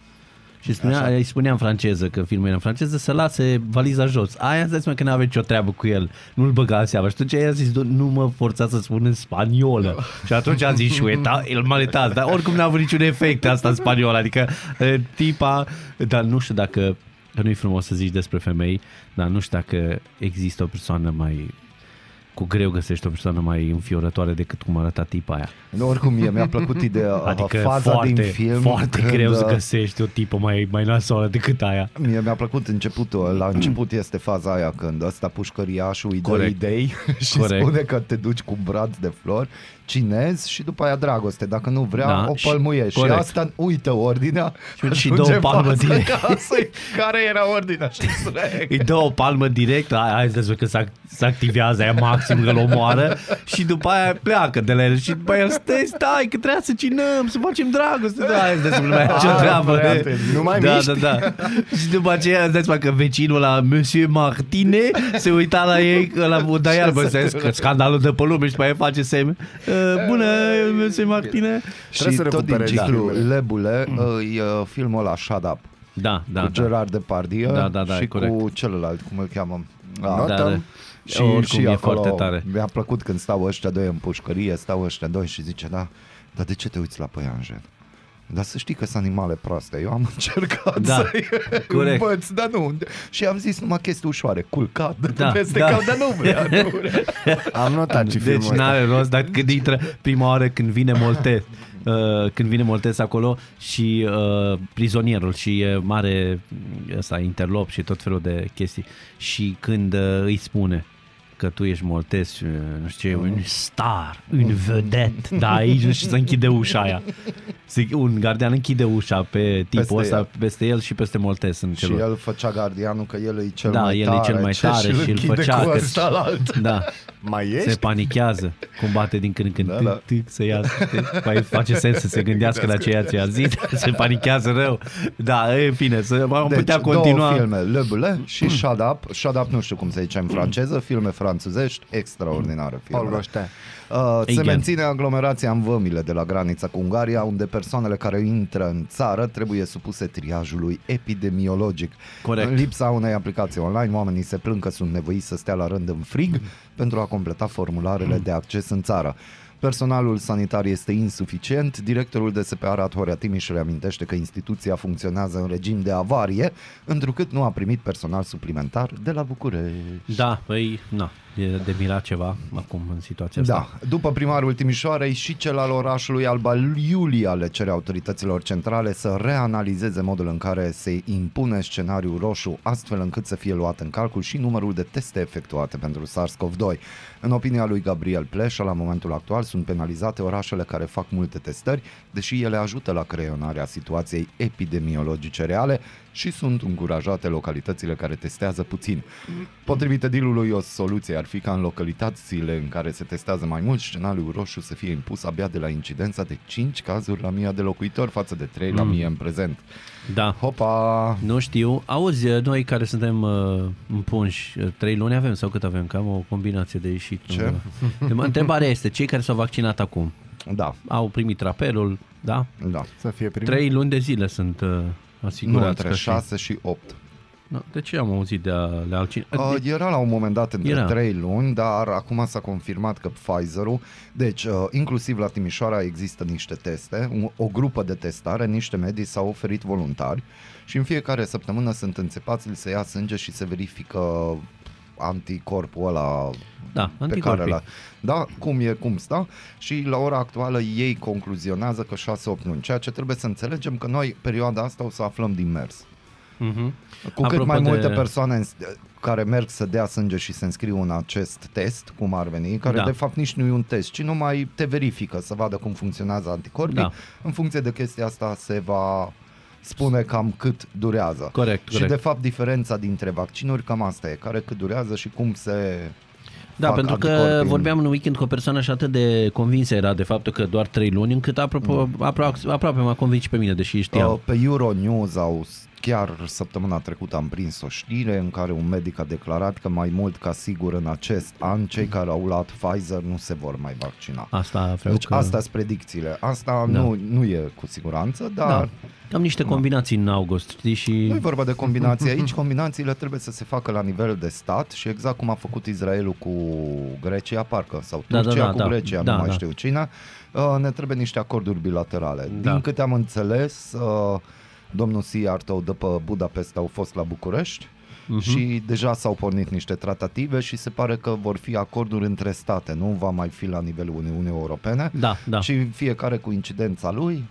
Speaker 2: Și spunea, îi spunea în franceză, că filmul era în franceză, să lase valiza jos. Aia îți dai seama că n-avea nicio treabă cu el. Nu-l băga în seama. Și atunci ea a zis, "Du- nu mă forța să spun în spaniolă. Și atunci a zis șueta, el maletas. Dar oricum n-a avut niciun efect asta în spaniolă. Adică e, tipa, dar nu știu dacă, că nu-i frumos să zici despre femei, dar nu știu dacă există o persoană mai cu greu găsești o persoană mai înfiorătoare decât cum arăta tipa aia.
Speaker 1: Nu, oricum, e, mi-a plăcut
Speaker 2: <laughs>
Speaker 1: ideea, uh,
Speaker 2: Adică
Speaker 1: faza
Speaker 2: foarte,
Speaker 1: din film.
Speaker 2: foarte
Speaker 1: când,
Speaker 2: greu să
Speaker 1: uh,
Speaker 2: găsești o tipă mai, mai nasoală decât aia.
Speaker 1: Mie mi-a plăcut începutul, la început este faza aia când ăsta pușcăriașul îi dă
Speaker 2: Corect.
Speaker 1: idei <laughs> și
Speaker 2: Corect.
Speaker 1: spune că te duci cu brad de flori, cinezi și după aia dragoste, dacă nu vrea
Speaker 2: Da,
Speaker 1: o
Speaker 2: și-
Speaker 1: pălmuiești și,
Speaker 2: corect.
Speaker 1: asta uită ordinea
Speaker 2: Și-
Speaker 1: <laughs>
Speaker 2: și
Speaker 1: ajunge
Speaker 2: dă o palmă
Speaker 1: față
Speaker 2: direct.
Speaker 1: casei, care era ordinea și
Speaker 3: <laughs>
Speaker 1: trec.
Speaker 2: Îi dă o palmă direct, hai, hai să vezi că se, ac- se activează aia maxim, că-l omoară și după aia pleacă de la el și după aia stai, stai, că trebuia să cinăm, să facem dragoste, da, hai să vezi mai are ce
Speaker 3: Ah,
Speaker 2: treabă.
Speaker 3: frate, nu mai
Speaker 2: da,
Speaker 3: miști.
Speaker 2: da, da, Și după aceea îți dai seama că vecinul la Monsieur Martine se uita la ei, că la da iar, bă, să- că scandalul de pe lume și după aia face semn. "Uh, Bună, Monsieur Martine.
Speaker 1: Și
Speaker 3: să
Speaker 1: tot din
Speaker 3: recuperezi
Speaker 1: ciclu
Speaker 3: filmele. Mm.
Speaker 1: Lebule uh, e uh, filmul ăla Shut Up
Speaker 2: Da, da,
Speaker 1: cu Gerard Depardieu
Speaker 2: Da, da, da,
Speaker 1: și
Speaker 2: e corect.
Speaker 1: cu celălalt, cum îl cheamă? Ah,
Speaker 3: Not-
Speaker 2: da, da.
Speaker 1: Și,
Speaker 2: Oricum,
Speaker 1: și
Speaker 2: e
Speaker 1: acolo
Speaker 2: foarte tare.
Speaker 1: mi-a plăcut când stau ăștia doi în pușcărie, stau ăștia doi și zice, da, dar de ce te uiți la păianjen? Dar să știi că sunt animale proaste. Eu am <laughs> încercat
Speaker 2: Da,
Speaker 1: să-i
Speaker 2: corect.
Speaker 1: învăț, dar nu. Și am zis numai chestii ușoare, culcat,
Speaker 2: Da,
Speaker 1: da, peste da.
Speaker 2: da.
Speaker 1: cap, dar nu vrea, nu
Speaker 2: <laughs>
Speaker 1: vrea.
Speaker 3: Am
Speaker 1: Da,
Speaker 3: notat și
Speaker 2: Deci
Speaker 3: filmul ăsta.
Speaker 2: n-are rost, dar când intră prima oară când vine Moltes, uh, când vine Moltes acolo și uh, prizonierul și e mare ăsta, interlop și tot felul de chestii și când uh, îi spune că tu ești Moltes, uh, nu știu ce,
Speaker 1: Mm.
Speaker 2: un star, un vedet, da, aici și să închide ușa aia. Se- Un gardian închide ușa pe tipul
Speaker 1: Peste
Speaker 2: ăsta,
Speaker 1: el.
Speaker 2: peste el și peste Moltes în
Speaker 1: Și
Speaker 2: celul.
Speaker 1: el făcea gardianul că el e cel
Speaker 2: Da,
Speaker 1: mai
Speaker 2: el e
Speaker 1: tare.
Speaker 2: cel mai
Speaker 1: ce,
Speaker 2: tare și îl
Speaker 1: închide
Speaker 2: făcea
Speaker 1: cu
Speaker 2: că-
Speaker 1: ăsta la altă.
Speaker 2: Da.
Speaker 3: Mai
Speaker 2: Se
Speaker 3: ești?
Speaker 2: panichează, cum bate din când în când,
Speaker 1: Da,
Speaker 2: tic,
Speaker 1: da.
Speaker 2: tic, să ia, știi? mai face sens să se gândească la ceea ce a zis, se panichează rău. Da, e, în fine, să am
Speaker 1: Deci,
Speaker 2: putea
Speaker 1: două
Speaker 2: continua.
Speaker 1: filme, Le Bleu
Speaker 2: <clears throat>
Speaker 1: și Shut Up. Shut Up nu știu cum se zice în franceză, filme franțuzești, extraordinare
Speaker 3: Paul
Speaker 1: filme.
Speaker 3: Roștea.
Speaker 1: Uh, se
Speaker 2: Igen.
Speaker 1: menține aglomerația în vămile de la granița cu Ungaria, unde persoanele care intră în țară trebuie supuse triajului epidemiologic.
Speaker 2: Corect.
Speaker 1: În lipsa unei aplicații online, oamenii se plâng că sunt nevoiți să stea la rând în frig pentru a completa formularele de acces în țară.
Speaker 3: Personalul sanitar este insuficient. Directorul de SP Arad Horea Timiș reamintește că instituția funcționează în regim de avarie, întrucât nu a primit personal suplimentar de la București.
Speaker 2: Da, păi, na, e de mirat ceva acum în situația
Speaker 3: Da,
Speaker 2: asta.
Speaker 3: după primarul Timișoarei și cel al orașului Alba Iulia le cere autorităților centrale să reanalizeze modul în care se impune scenariul roșu, astfel încât să fie luat în calcul și numărul de teste efectuate pentru SARS-CoV-2. În opinia lui Gabriel Pleșa, la momentul actual sunt penalizate orașele care fac multe testări, deși ele ajută la creionarea situației epidemiologice reale și sunt încurajate localitățile care testează puțin. Potrivit edilului, o soluție ar fi ca în localitățile în care se testează mai mult, scenariul roșu să fie impus abia de la incidența de 5 cazuri la 1000 de locuitori față de 3 la 1000 în prezent.
Speaker 2: Da.
Speaker 3: Hopa!
Speaker 2: Nu știu. Auzi, noi care suntem uh, împunși, uh, trei luni avem sau cât avem? Cam o combinație de ieșit.
Speaker 3: Ce?
Speaker 2: undeva. Dema- Întrebarea este, cei care s-au vaccinat acum,
Speaker 3: Da,
Speaker 2: au primit rapelul, da?
Speaker 3: da.
Speaker 1: Să fie primit.
Speaker 2: Trei luni de zile sunt uh,
Speaker 3: Nu,
Speaker 2: asigurați.
Speaker 3: între
Speaker 2: că și-
Speaker 3: 6 și 8.
Speaker 2: Da, de ce am auzit de ale altcineva?
Speaker 3: Uh,
Speaker 2: De-
Speaker 3: era la un moment dat între
Speaker 2: Era.
Speaker 3: era. 3 luni, dar acum s-a confirmat că Pfizer-ul, deci uh, inclusiv la Timișoara există niște teste, un- o grupă de testare, niște medii s-au oferit voluntari și în fiecare săptămână sunt înțepați, li se ia sânge și se verifică anticorpul ăla
Speaker 2: Da,
Speaker 3: pe
Speaker 2: anticorpii.
Speaker 3: care la, da, cum e, cum sta și la ora actuală ei concluzionează că 6-8 luni, ceea ce trebuie să înțelegem că noi perioada asta o să aflăm din mers.
Speaker 2: Mhm.
Speaker 3: Cu cât
Speaker 2: Apropo
Speaker 3: mai
Speaker 2: de-
Speaker 3: multe persoane în- care merg să dea sânge și se înscriu în acest test, cum ar veni, care
Speaker 2: Da.
Speaker 3: da. de fapt nici nu e un test, ci numai te verifică să vadă cum funcționează anticorpii,
Speaker 2: Da.
Speaker 3: da. în funcție de chestia asta se va spune cam cât durează.
Speaker 2: Corect,
Speaker 3: și
Speaker 2: corect.
Speaker 3: de fapt diferența dintre vaccinuri cam asta e, care cât durează și cum se...
Speaker 2: Da,
Speaker 3: fac
Speaker 2: pentru că
Speaker 3: anticorpii.
Speaker 2: vorbeam în weekend cu o persoană și atât de convinsă era de faptul că doar trei luni, încât apropo,
Speaker 3: Mm.
Speaker 2: apro- aproape m-a convins și pe mine, deși știam.
Speaker 3: Uh, Pe Euronews au chiar săptămâna trecută am prins o știre în care un medic a declarat că mai mult ca sigur în acest an cei
Speaker 2: Mm.
Speaker 3: care au luat Pfizer nu se vor mai vaccina.
Speaker 2: Asta vreau
Speaker 3: Deci
Speaker 2: că...
Speaker 3: astea sunt predicțiile. Asta
Speaker 2: Da.
Speaker 3: da. nu, nu e cu siguranță, dar
Speaker 2: Da. Am niște combinații în august, știi, și
Speaker 3: nu e vorba de
Speaker 2: <laughs>
Speaker 3: combinații aici. Combinațiile trebuie să se facă la nivel de stat și exact cum a făcut Israelul cu Grecia, parcă, sau
Speaker 2: Da, da,
Speaker 3: Turcia
Speaker 2: da,
Speaker 3: cu
Speaker 2: da.
Speaker 3: Grecia,
Speaker 2: Da,
Speaker 3: nu mai
Speaker 2: da.
Speaker 3: știu cine. Uh, Ne trebuie niște acorduri bilaterale.
Speaker 2: Da.
Speaker 3: Din câte am înțeles, uh, domnul Siartău după Budapesta au fost la București.
Speaker 2: Mhm.
Speaker 3: Și deja s-au pornit niște tratative și se pare că vor fi acorduri între state, nu va mai fi la nivelul Uniunii Europene.
Speaker 2: Da, da.
Speaker 3: Și fiecare cu incidența lui,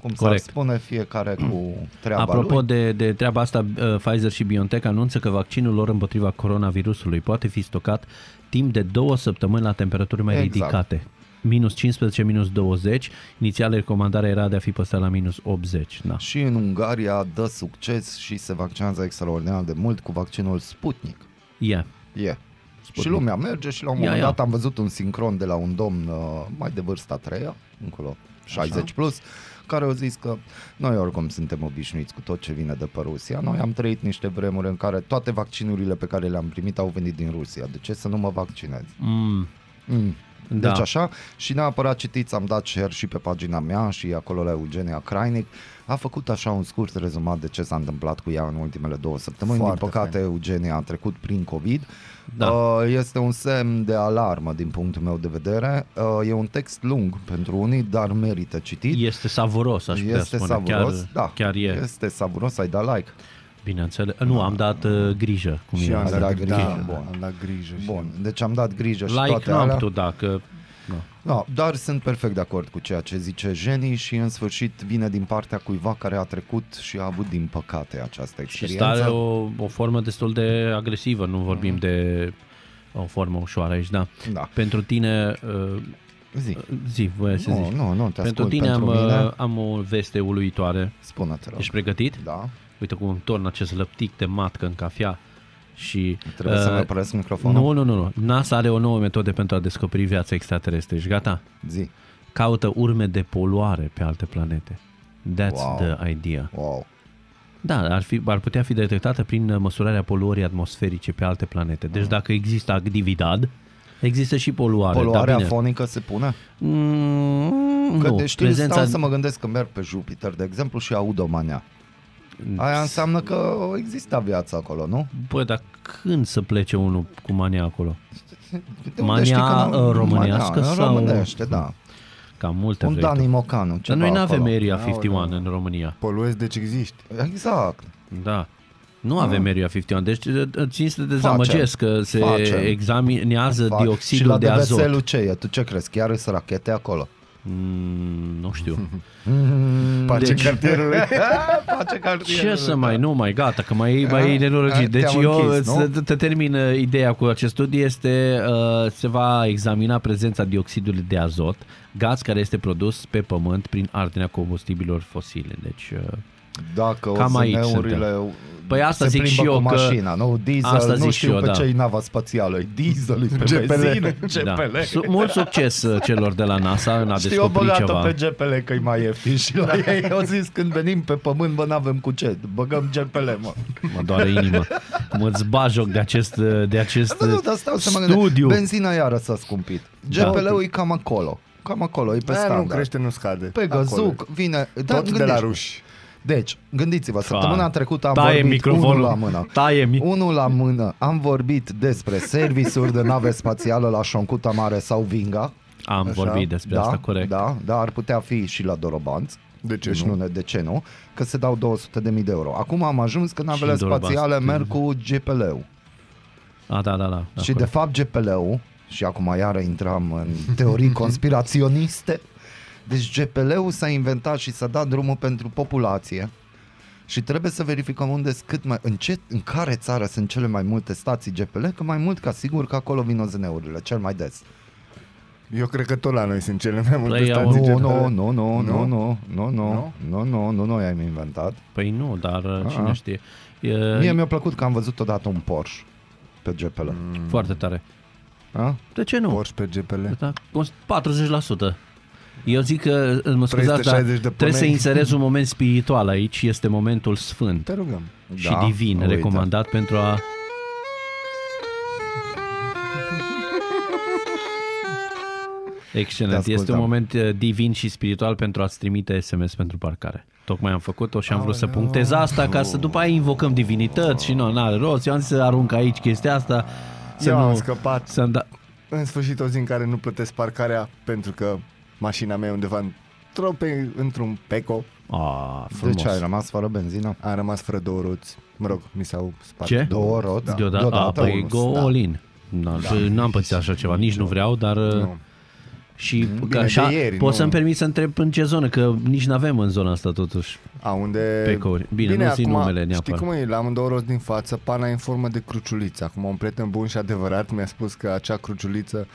Speaker 3: cum
Speaker 2: Corect.
Speaker 3: s-ar spune, fiecare cu treaba
Speaker 2: Apropo
Speaker 3: lui.
Speaker 2: de, de treaba asta, uh, Pfizer și BioNTech anunță că vaccinul lor împotriva coronavirusului poate fi stocat timp de două săptămâni la temperaturi mai
Speaker 3: Exact.
Speaker 2: ridicate. Minus 15, minus 20. Inițial recomandarea era de a fi păstrat la minus 80. Da.
Speaker 3: Și în Ungaria dă succes și se vaccinează extraordinar de mult cu vaccinul Sputnik.
Speaker 2: Yeah.
Speaker 3: E. Și lumea merge și la un
Speaker 2: Ia,
Speaker 3: moment
Speaker 2: ia.
Speaker 3: dat am văzut un sincron de la un domn uh, mai de vârsta a treia, încolo 60 Așa. plus, care au zis că noi oricum suntem obișnuiți cu tot ce vine de pe Rusia. Noi am trăit niște vremuri în care toate vaccinurile pe care le-am primit au venit din Rusia. De ce să nu mă vaccinez?
Speaker 2: Mm.
Speaker 3: Mm.
Speaker 2: Da.
Speaker 3: Da. Deci așa, și neapărat citiți, am dat share și pe pagina mea și acolo la Eugenia Crainic. A făcut așa un scurt rezumat de ce s-a întâmplat cu ea în ultimele două săptămâni.
Speaker 1: Foarte
Speaker 3: din păcate, Eugenia a trecut prin COVID.
Speaker 2: Da.
Speaker 3: Uh, Este un semn de alarmă din punctul meu de vedere. Uh, E un text lung pentru unii, dar merită citit.
Speaker 2: Este savuros, aș putea
Speaker 3: este
Speaker 2: spune.
Speaker 3: savuros,
Speaker 2: chiar,
Speaker 3: da.
Speaker 2: chiar e. Este...
Speaker 3: Este savuros, ai dat like.
Speaker 2: Bineînțeles. Nu, am dat uh, grijă. Cum
Speaker 1: Și
Speaker 2: e.
Speaker 1: eu am
Speaker 3: Ați
Speaker 1: dat
Speaker 3: dat
Speaker 1: grijă.
Speaker 3: grijă,
Speaker 1: Da,
Speaker 3: bun.
Speaker 1: am dat grijă. și-
Speaker 3: Bun, deci am dat grijă și
Speaker 2: Like
Speaker 3: toate
Speaker 2: nu am
Speaker 3: alea.
Speaker 2: putut, dacă... Nu.
Speaker 3: Da, dar sunt perfect de acord cu ceea ce zice Jenny și în sfârșit vine din partea cuiva care a trecut și a avut din păcate
Speaker 2: Și
Speaker 3: această experiență.
Speaker 2: stare o, o formă destul de agresivă, nu vorbim mm. de o formă ușoară aici, da.
Speaker 3: Mhm. Da.
Speaker 2: Pentru tine, uh,
Speaker 3: Zi.
Speaker 2: zi, voia să
Speaker 3: Nu,
Speaker 2: zici.
Speaker 3: nu, nu,
Speaker 2: pentru
Speaker 3: te ascult.
Speaker 2: tine
Speaker 3: Pentru
Speaker 2: am,
Speaker 3: mine-
Speaker 2: uh, am o veste uluitoare.
Speaker 3: Spune-te, rog.
Speaker 2: Ești pregătit?
Speaker 3: Da,
Speaker 2: Uite cum îmi torn acest lăptic de matcă în cafea și... uh,
Speaker 3: trebuie să-mi opresc microfonul.
Speaker 2: Nu, nu, nu, nu. NASA are o nouă metodă pentru a descoperi viața extraterestră. Ești gata?
Speaker 3: zi.
Speaker 2: Caută urme de poluare pe alte planete. That's
Speaker 3: Wow.
Speaker 2: the idea.
Speaker 3: Wow.
Speaker 2: Da, ar, fi, ar putea fi detectată prin uh, măsurarea poluării atmosferice pe alte planete.
Speaker 1: Mm.
Speaker 2: Deci dacă există activitate, există și poluare.
Speaker 3: Poluarea
Speaker 2: dar bine.
Speaker 3: fonică se pune?
Speaker 2: Mm,
Speaker 3: Că
Speaker 2: nu,
Speaker 3: de știri
Speaker 1: deci,
Speaker 2: prezența...
Speaker 3: stau să mă gândesc că merg pe Jupiter, de exemplu, și aud o manea.
Speaker 2: Mm.
Speaker 1: Aia înseamnă că exista viața acolo, nu?
Speaker 2: Bă, dar când să plece unul cu mania acolo?
Speaker 1: De unde
Speaker 2: Mania,
Speaker 1: știi că n-am-
Speaker 2: uh, românească
Speaker 1: mania,
Speaker 2: sau-
Speaker 1: Românește, da.
Speaker 2: Cam multe
Speaker 1: Un
Speaker 2: vrei tu.
Speaker 1: Dani Mocanu,
Speaker 2: Dar
Speaker 1: ceva
Speaker 2: noi nu avem
Speaker 1: acolo.
Speaker 2: Area 51 în România.
Speaker 3: Poluezi, deci existi.
Speaker 1: Exact.
Speaker 2: Da. Nu avem
Speaker 1: Mm.
Speaker 2: Area 51, deci uh, uh, țin să te dezamăgesc că se
Speaker 1: Facem.
Speaker 2: examinează
Speaker 1: Fac. Și
Speaker 2: dioxidul
Speaker 1: la
Speaker 2: de azot.
Speaker 1: DVSL-ul ce e? Tu ce crezi? Chiar sunt rachete acolo?
Speaker 2: Mm, nu
Speaker 1: <laughs>
Speaker 2: știu.
Speaker 3: Pace
Speaker 2: Deci-
Speaker 3: deci... cartierului.
Speaker 1: Face
Speaker 2: Ce să mai, nu mai, gata, că mai, mai e nenorocit.
Speaker 1: a,
Speaker 2: Deci
Speaker 1: da. te-am
Speaker 2: eu
Speaker 1: închis,
Speaker 2: îți-
Speaker 1: nu?
Speaker 2: te, te termin uh, ideea cu acest studiu, este uh, se va examina prezența dioxidului de azot, gaz care este produs pe pământ prin arderea combustibilor fosile. Deci uh,
Speaker 1: Dacă
Speaker 2: Cam
Speaker 1: Cam
Speaker 2: aici
Speaker 1: aici urile
Speaker 2: Păi asta zic
Speaker 1: se plimbă
Speaker 2: și eu
Speaker 1: cu
Speaker 2: că-
Speaker 1: mașina, nu? Diesel,
Speaker 2: Asta
Speaker 1: nu
Speaker 2: zic
Speaker 1: știu
Speaker 2: și eu,
Speaker 1: pe
Speaker 2: da.
Speaker 1: ce nava spațială, e diesel, e pe
Speaker 3: GPL.
Speaker 1: benzină,
Speaker 2: da.
Speaker 1: GPL.
Speaker 2: Su- mult succes uh, celor de la NASA în a
Speaker 1: Știi, o
Speaker 2: descoperi
Speaker 1: băgat-o
Speaker 2: ceva. Da.
Speaker 1: pe GPL că e mai ieftin și la ei au zis când venim pe pământ, bă, n-avem cu ce, băgăm GPL, mă.
Speaker 2: Mă doare inima. Cum îți bajoc de acest, uh, de acest
Speaker 1: Da, nu, dar stau să mă gândesc,
Speaker 2: studiu.
Speaker 1: benzina iară s-a scumpit,
Speaker 2: Da.
Speaker 1: GPL-ul e cam acolo, cam acolo, e pe
Speaker 3: Aia Da, nu
Speaker 1: standard.
Speaker 3: crește, nu scade.
Speaker 1: pe
Speaker 3: Acolo.
Speaker 1: găzuc, vine... Da,
Speaker 3: Tot de la
Speaker 1: gândește.
Speaker 3: ruși.
Speaker 1: Deci, gândiți-vă, săptămâna trecută am
Speaker 2: Taie
Speaker 1: vorbit
Speaker 2: microfonul.
Speaker 1: unul la mână.
Speaker 2: Taie mi-
Speaker 1: Unul la mână. Am vorbit despre serviciuri de nave spațială la Șoncuta Mare sau Vinga.
Speaker 2: Am vorbit despre
Speaker 1: da,
Speaker 2: asta, corect.
Speaker 1: Da, da, ar putea fi și la Dorobanți.
Speaker 3: De ce
Speaker 1: deci
Speaker 3: nu?
Speaker 1: nu? ne, de ce nu? Că se dau 200.000 de euro. Acum am ajuns că navele
Speaker 2: în Dorobanți.
Speaker 1: spațiale merg cu GPL-ul.
Speaker 2: A, da, da, da. da
Speaker 1: Și de
Speaker 2: corect.
Speaker 1: fapt GPL-ul, și acum iară intram în
Speaker 2: <laughs>
Speaker 1: teorii conspiraționiste, deci GPL-ul s-a inventat și s-a dat drumul pentru populație și trebuie să verificăm unde sunt cât mai, în, ce, în care țară sunt cele mai multe stații GPL, că mai mult ca sigur că acolo vin OZN-urile, cel mai des.
Speaker 3: Eu cred că tot la noi sunt cele mai multe
Speaker 2: Păi, au-
Speaker 3: stații
Speaker 1: Nu,
Speaker 3: GPL.
Speaker 1: nu, nu, nu, nu, nu,
Speaker 3: Nu?
Speaker 1: nu, nu,
Speaker 3: Nu?
Speaker 1: nu, nu, nu, nu, i-am inventat.
Speaker 2: Păi nu, dar uh, cine
Speaker 1: A.
Speaker 2: știe. E,
Speaker 1: Mie mi-a plăcut că am văzut odată un Porsche pe GPL.
Speaker 3: Mm,
Speaker 2: Foarte tare.
Speaker 1: A?
Speaker 2: De ce nu?
Speaker 3: Porsche pe GPL.
Speaker 2: Da, cons- 40%. Eu zic că, mă scuzați, dar
Speaker 3: 360 de
Speaker 2: trebuie
Speaker 3: ponei.
Speaker 2: să inserez un moment spiritual aici, este momentul sfânt
Speaker 3: Te rugăm.
Speaker 2: și
Speaker 1: Da,
Speaker 2: divin,
Speaker 1: uite.
Speaker 2: recomandat pentru
Speaker 1: <laughs>
Speaker 2: a... Excelent,
Speaker 1: Te
Speaker 2: este un
Speaker 1: ascultăm.
Speaker 2: moment eh, divin și spiritual pentru a-ți trimite SMS pentru parcare. Tocmai am făcut-o și am vrut să punctez asta ca să după aia invocăm divinități și nu, n-are rost. Eu am zis să arunc aici chestia asta. Să
Speaker 3: Eu
Speaker 2: nu,
Speaker 3: am scăpat.
Speaker 2: Să-mi da...
Speaker 3: În sfârșit o zi în care nu plătesc parcarea pentru că mașina mea e undeva într-o pe, într-un peco.
Speaker 2: A,
Speaker 1: De
Speaker 2: frumos.
Speaker 1: ce ai rămas fără benzină?
Speaker 3: Am rămas fără două roți. Mă rog, mi s-au spart.
Speaker 2: Ce?
Speaker 1: Două roți,
Speaker 2: Da.
Speaker 1: da.
Speaker 2: Deodată, a,
Speaker 1: deodată
Speaker 2: păi
Speaker 1: unul.
Speaker 2: go all in. Da, da. N-am pățit așa ceva, nici nu vreau, dar... eh, Nu. Și Bine,
Speaker 3: de
Speaker 2: așa,
Speaker 3: ieri,
Speaker 2: pot
Speaker 3: nu.
Speaker 2: să-mi permit să întreb în ce zonă, că nici n-avem în zona asta totuși.
Speaker 3: A, unde...
Speaker 2: Pecouri. Bine, nu zi numele neapărat.
Speaker 3: Știi cum e? La amândouă roți din față, pana e în formă de cruciuliță. Acum un prieten bun și adevărat mi-a spus că acea cruciuliță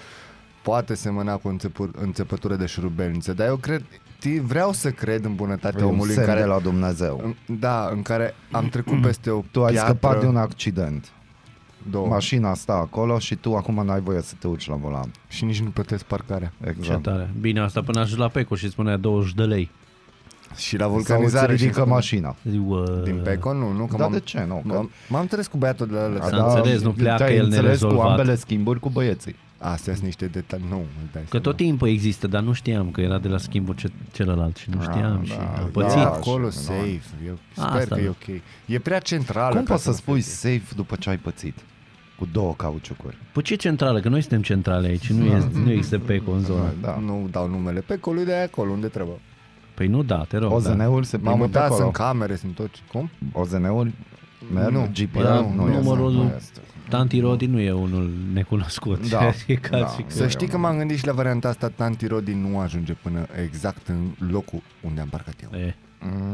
Speaker 3: poate semăna cu înțepur, înțepătură de șurubelniță. Dar eu cred, ti- vreau să cred în bunătatea
Speaker 1: E un
Speaker 3: omului în
Speaker 1: semn
Speaker 3: care...
Speaker 1: de la Dumnezeu.
Speaker 3: în- Da, în care am trecut peste o
Speaker 1: Mm. Tu ai
Speaker 3: piatră, Oh.
Speaker 1: scăpat de un accident.
Speaker 3: două,
Speaker 1: Mașina sta acolo și tu acum n-ai voie să te urci la volan.
Speaker 3: și nici nu plătesc parcarea.
Speaker 2: Ce
Speaker 1: Exact.
Speaker 2: tare. Bine, asta până ajungi la Peco și spunea 20 de lei.
Speaker 3: Și la
Speaker 1: Sau îți
Speaker 3: vulcanizare. și
Speaker 1: ridică
Speaker 3: în-
Speaker 1: mașina.
Speaker 2: Zic, "Uă,
Speaker 3: Din Peco? Nu, nu. Că
Speaker 1: Dar
Speaker 3: m-am-
Speaker 1: de ce nu? Că-
Speaker 3: M-am, m-am întâlnit cu băiatul de la
Speaker 1: A,
Speaker 3: lăsat.
Speaker 2: Da. înțeles, nu pleacă
Speaker 1: te-ai
Speaker 2: el
Speaker 1: înțeles cu
Speaker 2: nerezolvat.
Speaker 1: ambele schimburi cu băieții.
Speaker 3: Astea sunt niște detalii. Nu, îmi dai
Speaker 2: Că
Speaker 3: seama.
Speaker 2: tot timpul există, dar nu știam că era de la schimbul ce, celălalt și nu știam și am pățit.
Speaker 3: E
Speaker 1: Da,
Speaker 3: acolo
Speaker 1: și-
Speaker 3: safe. Eu sper
Speaker 2: Asta,
Speaker 3: că e
Speaker 2: da.
Speaker 3: ok. E prea centrală.
Speaker 1: Cum
Speaker 3: ca
Speaker 1: poți să
Speaker 3: nu
Speaker 1: spui
Speaker 3: fie.
Speaker 1: safe după ce ai pățit? Cu două cauciucuri.
Speaker 2: Păi ce centrală? Că noi suntem centrale aici, nu, este, nu există Peco în zonă.
Speaker 1: Da.
Speaker 3: Nu dau numele pe colui de acolo, unde trebuie.
Speaker 2: Păi nu da, te rog. Da.
Speaker 1: OZN-ul se
Speaker 3: M-am
Speaker 1: plimbă pe
Speaker 3: mutat,
Speaker 1: acolo.
Speaker 3: sunt camere, sunt tot. ce- Cum?
Speaker 1: OZN-ul merg,
Speaker 3: Nu.
Speaker 1: GPL
Speaker 2: Bă,
Speaker 1: nu, este,
Speaker 2: Da, numărul-
Speaker 1: nu este.
Speaker 2: Tanti Rodi nu e unul necunoscut.
Speaker 1: Da,
Speaker 2: <laughs> e ca
Speaker 1: da.
Speaker 2: și-
Speaker 3: Să
Speaker 1: Eu
Speaker 3: știi că m-am gândit și la varianta asta, Tanti Rodi nu ajunge până exact în locul unde am parcat eu.
Speaker 2: E,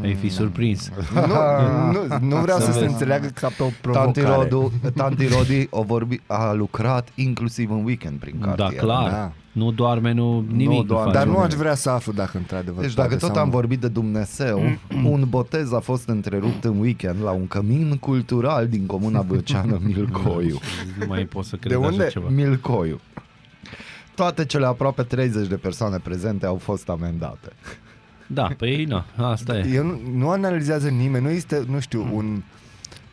Speaker 2: ai fi surprins.
Speaker 3: <laughs> da. nu, nu, nu vreau să
Speaker 2: Să
Speaker 3: se
Speaker 2: vezi.
Speaker 3: înțeleagă ca pe o
Speaker 1: Tanti,
Speaker 3: provocare.
Speaker 1: Rodu, Tanti Rodi o vorbi, a lucrat inclusiv în weekend prin
Speaker 2: Da,
Speaker 1: cartier.
Speaker 2: clar.
Speaker 3: Da.
Speaker 2: Nu doarme, nu nimic.
Speaker 1: doarme.
Speaker 2: face.
Speaker 3: Dar nu aș vrea să aflu dacă într-adevăr
Speaker 1: Deci
Speaker 3: poate
Speaker 1: dacă tot
Speaker 3: sau
Speaker 1: am
Speaker 3: nu.
Speaker 1: vorbit de Dumnezeu, un botez a fost întrerupt în weekend la un cămin cultural din comuna Băceană Milcoiu.
Speaker 2: Nu mai pot să cred
Speaker 3: De
Speaker 2: așa
Speaker 3: unde?
Speaker 2: ceva.
Speaker 1: Milcoiu. Toate cele aproape 30 de persoane prezente au fost amendate.
Speaker 2: Da, păi na, <laughs> asta e.
Speaker 3: Eu nu, nu analizează nimeni, nu este, nu
Speaker 2: Hmm.
Speaker 3: știu, un,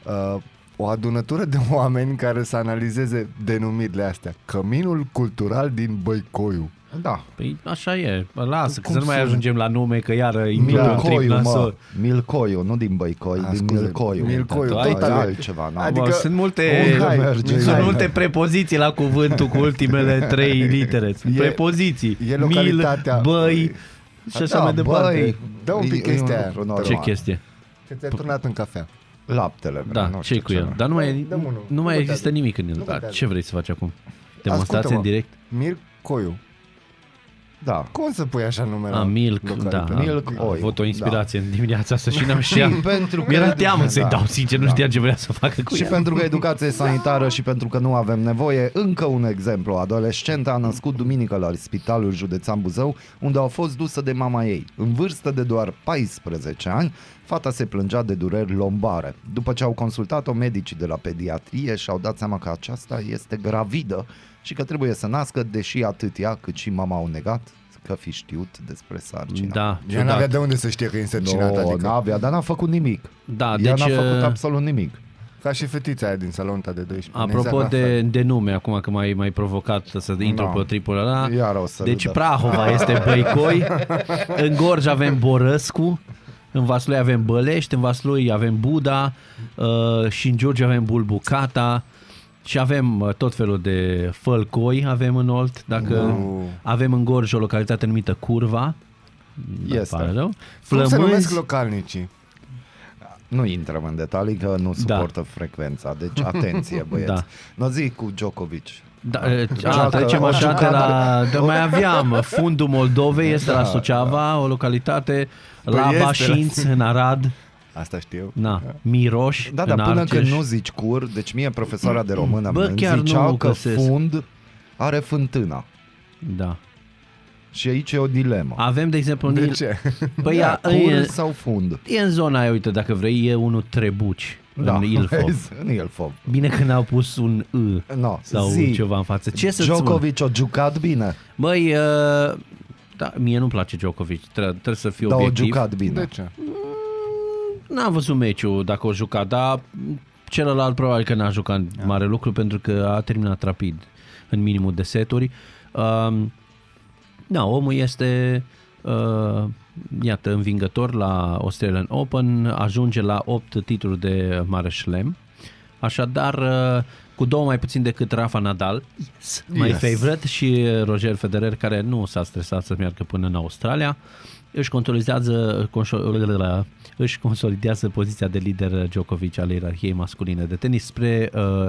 Speaker 3: uh, o adunătură de <laughs> oameni care să analizeze denumirile astea. Căminul cultural din Băicoiu.
Speaker 1: Da.
Speaker 2: Păi așa e, lasă, că să nu mai ajungem la nume, că
Speaker 3: Da.
Speaker 2: iară intră un trip
Speaker 1: Da. Milcoiu, mă.
Speaker 2: nasol.
Speaker 1: Milcoiu, nu din Băicoi,
Speaker 3: A,
Speaker 1: din
Speaker 3: scuze,
Speaker 1: Milcoiu.
Speaker 3: Milcoiu,
Speaker 1: Da,
Speaker 3: tot
Speaker 1: e
Speaker 3: ale-
Speaker 1: altceva, na.
Speaker 3: Adică- Exact.
Speaker 2: Adică, sunt multe,
Speaker 3: Mihai,
Speaker 1: merge,
Speaker 2: sunt
Speaker 3: Mihai.
Speaker 2: multe prepoziții la cuvântul cu ultimele
Speaker 3: <laughs>
Speaker 2: trei litere. Sunt
Speaker 3: E-
Speaker 2: prepoziții.
Speaker 3: e localitatea.
Speaker 2: Mil, băi și așa
Speaker 1: Da,
Speaker 2: mai departe.
Speaker 1: băi,
Speaker 3: Dă un
Speaker 1: e-
Speaker 3: pic
Speaker 1: e un
Speaker 3: chestia aia,
Speaker 1: lucru
Speaker 3: te
Speaker 1: normal.
Speaker 2: Ce chestie?
Speaker 3: Că ți-ai turnat în cafea.
Speaker 1: Laptele. vreo,
Speaker 2: Da,
Speaker 1: nu
Speaker 2: ce
Speaker 1: știu
Speaker 2: cu el?
Speaker 1: vreo.
Speaker 2: Dar nu mai,
Speaker 3: Dă-mi unul.
Speaker 2: nu
Speaker 3: Nu
Speaker 2: mai
Speaker 3: contează.
Speaker 2: există nimic în el.
Speaker 3: Nu
Speaker 2: Da,
Speaker 3: contează.
Speaker 2: ce vrei să faci acum? Demonstrație
Speaker 3: Ascultă-mă.
Speaker 2: în direct?
Speaker 3: Mircoiu.
Speaker 1: Da.
Speaker 3: Cum să pui așa numele?
Speaker 2: A, Milk, da.
Speaker 1: Milk
Speaker 2: am
Speaker 1: Oil,
Speaker 2: avut o
Speaker 1: da.
Speaker 2: inspirație în dimineața asta
Speaker 3: <laughs>
Speaker 2: și n-am știat.
Speaker 3: Păi,
Speaker 1: pentru că-
Speaker 2: Mi-era teamă să-i
Speaker 1: Da.
Speaker 2: dau, sincer, nu știam ce vrea să facă cu
Speaker 1: Și
Speaker 2: ea.
Speaker 1: pentru că
Speaker 2: <laughs>
Speaker 1: educație sanitară și pentru că nu avem nevoie, încă un exemplu. Adolescenta a născut duminică la Spitalul Județean Buzău, unde a fost dusă de mama ei. În vârstă de doar 14 ani, fata se plângea de dureri lombare. După ce au consultat-o medicii de la pediatrie și au dat seama că aceasta este gravidă și că trebuie să nască, deși atât ea cât și mama au negat că fi știut despre sarcină.
Speaker 2: Da,
Speaker 3: Ea n-avea
Speaker 2: ciudat.
Speaker 3: de unde să știe că e însărcinat,
Speaker 1: No,
Speaker 3: adică.
Speaker 1: n-avea, dar n-a făcut nimic.
Speaker 2: Da,
Speaker 1: Ea
Speaker 2: deci...
Speaker 1: n-a
Speaker 2: uh,
Speaker 1: făcut absolut nimic.
Speaker 3: Ca și fetița aia din salonta de 12.
Speaker 2: Apropo
Speaker 3: Exact
Speaker 2: de,
Speaker 3: asta.
Speaker 2: de nume, acum că m-ai, m-ai provocat să intru
Speaker 1: Da.
Speaker 2: pe tripul ăla.
Speaker 1: Iar o să
Speaker 2: Deci
Speaker 1: râdă.
Speaker 2: Prahova este
Speaker 3: <laughs>
Speaker 2: Băicoi, în Gorj avem Borăscu, în Vaslui avem Bălești, în Vaslui avem Buda uh, și în Giurgiu avem Bulbucata și avem uh, tot felul de fălcoi avem în Olt, dacă
Speaker 3: Wow.
Speaker 2: avem în Gorj o localitate numită Curva, îmi
Speaker 1: Este.
Speaker 2: pare rău.
Speaker 3: Cum se numesc
Speaker 2: Flămânzi,
Speaker 3: localnicii?
Speaker 1: Nu intrăm în detalii că nu suportă frecuența,
Speaker 2: <laughs>
Speaker 1: deci atenție băieți.
Speaker 2: Da.
Speaker 1: Da. Nu zic cu Djokovic.
Speaker 2: da, uh, a, trecem așa de la... Da, mai aveam, fundul Moldovei este la Suceava, o localitate,
Speaker 3: Păi este
Speaker 2: la
Speaker 3: la-
Speaker 2: Bașinț, în Arad,
Speaker 3: Asta știu.
Speaker 2: na, Miroș,
Speaker 1: Da,
Speaker 2: în
Speaker 1: dar până
Speaker 2: Argeș.
Speaker 1: când nu zici cur, deci mie profesoara de română
Speaker 2: Bă,
Speaker 1: îmi
Speaker 2: chiar nu
Speaker 1: zicea că
Speaker 2: găsesc.
Speaker 1: fund are fântâna.
Speaker 2: Da.
Speaker 1: Și aici e o dilemă.
Speaker 2: Avem, de exemplu, un
Speaker 3: De
Speaker 2: il-
Speaker 3: ce?
Speaker 2: Păi
Speaker 1: Da,
Speaker 2: da,
Speaker 1: cur
Speaker 2: e,
Speaker 1: sau fund?
Speaker 2: e în zona aia, uite, dacă vrei, e unul trebuci da,
Speaker 1: Da,
Speaker 2: în Ilfov.
Speaker 1: vezi, <laughs> în Ilfov.
Speaker 2: Bine că n-au pus un I
Speaker 1: No,
Speaker 2: sau
Speaker 1: zi,
Speaker 2: ceva în față. Ce să-ți spun?
Speaker 1: Djokovic a jucat bine,
Speaker 2: Băi, uh, da, mie nu-mi place Djokovic, Tre- trebuie să fiu
Speaker 3: Da,
Speaker 1: dar a
Speaker 2: obiectiv.
Speaker 1: jucat bine.
Speaker 3: De ce?
Speaker 2: N-am văzut meciul dacă o juca, dar celălalt probabil că n-a jucat da. mare lucru pentru că a terminat rapid în minimul de seturi. Um, da, omul este uh, iată, învingător la Australian Open, ajunge la 8 titluri de mare șlem. Așadar, uh, cu două mai puțin decât Rafa Nadal, yes. my yes. favorite, și Roger Federer, care nu s-a stresat să meargă până în Australia, își consolidează, conso- își consolidează poziția de lider Djokovic al ierarhiei masculine de tenis spre uh,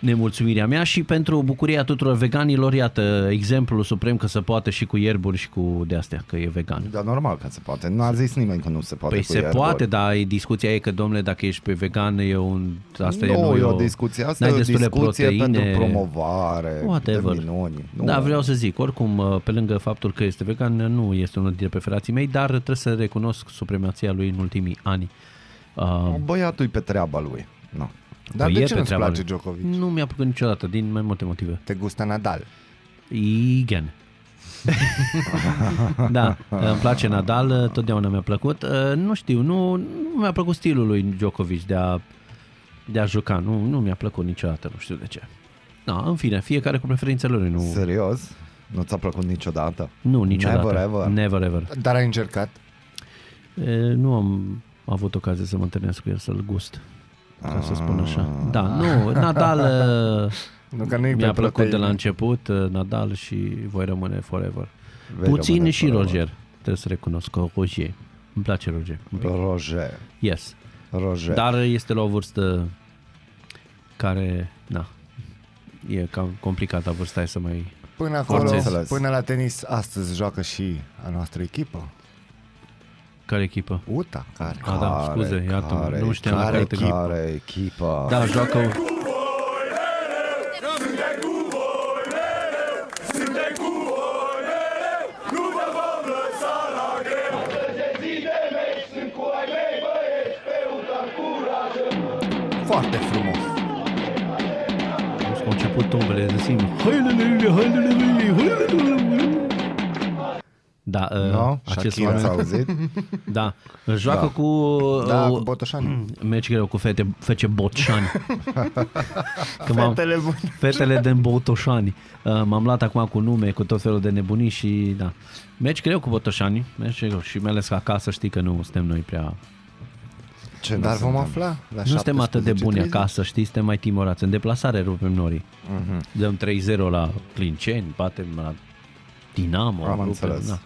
Speaker 2: nemulțumirea mea și pentru bucuria tuturor veganilor, iată, exemplul suprem că se poate și cu ierburi și cu de-astea, că e vegan.
Speaker 1: Dar normal că se poate. N-a zis nimeni că nu se poate
Speaker 2: Păi
Speaker 1: cu
Speaker 2: se
Speaker 1: ierburi.
Speaker 2: poate, dar e discuția e că, domnule, dacă ești pe vegan, e un... Asta e,
Speaker 1: nu,
Speaker 2: nu
Speaker 1: e o discuție, asta e
Speaker 2: n-ai
Speaker 1: o
Speaker 2: destule
Speaker 1: discuție
Speaker 2: proteine,
Speaker 1: pentru promovare,
Speaker 2: whatever.
Speaker 1: de minuni. Nu.
Speaker 2: Da, vreau să zic, oricum, uh, pe lângă faptul că este vegan, uh, nu este unul dintre preferații mei, dar trebuie să recunosc supremația lui în ultimii ani. Uh,
Speaker 1: Băiatul e pe treaba lui. Nu.
Speaker 3: Dar
Speaker 2: Bă, e
Speaker 3: de ce
Speaker 2: pe
Speaker 3: nu-ți
Speaker 2: treaba
Speaker 3: place
Speaker 2: lui.
Speaker 3: Djokovic?
Speaker 2: nu mi-a plăcut niciodată, din mai multe motive.
Speaker 3: Te gusta Nadal.
Speaker 2: Igen. <laughs> da, îmi place Nadal, totdeauna mi-a plăcut. Uh, Nu știu, nu, nu mi-a plăcut stilul lui Djokovic de a, de a juca. Nu, nu mi-a plăcut niciodată, nu știu de ce. Da, în fine, fiecare cu preferințele lui. Nu,
Speaker 1: Serios? Nu ți-a plăcut niciodată?
Speaker 2: nu niciodată.
Speaker 1: Never ever.
Speaker 2: Never ever.
Speaker 3: Dar ai încercat?
Speaker 2: E, nu am avut ocazie să mă întâlnesc cu el, să-l gust. Ca să spun așa. Da, nu, Nadal
Speaker 1: <laughs>
Speaker 2: e,
Speaker 3: Nu, că nu-i
Speaker 2: mi-a
Speaker 3: pe
Speaker 2: plăcut de la
Speaker 3: proteine.
Speaker 2: început, e, Nadal și voi rămâne forever.
Speaker 1: Vei
Speaker 2: Puțin
Speaker 1: rămâne
Speaker 2: și
Speaker 1: forever.
Speaker 2: Roger. Trebuie să recunosc că Roger. Îmi place Roger. Un pic.
Speaker 1: Roger.
Speaker 2: Yes.
Speaker 1: Roger.
Speaker 2: Dar este la o vârstă care, na, e cam complicată vârsta e să mai...
Speaker 3: Până
Speaker 2: Am
Speaker 3: acolo,
Speaker 2: înțeles.
Speaker 3: până la tenis, astăzi joacă și a noastră echipă.
Speaker 2: Care echipă?
Speaker 3: UTA, care?
Speaker 2: A, da, scuze, iată,
Speaker 1: care,
Speaker 2: nu știam la
Speaker 1: care,
Speaker 2: care te-
Speaker 1: echipă. Care echipă?
Speaker 2: Da, joacă...
Speaker 3: Foarte frumos.
Speaker 2: Au început tombele de singur. Hailele, hailele, hailele, hailele. Da, uh,
Speaker 1: No?
Speaker 2: acest
Speaker 1: Shakira, ați
Speaker 2: oameni, <laughs>
Speaker 1: auzit?
Speaker 2: da, își joacă
Speaker 1: Da.
Speaker 2: da. cu...
Speaker 3: Da, cu
Speaker 2: uh,
Speaker 1: Mm,
Speaker 3: Botoșani.
Speaker 2: Mergi greu cu fete, fece boțani. Când m-am-
Speaker 3: Fetele bune.
Speaker 2: <laughs> Fetele din Botoșani. Uh, m-am luat acum cu nume, cu tot felul de nebunii și da. Mergi greu cu Botoșani, mergi greu. Și mai ales acasă știi că nu suntem noi prea...
Speaker 1: Ce ne
Speaker 3: Dar vom
Speaker 1: suntem?
Speaker 3: afla la
Speaker 2: nu suntem atât de buni
Speaker 3: 17.30.
Speaker 2: acasă, știi, suntem mai timorați. În deplasare rupem norii.
Speaker 3: Mhm.
Speaker 2: Dăm 3-0 la Clinceni, batem la Dinamo.
Speaker 1: Am
Speaker 2: rupem,
Speaker 1: înțeles.
Speaker 2: da.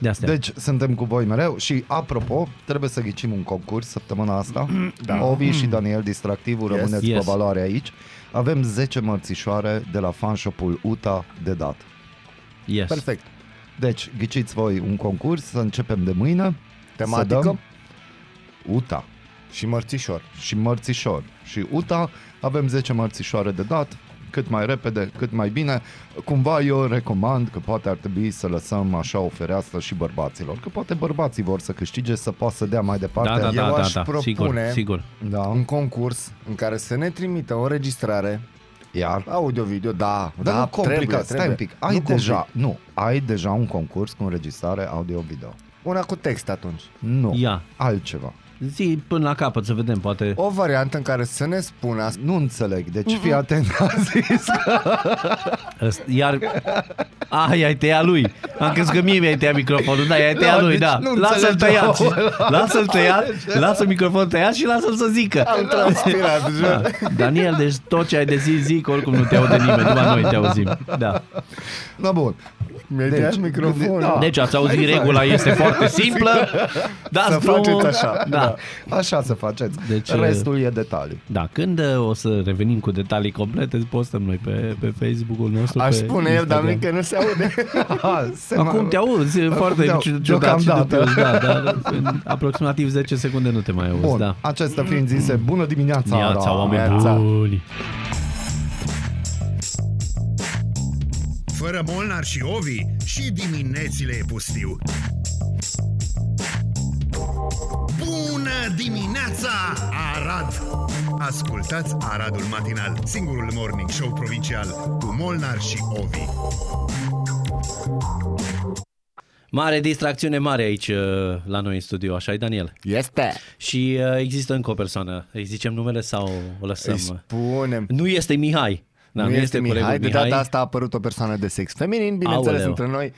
Speaker 2: De astea.
Speaker 1: Deci suntem cu voi mereu și apropo, trebuie să ghicim un concurs săptămâna asta. Da. Ovi și Daniel Distractivul,
Speaker 3: Yes.
Speaker 1: rămâneți
Speaker 2: Yes.
Speaker 1: pe valoare aici. Avem 10 mărțișoare de la fanshop-ul UTA de dat.
Speaker 2: yes.
Speaker 3: Perfect.
Speaker 1: Deci ghiciți voi un concurs, să începem de mâine.
Speaker 3: Tematică?
Speaker 1: Să dăm UTA
Speaker 3: Și mărțișor.
Speaker 1: și mărțișor și UTA. Avem 10 mărțișoare de dat, cât mai repede, cât mai bine. Cumva eu recomand că poate ar trebui să lăsăm așa o fereastră și bărbaților, că poate bărbații vor să câștige, să poată să dea mai
Speaker 2: Da,
Speaker 1: departe.
Speaker 2: da,
Speaker 3: eu
Speaker 2: da, da,
Speaker 3: aș
Speaker 2: da, sigur,
Speaker 3: propune-
Speaker 2: sigur.
Speaker 1: da.
Speaker 3: Un concurs în care să ne trimită o înregistrare
Speaker 1: Iar
Speaker 3: audio-video, da,
Speaker 1: Dar
Speaker 3: da,
Speaker 1: nu complicat,
Speaker 3: trebuie,
Speaker 1: stai
Speaker 3: trebuie.
Speaker 1: un pic. Ai
Speaker 3: Nu
Speaker 1: nu deja, nu, ai deja un concurs cu înregistrare audio-video.
Speaker 3: Una cu text atunci.
Speaker 1: Nu,
Speaker 2: Ia.
Speaker 1: altceva.
Speaker 2: Zi până la capăt să vedem, poate...
Speaker 3: O variantă în care să ne spună Mhm. ascult-
Speaker 1: Nu înțeleg, deci fii
Speaker 3: <laughs>
Speaker 1: atent, a zis.
Speaker 2: Ăst- Iar... Ai, ai tăiat lui. Am crezut că mie mi-ai tăiat microfonul. Da, ai tăiat
Speaker 1: Da,
Speaker 2: lui,
Speaker 1: deci
Speaker 2: da.
Speaker 1: nu
Speaker 2: Lasă-l
Speaker 1: înțelege
Speaker 2: tăiat. și-
Speaker 1: omul
Speaker 2: Lasă-l
Speaker 3: <laughs>
Speaker 2: tăiat. Lasă microfonul tăiat și lasă-l să zică.
Speaker 3: Deci- Am transpirat,
Speaker 2: Da.
Speaker 3: jur.
Speaker 2: Daniel, deci tot ce ai de zis, zic, oricum nu te aude nimeni, numai noi te auzim. Da.
Speaker 1: No, bun.
Speaker 3: Mi-ai deci,
Speaker 1: Deci,
Speaker 3: microfonul.
Speaker 1: da.
Speaker 2: Deci ați auzit, regula este foarte simplă. Dați
Speaker 3: Exact. Să
Speaker 2: drumul.
Speaker 3: faceți așa.
Speaker 2: Da.
Speaker 1: Așa să faceți. Deci,
Speaker 2: Deci,
Speaker 1: Restul e detalii.
Speaker 2: Da, când uh, o să revenim cu detalii complete, postăm noi pe, pe Facebook-ul nostru.
Speaker 3: Aș
Speaker 2: pe
Speaker 3: spune el,
Speaker 2: Instagram.
Speaker 3: dar mie că nu se aude.
Speaker 1: <laughs> Aha, se
Speaker 2: Acum te auzi Acum foarte
Speaker 1: te au-
Speaker 2: ciu- ciudat și
Speaker 1: deocamdată.
Speaker 2: dubios, da, dar
Speaker 3: <laughs>
Speaker 2: în aproximativ 10 secunde nu te mai auzi,
Speaker 1: Bun,
Speaker 2: da.
Speaker 1: acestea fiind zise, bună dimineața! da,
Speaker 2: Viața, oameni
Speaker 3: viața.
Speaker 2: buni!
Speaker 5: Fără Molnar și Ovi, și diminețile e pustiu. Bună dimineața, Arad! Ascultați Aradul Matinal, singurul morning show provincial cu Molnar și Ovi.
Speaker 2: Mare distracțiune mare aici uh, la noi în studio, așa e Daniel?
Speaker 3: Este.
Speaker 2: Și uh, există încă o persoană, îi zicem numele sau o
Speaker 3: Îi
Speaker 2: lăsăm?
Speaker 3: spunem.
Speaker 2: Nu este Mihai! Da, nu, este,
Speaker 3: Mihai,
Speaker 2: colegul
Speaker 3: de data asta a apărut o persoană de sex feminin, bineînțeles,
Speaker 2: Aoleu.
Speaker 3: între noi.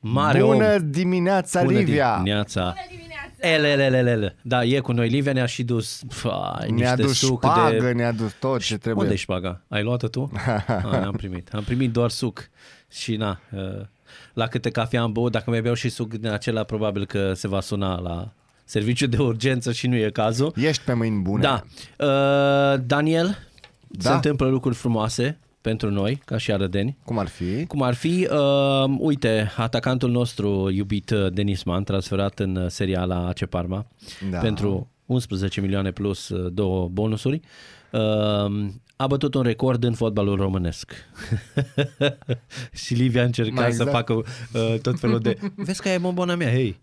Speaker 2: Mare
Speaker 3: Bună
Speaker 2: om.
Speaker 3: dimineața,
Speaker 2: Bună
Speaker 3: Livia!
Speaker 2: dimineața! Elelelelele. Da, e cu noi. Livia ne-a și dus fai,
Speaker 3: Ne-a
Speaker 2: niște
Speaker 3: dus
Speaker 2: suc
Speaker 3: șpagă,
Speaker 2: de...
Speaker 3: ne-a dus tot Păi ce trebuie.
Speaker 2: Unde e șpaga? Ai luat-o
Speaker 3: <laughs>
Speaker 2: tu? A, n-am primit. Am primit doar suc. Și na, uh, la câte cafea am băut, dacă mai beau și suc din acela, probabil că se va suna la serviciu de urgență și nu e cazul.
Speaker 3: Ești pe mâini bune.
Speaker 2: Da. Uh, Daniel, da.
Speaker 3: Da.
Speaker 2: se întâmplă lucruri frumoase pentru noi, ca și arădeni.
Speaker 3: Cum ar fi?
Speaker 2: Cum ar fi, uh, uite, atacantul nostru iubit uh, Denis Man, transferat în uh, seria la AC Parma
Speaker 3: Da.
Speaker 2: pentru 11 milioane plus uh, două bonusuri, uh, a bătut un record în fotbalul românesc. <laughs> și Livia a încercat
Speaker 3: Mai
Speaker 2: să
Speaker 3: exact.
Speaker 2: facă uh, tot felul
Speaker 3: <laughs>
Speaker 2: de... Vezi că e bombona mea, hei!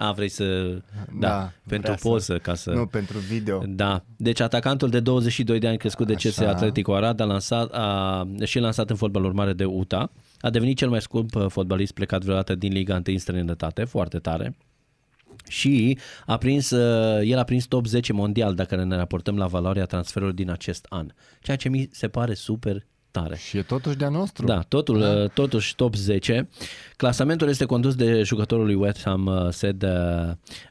Speaker 2: A, vrei să... Da,
Speaker 3: Da,
Speaker 2: da pentru
Speaker 3: vrea să-
Speaker 2: poză, ca să...
Speaker 3: Nu, pentru video.
Speaker 2: Da, deci atacantul de 22 de ani crescut de CS Atletico Arad a lansat, a, și lansat în fotbal urmare de UTA. A devenit cel mai scump uh, fotbalist plecat vreodată din Liga 1 în străinătate, foarte tare. Și a prins, uh, el a prins top 10 mondial dacă ne raportăm la valoarea transferului din acest an. Ceea ce mi se pare super tare.
Speaker 3: Și e totuși de-a nostru.
Speaker 2: Da, totul, uh, totuși top 10. Clasamentul este condus de jucătorul lui West Ham, uh, Sed uh,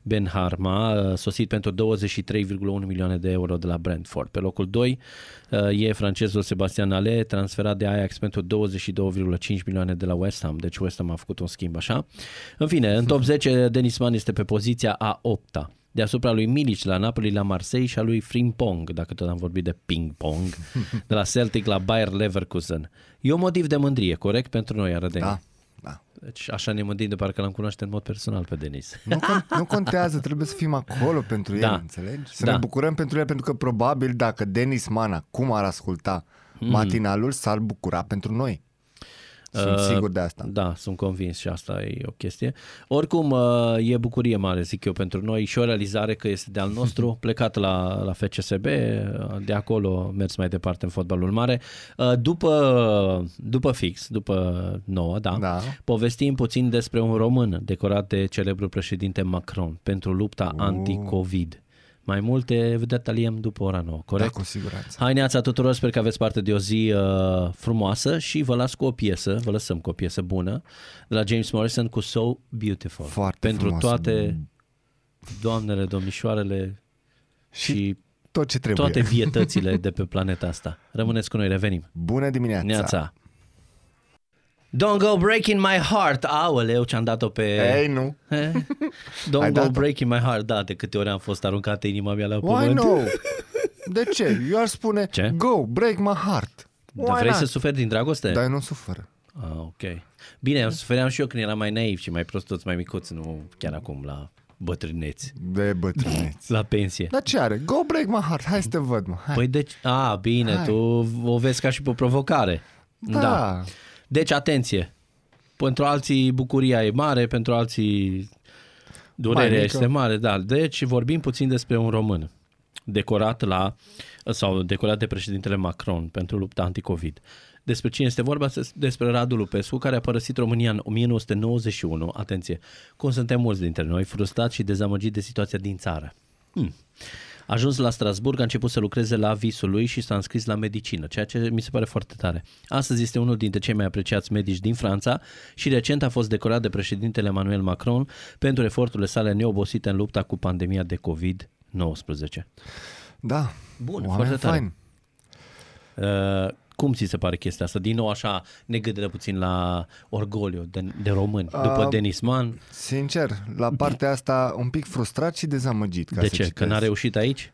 Speaker 2: Ben Harma, uh, sosit pentru 23,1 milioane de euro de la Brentford. Pe locul 2 uh, e francezul Sebastian Ale, transferat de Ajax pentru 22,5 milioane de la West Ham. Deci West Ham a făcut un schimb așa. În fine, în top 10 Denis Man este pe poziția a 8-a deasupra lui Milic la Napoli, la Marseille și a lui Frimpong, dacă tot am vorbit de
Speaker 3: <laughs>
Speaker 2: ping-pong, de la Celtic la Bayer Leverkusen. E un motiv de mândrie, corect, pentru noi arădeni.
Speaker 3: Da. da.
Speaker 2: Deci așa ne mândrim de parcă l-am cunoaște în mod personal pe Denis.
Speaker 3: Nu,
Speaker 2: <laughs>
Speaker 3: con- nu contează, trebuie să fim acolo pentru el,
Speaker 2: Da.
Speaker 3: înțelegi? Să
Speaker 2: Da.
Speaker 3: ne bucurăm pentru el, pentru că probabil
Speaker 2: Mhm.
Speaker 3: dacă Denis Man acum ar asculta matinalul, s-ar bucura pentru noi. Sunt sigur de asta.
Speaker 2: Da, sunt convins și asta e o chestie. Oricum, uh, e bucurie mare, zic eu, pentru noi și o realizare că este de-al
Speaker 3: <laughs>
Speaker 2: nostru, plecat la, la FCSB, uh, de acolo mers mai departe în fotbalul mare. Uh, După, după fix, după nouă, da,
Speaker 3: Da.
Speaker 2: povestim puțin despre un român decorat de celebrul președinte Macron pentru
Speaker 3: Oh.
Speaker 2: lupta anti-Covid. Mai multe detaliem după ora nouă, corect?
Speaker 3: Da, cu siguranță.
Speaker 2: Hai neața tuturor, sper că aveți parte de o zi uh, frumoasă și vă las cu o piesă, vă lăsăm cu o piesă bună de la James Morrison cu So Beautiful.
Speaker 3: Foarte
Speaker 2: Pentru
Speaker 3: frumoasă,
Speaker 2: toate doamnele, domnișoarele și, și
Speaker 3: Tot ce trebuie.
Speaker 2: toate vietățile de pe planeta asta. Rămâneți cu noi, revenim.
Speaker 3: Bună dimineața!
Speaker 2: Neața! Don't go breaking my heart! Aoleu, ce-am dat-o pe...
Speaker 3: Ei, nu.
Speaker 2: Eh? Don't
Speaker 3: Ai
Speaker 2: go
Speaker 3: dat-o.
Speaker 2: breaking my heart, da, de câte ori am fost aruncată inima mea la
Speaker 3: Why
Speaker 2: pământ. <laughs>
Speaker 3: no? De ce? Eu ar spune,
Speaker 2: Ce?
Speaker 3: go, break my heart.
Speaker 2: Dar
Speaker 3: Why
Speaker 2: vrei
Speaker 3: not?
Speaker 2: să
Speaker 3: Da.
Speaker 2: suferi din dragoste?
Speaker 3: Dar eu nu sufăr.
Speaker 2: Ah, ok. Bine, eu sufeream și eu când eram mai naiv și mai prostuț, mai micuț, nu chiar acum la bătrâneți,
Speaker 3: De
Speaker 2: <laughs>
Speaker 3: bătrâneți.
Speaker 2: la pensie.
Speaker 3: Dar ce are? Go break my heart, hai să te văd, mă. Hai.
Speaker 2: Păi deci, a, bine,
Speaker 3: Hai.
Speaker 2: tu o vezi ca și pe o provocare.
Speaker 3: da.
Speaker 2: Deci, atenție, pentru alții bucuria e mare, pentru alții durerea
Speaker 3: Mai mică.
Speaker 2: este mare, da. Deci vorbim puțin despre un român decorat la, sau decorat de președintele Macron pentru lupta anticovid. Despre cine este vorba? Despre Radu Lupescu, care a părăsit România în 1991. Atenție, cum suntem mulți dintre noi, frustrați și dezamăgiți de situația din țară. Hmm. A ajuns la Strasburg, a început să lucreze la visul lui și s-a înscris la medicină, ceea ce mi se pare foarte tare. Astăzi este unul dintre cei mai apreciați medici din Franța și recent a fost decorat de președintele Emmanuel Macron pentru eforturile sale neobosite în lupta cu pandemia de COVID-19.
Speaker 3: Da.
Speaker 2: Bun,
Speaker 3: Oameni
Speaker 2: foarte tare.
Speaker 3: faini.
Speaker 2: Uh, cum ți se pare chestia asta? Din nou așa ne gâdă puțin la orgoliu de, de români. După
Speaker 3: A,
Speaker 2: Denis Mann,
Speaker 3: Sincer, la partea asta un pic frustrat și dezamăgit. Ca
Speaker 2: de
Speaker 3: să
Speaker 2: ce? Că
Speaker 3: citesc.
Speaker 2: n-a reușit aici?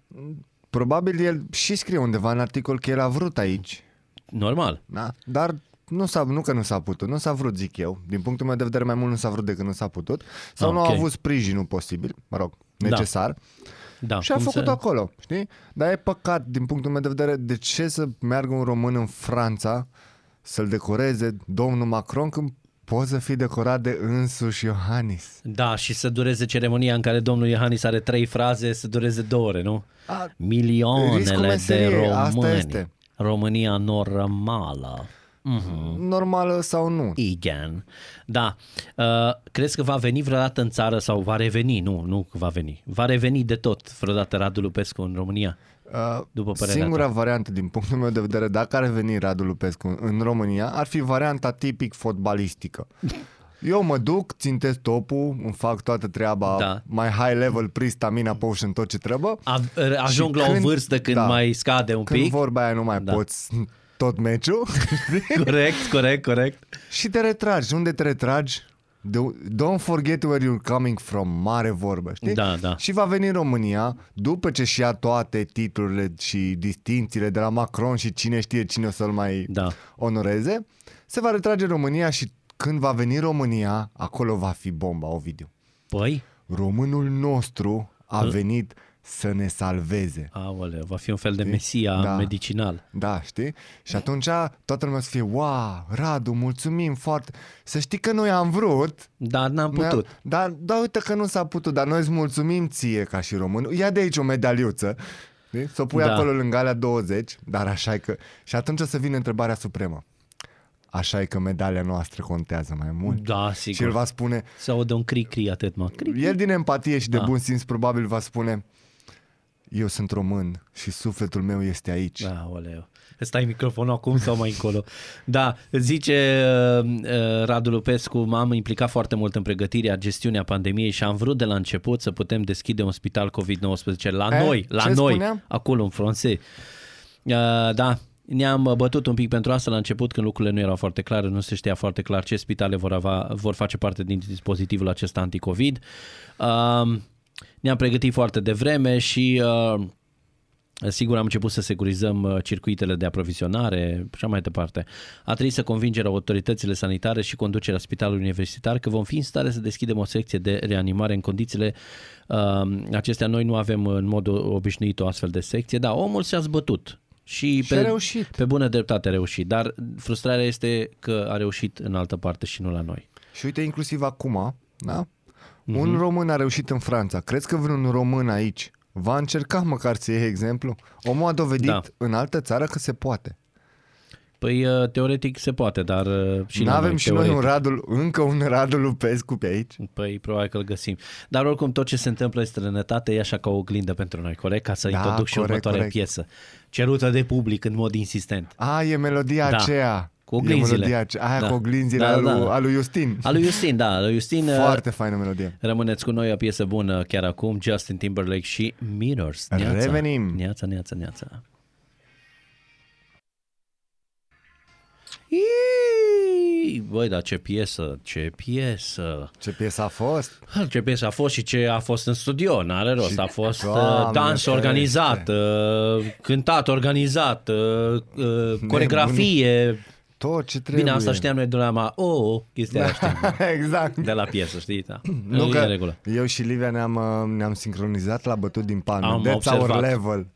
Speaker 3: Probabil el și scrie undeva în articol că el a vrut aici,
Speaker 2: Normal.
Speaker 3: da? dar nu, s-a, nu că nu s-a putut, nu s-a vrut, zic eu. Din punctul meu de vedere, mai mult nu s-a vrut decât nu s-a putut. Sau
Speaker 2: Ah,
Speaker 3: nu
Speaker 2: ok.
Speaker 3: a avut sprijinul posibil, mă rog, necesar.
Speaker 2: Da,
Speaker 3: Și a
Speaker 2: cum
Speaker 3: făcut
Speaker 2: se-
Speaker 3: acolo, știi? Dar e păcat, din punctul meu de vedere, de ce să meargă un român în Franța să-l decoreze domnul Macron când poți să fii decorat de însuși Iohannis?
Speaker 2: Da, și să dureze ceremonia în care domnul Iohannis are trei fraze, să dureze două ore, nu?
Speaker 3: A, riscul
Speaker 2: Milioanele de
Speaker 3: meseriei,
Speaker 2: români.
Speaker 3: asta este.
Speaker 2: România normală. Mhm.
Speaker 3: Normală sau nu?
Speaker 2: Igen. Da. Uh, crezi că va veni vreodată în țară sau va reveni? Nu, nu că va veni. Va reveni de tot vreodată Radu Lupescu în
Speaker 3: <laughs>
Speaker 2: România?
Speaker 3: Uh,
Speaker 2: După părerea
Speaker 3: singura
Speaker 2: ta.
Speaker 3: variantă, din punctul meu de vedere, dacă ar veni Radu Lupescu în România, ar fi varianta tipic fotbalistică. Eu mă duc, țintesc topul, îmi fac toată treaba
Speaker 2: Da.
Speaker 3: da. mai high level, pristamina, potion, tot ce trebuie.
Speaker 2: A, ajung
Speaker 3: Și
Speaker 2: la o
Speaker 3: când-
Speaker 2: vârstă când da,
Speaker 3: da.
Speaker 2: mai scade un
Speaker 3: Când
Speaker 2: pic.
Speaker 3: vorba aia nu mai
Speaker 2: Da.
Speaker 3: da. poți tot meciul <laughs>
Speaker 2: Corect, corect, corect.
Speaker 3: și te retragi. Unde te retragi? Do- Don't forget where you're coming from, mare vorbă, știi?
Speaker 2: Da, da.
Speaker 3: Și va veni în România, după ce și ia toate titlurile și distințiile de la Macron și cine știe cine o să-l mai
Speaker 2: Da.
Speaker 3: onoreze, se va retrage în România și când va veni România, acolo va fi bomba, Ovidiu.
Speaker 2: Păi,
Speaker 3: Românul nostru
Speaker 2: Ă?
Speaker 3: a venit să ne salveze.
Speaker 2: aoleu, va fi un fel de mesia da.
Speaker 3: Da.
Speaker 2: medicinal.
Speaker 3: Da, știi? Și atunci toată lumea o să fie, wow, Radu, mulțumim foarte. Să știi că noi am vrut.
Speaker 2: Dar n-am
Speaker 3: noi am-
Speaker 2: putut.
Speaker 3: Dar, da, uite că nu s-a putut, dar noi îți mulțumim ție ca și român. Ia de aici o medaliuță. știi? Să o pui
Speaker 2: Da.
Speaker 3: da. acolo lângă alea 20, dar așa e că... Și atunci o să vină întrebarea supremă. Așa e că medalia noastră contează mai mult.
Speaker 2: Da,
Speaker 3: Și el
Speaker 2: sigur. Va...
Speaker 3: va spune,
Speaker 2: Să aude un cri-cri atât, mă. Cri.
Speaker 3: el din empatie și de
Speaker 2: Da.
Speaker 3: bun simț probabil va spune, eu sunt român și sufletul meu este aici.
Speaker 2: Da, oleu. Stai microfonul acum sau mai încolo? Da, zice uh, uh, Radu Lupescu, m-am implicat foarte mult în pregătirea, gestiunea pandemiei și am vrut de la început să putem deschide un spital COVID-19 la
Speaker 3: E,
Speaker 2: noi, la
Speaker 3: ce
Speaker 2: noi,
Speaker 3: spuneam?
Speaker 2: acolo în Franțe. Uh, da, ne-am uh, bătut un pic pentru asta la început când lucrurile nu erau foarte clare, nu se știa foarte clar ce spitale vor, avea, vor face parte din dispozitivul acesta anticovid. Uh, ne-am pregătit foarte devreme și uh, Sigur, am început să securizăm uh, circuitele de aprovizionare și așa mai departe. A trebuit să convingeră autoritățile sanitare și conducerea spitalului universitar că vom fi în stare să deschidem o secție de reanimare în condițiile uh, acestea. Noi nu avem în mod obișnuit o astfel de secție, dar omul Da, s-a zbătut Și,
Speaker 3: Și a reușit.
Speaker 2: pe bună dreptate a reușit, dar frustrarea este că a reușit în altă parte și nu la noi.
Speaker 3: Și uite, inclusiv acum, da?
Speaker 2: Mhm.
Speaker 3: Mm-hmm. Un român a reușit în Franța. Crezi că vreun român aici va încerca măcar să iei exemplu? Omul a dovedit
Speaker 2: Da.
Speaker 3: da. în altă țară că se poate.
Speaker 2: Păi uh, teoretic se poate, dar uh, și
Speaker 3: Și nu
Speaker 2: la
Speaker 3: avem
Speaker 2: noi,
Speaker 3: și noi un
Speaker 2: teoretic.
Speaker 3: Radul, încă un Radul Lupescu pe aici?
Speaker 2: Păi probabil că îl găsim. Dar oricum tot ce se întâmplă în străinătate e așa ca o oglindă pentru noi, corect? Ca să da,
Speaker 3: Da,
Speaker 2: introduc și
Speaker 3: corect,
Speaker 2: următoarea
Speaker 3: corect.
Speaker 2: piesă. Cerută de public în mod insistent.
Speaker 3: A, e melodia
Speaker 2: Da.
Speaker 3: da. aceea.
Speaker 2: Cu oglinzile.
Speaker 3: E melodia aceea. Aia
Speaker 2: Da.
Speaker 3: da. cu oglinzile
Speaker 2: Da,
Speaker 3: da, a, lui,
Speaker 2: da,
Speaker 3: da,
Speaker 2: da.
Speaker 3: a lui Justin.
Speaker 2: A lui Justin, da, a lui
Speaker 3: <laughs>
Speaker 2: Justin. uh,
Speaker 3: Foarte faină melodie.
Speaker 2: Rămâneți cu noi, o piesă bună chiar acum, Justin Timberlake și Mirrors.
Speaker 3: Revenim.
Speaker 2: Neața, neața, neața. Iii, Băi, dar ce piesă, ce piesă.
Speaker 3: Ce piesă a fost?
Speaker 2: Ce piesă a fost și ce a fost în studio, n-are rost.
Speaker 3: Și-
Speaker 2: a fost uh,
Speaker 3: Doamne
Speaker 2: dans
Speaker 3: ferește.
Speaker 2: organizat, uh, cântat organizat, uh, uh, coregrafie.
Speaker 3: Tot ce trebuie.
Speaker 2: Bine, asta știam noi de la ma, oh, chestia aia știam
Speaker 3: <laughs> exact.
Speaker 2: de la piesă, știi? Da.
Speaker 3: Nu
Speaker 2: E
Speaker 3: că
Speaker 2: în regulă.
Speaker 3: eu și Livia ne-am, uh, ne-am sincronizat la bătut din pană.
Speaker 2: Am
Speaker 3: That's
Speaker 2: observat.
Speaker 3: our level.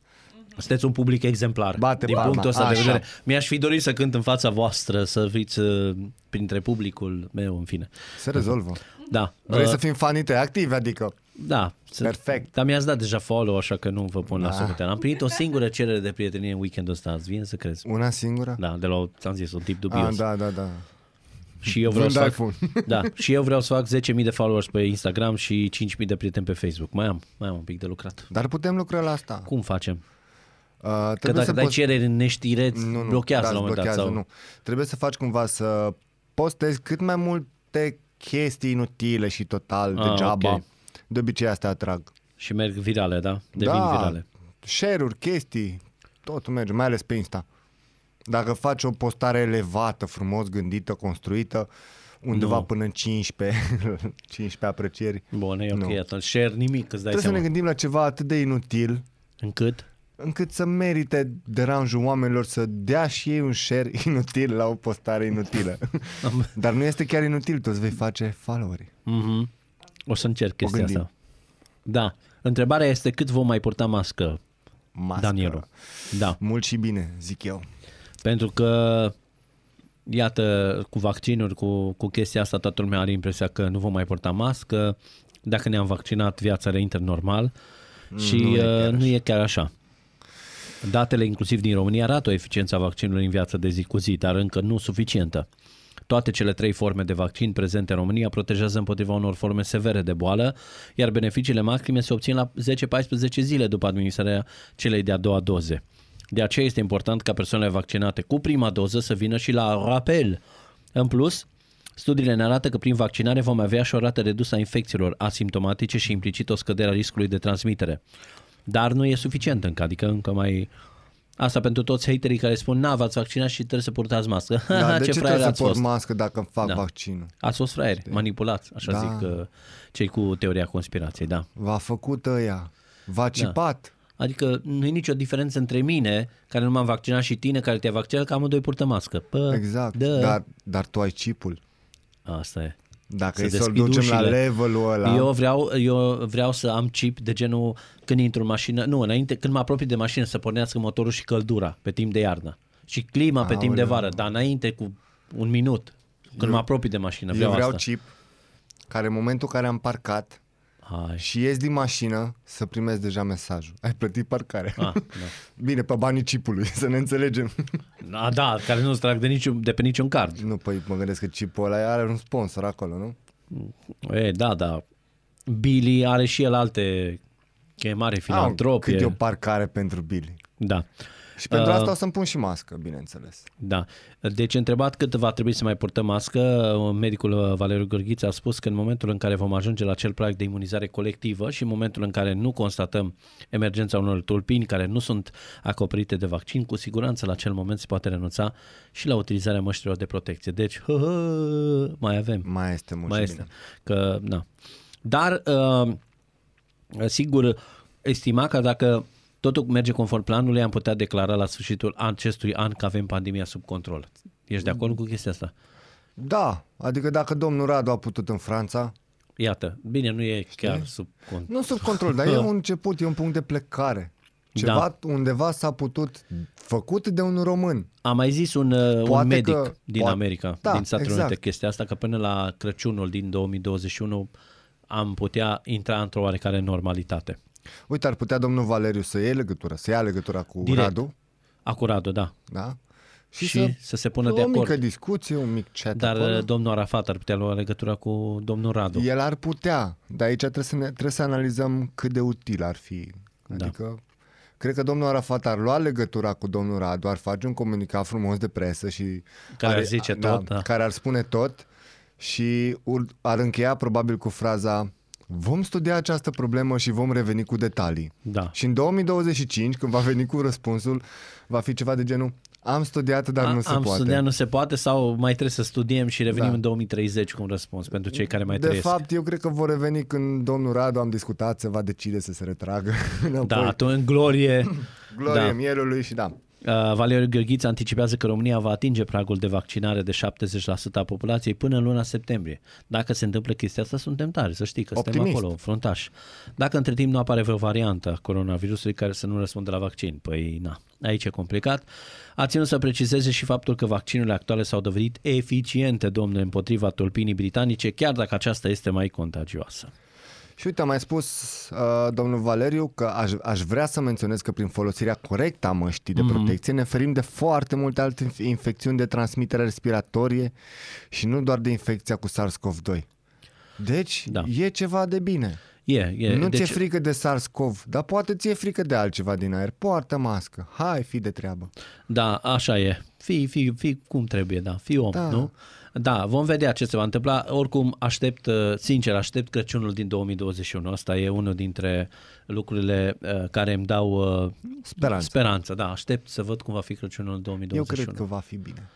Speaker 2: Sunteți un public exemplar.
Speaker 3: Bate
Speaker 2: din
Speaker 3: palma,
Speaker 2: punctul ăsta de
Speaker 3: așa.
Speaker 2: vedere. Mi-aș fi dorit să cânt în fața voastră, să fiți uh, printre publicul meu, în fine.
Speaker 3: Se rezolvă.
Speaker 2: Da.
Speaker 3: Vrei
Speaker 2: uh,
Speaker 3: să fim fanii tăi activi, adică.
Speaker 2: Da. să-
Speaker 3: Perfect. Da.
Speaker 2: Dar mi-ați dat deja follow, așa că nu vă pun la socoteală. Am primit o singură cerere de prietenie în weekendul ăsta, îți vine să crezi.
Speaker 3: Una singură?
Speaker 2: Da, de la, o- ți-am zis, un tip dubios.
Speaker 3: Ah, da, da, da.
Speaker 2: Și eu vreau să
Speaker 3: Vând
Speaker 2: fac, <laughs> da, și eu vreau să fac 10.000 de followers pe Instagram și 5.000 de prieteni pe Facebook. Mai am, mai am un pic de lucrat.
Speaker 3: Dar putem lucra la asta.
Speaker 2: Cum facem?
Speaker 3: Uh,
Speaker 2: Că
Speaker 3: trebuie
Speaker 2: dacă
Speaker 3: să
Speaker 2: dai
Speaker 3: poți...
Speaker 2: cereri în neștire, îți
Speaker 3: nu, nu,
Speaker 2: blochează
Speaker 3: da,
Speaker 2: la un moment
Speaker 3: îți
Speaker 2: dat.
Speaker 3: blochează,
Speaker 2: Sau...
Speaker 3: nu. Trebuie să faci cumva să postezi cât mai multe chestii inutile și total
Speaker 2: Ah,
Speaker 3: degeaba.
Speaker 2: ok.
Speaker 3: De obicei astea atrag.
Speaker 2: Și merg virale, da? Devin
Speaker 3: da,
Speaker 2: virale.
Speaker 3: share-uri, chestii, totul merge, mai ales pe Insta. Dacă faci o postare elevată, frumos gândită, construită, undeva
Speaker 2: Nu.
Speaker 3: până în 15, <laughs> 15 aprecieri,
Speaker 2: Bun, e ok,
Speaker 3: Nu.
Speaker 2: atunci share nimic, îți dai
Speaker 3: trebuie să
Speaker 2: seama.
Speaker 3: ne gândim la ceva atât de inutil,
Speaker 2: Încât?
Speaker 3: încât să merite deranjul oamenilor să dea și ei un share <laughs> inutil la o postare inutilă. <laughs> Dar nu este chiar inutil, tu îți vei face followeri.
Speaker 2: Mhm. O să încerc chestia
Speaker 3: gândim.
Speaker 2: asta. Da. Întrebarea este cât vom mai purta mască,
Speaker 3: Mască.
Speaker 2: mască. Danielu. Da.
Speaker 3: Mult și bine,
Speaker 2: <laughs>
Speaker 3: zic eu.
Speaker 2: Pentru că, iată, cu vaccinuri, cu, cu chestia asta, toată lumea are impresia că nu vom mai purta mască. Dacă ne-am vaccinat, viața reintră normal. Și Mm, nu e, chiar nu e chiar așa. Datele, inclusiv din România, arată o eficiență a vaccinului în viața de zi cu zi, dar încă nu suficientă. Toate cele trei forme de vaccin prezente în România protejează împotriva unor forme severe de boală, iar beneficiile maxime se obțin la 10-14 zile după administrarea celei de-a doua doze. De aceea este important ca persoanele vaccinate cu prima doză să vină și la rapel. În plus, Studiile ne arată că prin vaccinare vom avea și o rată redusă a infecțiilor asimptomatice și implicit o scădere a riscului de transmitere. Dar nu e suficient încă, adică încă mai... Asta pentru toți haterii care spun, na, v-ați vaccinat și trebuie să purtați mască. <laughs>
Speaker 3: Dar Da, de ce,
Speaker 2: fraier
Speaker 3: trebuie să
Speaker 2: ați
Speaker 3: port
Speaker 2: fost.
Speaker 3: mască dacă îmi fac
Speaker 2: Da.
Speaker 3: da. vaccinul?
Speaker 2: Ați fost fraieri, manipulați, așa da.
Speaker 3: Da.
Speaker 2: zic uh, cei cu teoria conspirației, da.
Speaker 3: V-a făcut ăia, v-a cipat.
Speaker 2: Adică nu e nicio diferență între mine, care nu m-am vaccinat, și tine, care te-ai vaccinat, că amândoi purtă mască. Pă,
Speaker 3: Exact,
Speaker 2: dă.
Speaker 3: da. dar, dar tu ai chipul.
Speaker 2: Asta e.
Speaker 3: Dacă
Speaker 2: Să
Speaker 3: e să-l
Speaker 2: deschid
Speaker 3: ducem la
Speaker 2: ușile.
Speaker 3: levelul ăla,
Speaker 2: Eu vreau, eu vreau să am chip de genul când intru în mașină, nu, înainte, când mă apropii de mașină să pornească motorul și căldura pe timp de iarnă și clima pe timp de vară, dar înainte cu un minut, când mă apropii de mașină,
Speaker 3: eu
Speaker 2: vreau,
Speaker 3: vreau
Speaker 2: asta.
Speaker 3: chip care în momentul în care am parcat
Speaker 2: Hai.
Speaker 3: și ies din mașină să primesc deja mesajul. Ai plătit parcare. <laughs>
Speaker 2: Ah, da.
Speaker 3: Bine, pe banii chipului, <laughs> să ne înțelegem.
Speaker 2: Da, da, care nu-ți trag de, niciun, de pe niciun card.
Speaker 3: nu, păi mă gândesc că chipul ăla are un sponsor acolo, nu?
Speaker 2: E, da, da. Billy are și el alte că e mare filantrop.
Speaker 3: cât
Speaker 2: e-
Speaker 3: e o parcare pentru Billy.
Speaker 2: Da.
Speaker 3: Și pentru asta o să-mi pun și mască, bineînțeles.
Speaker 2: Da. Deci, întrebat cât va trebui să mai purtăm mască, medicul uh, Valeriu Gărghiț a spus că în momentul în care vom ajunge la cel prag de imunizare colectivă și în momentul în care nu constatăm emergența unor tulpini care nu sunt acoperite de vaccin, cu siguranță la acel moment se poate renunța și la utilizarea măștilor de protecție. Deci, hă, hă, mai avem.
Speaker 3: Mai este mult
Speaker 2: mai
Speaker 3: și
Speaker 2: este.
Speaker 3: bine.
Speaker 2: Că, na. Dar, uh, sigur, estima că dacă totul merge conform planului, am putea declara la sfârșitul acestui an că avem pandemia sub control. Ești de acord cu chestia asta?
Speaker 3: Da, adică dacă domnul Radu a putut în Franța,
Speaker 2: Iată, bine, nu e chiar sub control. Da.
Speaker 3: nu sub control, dar e un început, e un punct de plecare. Ceva da. undeva s-a putut făcut de un român.
Speaker 2: A mai zis un, uh,
Speaker 3: Poate
Speaker 2: un medic
Speaker 3: că-
Speaker 2: din
Speaker 3: poate-
Speaker 2: America,
Speaker 3: Da,
Speaker 2: din Statele
Speaker 3: exact.
Speaker 2: Unite, chestia asta, că până la Crăciunul din 2021 am putea intra într-o oarecare normalitate.
Speaker 3: Uite, ar putea domnul Valeriu să ia legătura, să ia legătura cu
Speaker 2: Direct.
Speaker 3: Radu,
Speaker 2: Acurado, da.
Speaker 3: da?
Speaker 2: Și, și să, să se pună
Speaker 3: o
Speaker 2: de
Speaker 3: mică
Speaker 2: acord.
Speaker 3: discuție, un mic chat
Speaker 2: Dar
Speaker 3: acolo.
Speaker 2: uh, domnul Arafat ar putea lua legătura cu domnul Radu.
Speaker 3: El ar putea, dar aici trebuie să, ne, trebuie să analizăm cât de util ar fi.
Speaker 2: Da.
Speaker 3: Adică, cred că domnul Arafat ar lua legătura cu domnul Radu, ar face un comunicat frumos de presă și...
Speaker 2: Care ar zice tot, da.
Speaker 3: Care ar spune tot și ur- ar încheia probabil cu fraza vom studia această problemă și vom reveni cu detalii.
Speaker 2: Da.
Speaker 3: Și în 2025, când va veni cu răspunsul, va fi ceva de genul am studiat, dar
Speaker 2: A-
Speaker 3: nu se
Speaker 2: am
Speaker 3: poate.
Speaker 2: studiat, nu se poate sau mai trebuie să studiem și revenim
Speaker 3: Da.
Speaker 2: da. în 2030 cu un răspuns pentru cei care mai
Speaker 3: de
Speaker 2: trăiesc.
Speaker 3: fapt, eu cred că vor reveni când domnul Radu, am discutat, se va decide să se retragă <laughs> înapoi.
Speaker 2: da, tu în glorie.
Speaker 3: păi- Glorie
Speaker 2: da.
Speaker 3: mielului și da.
Speaker 2: Uh, Valeriu Gheorghiță anticipează că România va atinge pragul de vaccinare de 70% a populației până în luna septembrie. Dacă se întâmplă chestia asta, suntem tari, să știi că
Speaker 3: Optimist.
Speaker 2: suntem acolo, fruntași. Dacă între timp nu apare vreo variantă a coronavirusului care să nu răspundă la vaccin, păi na, aici e complicat. A ținut să precizeze și faptul că vaccinurile actuale s-au dovedit eficiente, domnule, împotriva tulpinii britanice, chiar dacă aceasta este mai contagioasă.
Speaker 3: Și uite, a mai spus uh, domnul Valeriu că aș, aș vrea să menționez că prin folosirea corectă a măștii
Speaker 2: Mhm.
Speaker 3: de protecție ne ferim de foarte multe alte inf- infecțiuni de transmitere respiratorie și nu doar de infecția cu SARS-CoV-2. Deci da.
Speaker 2: Da.
Speaker 3: e ceva de bine.
Speaker 2: E, e,
Speaker 3: E, nu deci...
Speaker 2: deci-
Speaker 3: ți-e frică de SARS-CoV, dar poate ți-e frică de altceva din aer. Poartă mască, hai fi de treabă.
Speaker 2: Da, așa e. Fii, fii, fii cum trebuie, da. Fii om,
Speaker 3: Da.
Speaker 2: da. nu? Da, vom vedea ce se va întâmpla. Oricum, aștept, uh, sincer, aștept Crăciunul din 2021. Asta e unul dintre lucrurile uh, care îmi dau uh,
Speaker 3: Speranță.
Speaker 2: speranță. Da, aștept să văd cum va fi Crăciunul
Speaker 3: Eu
Speaker 2: 2021.
Speaker 3: cred că va fi bine.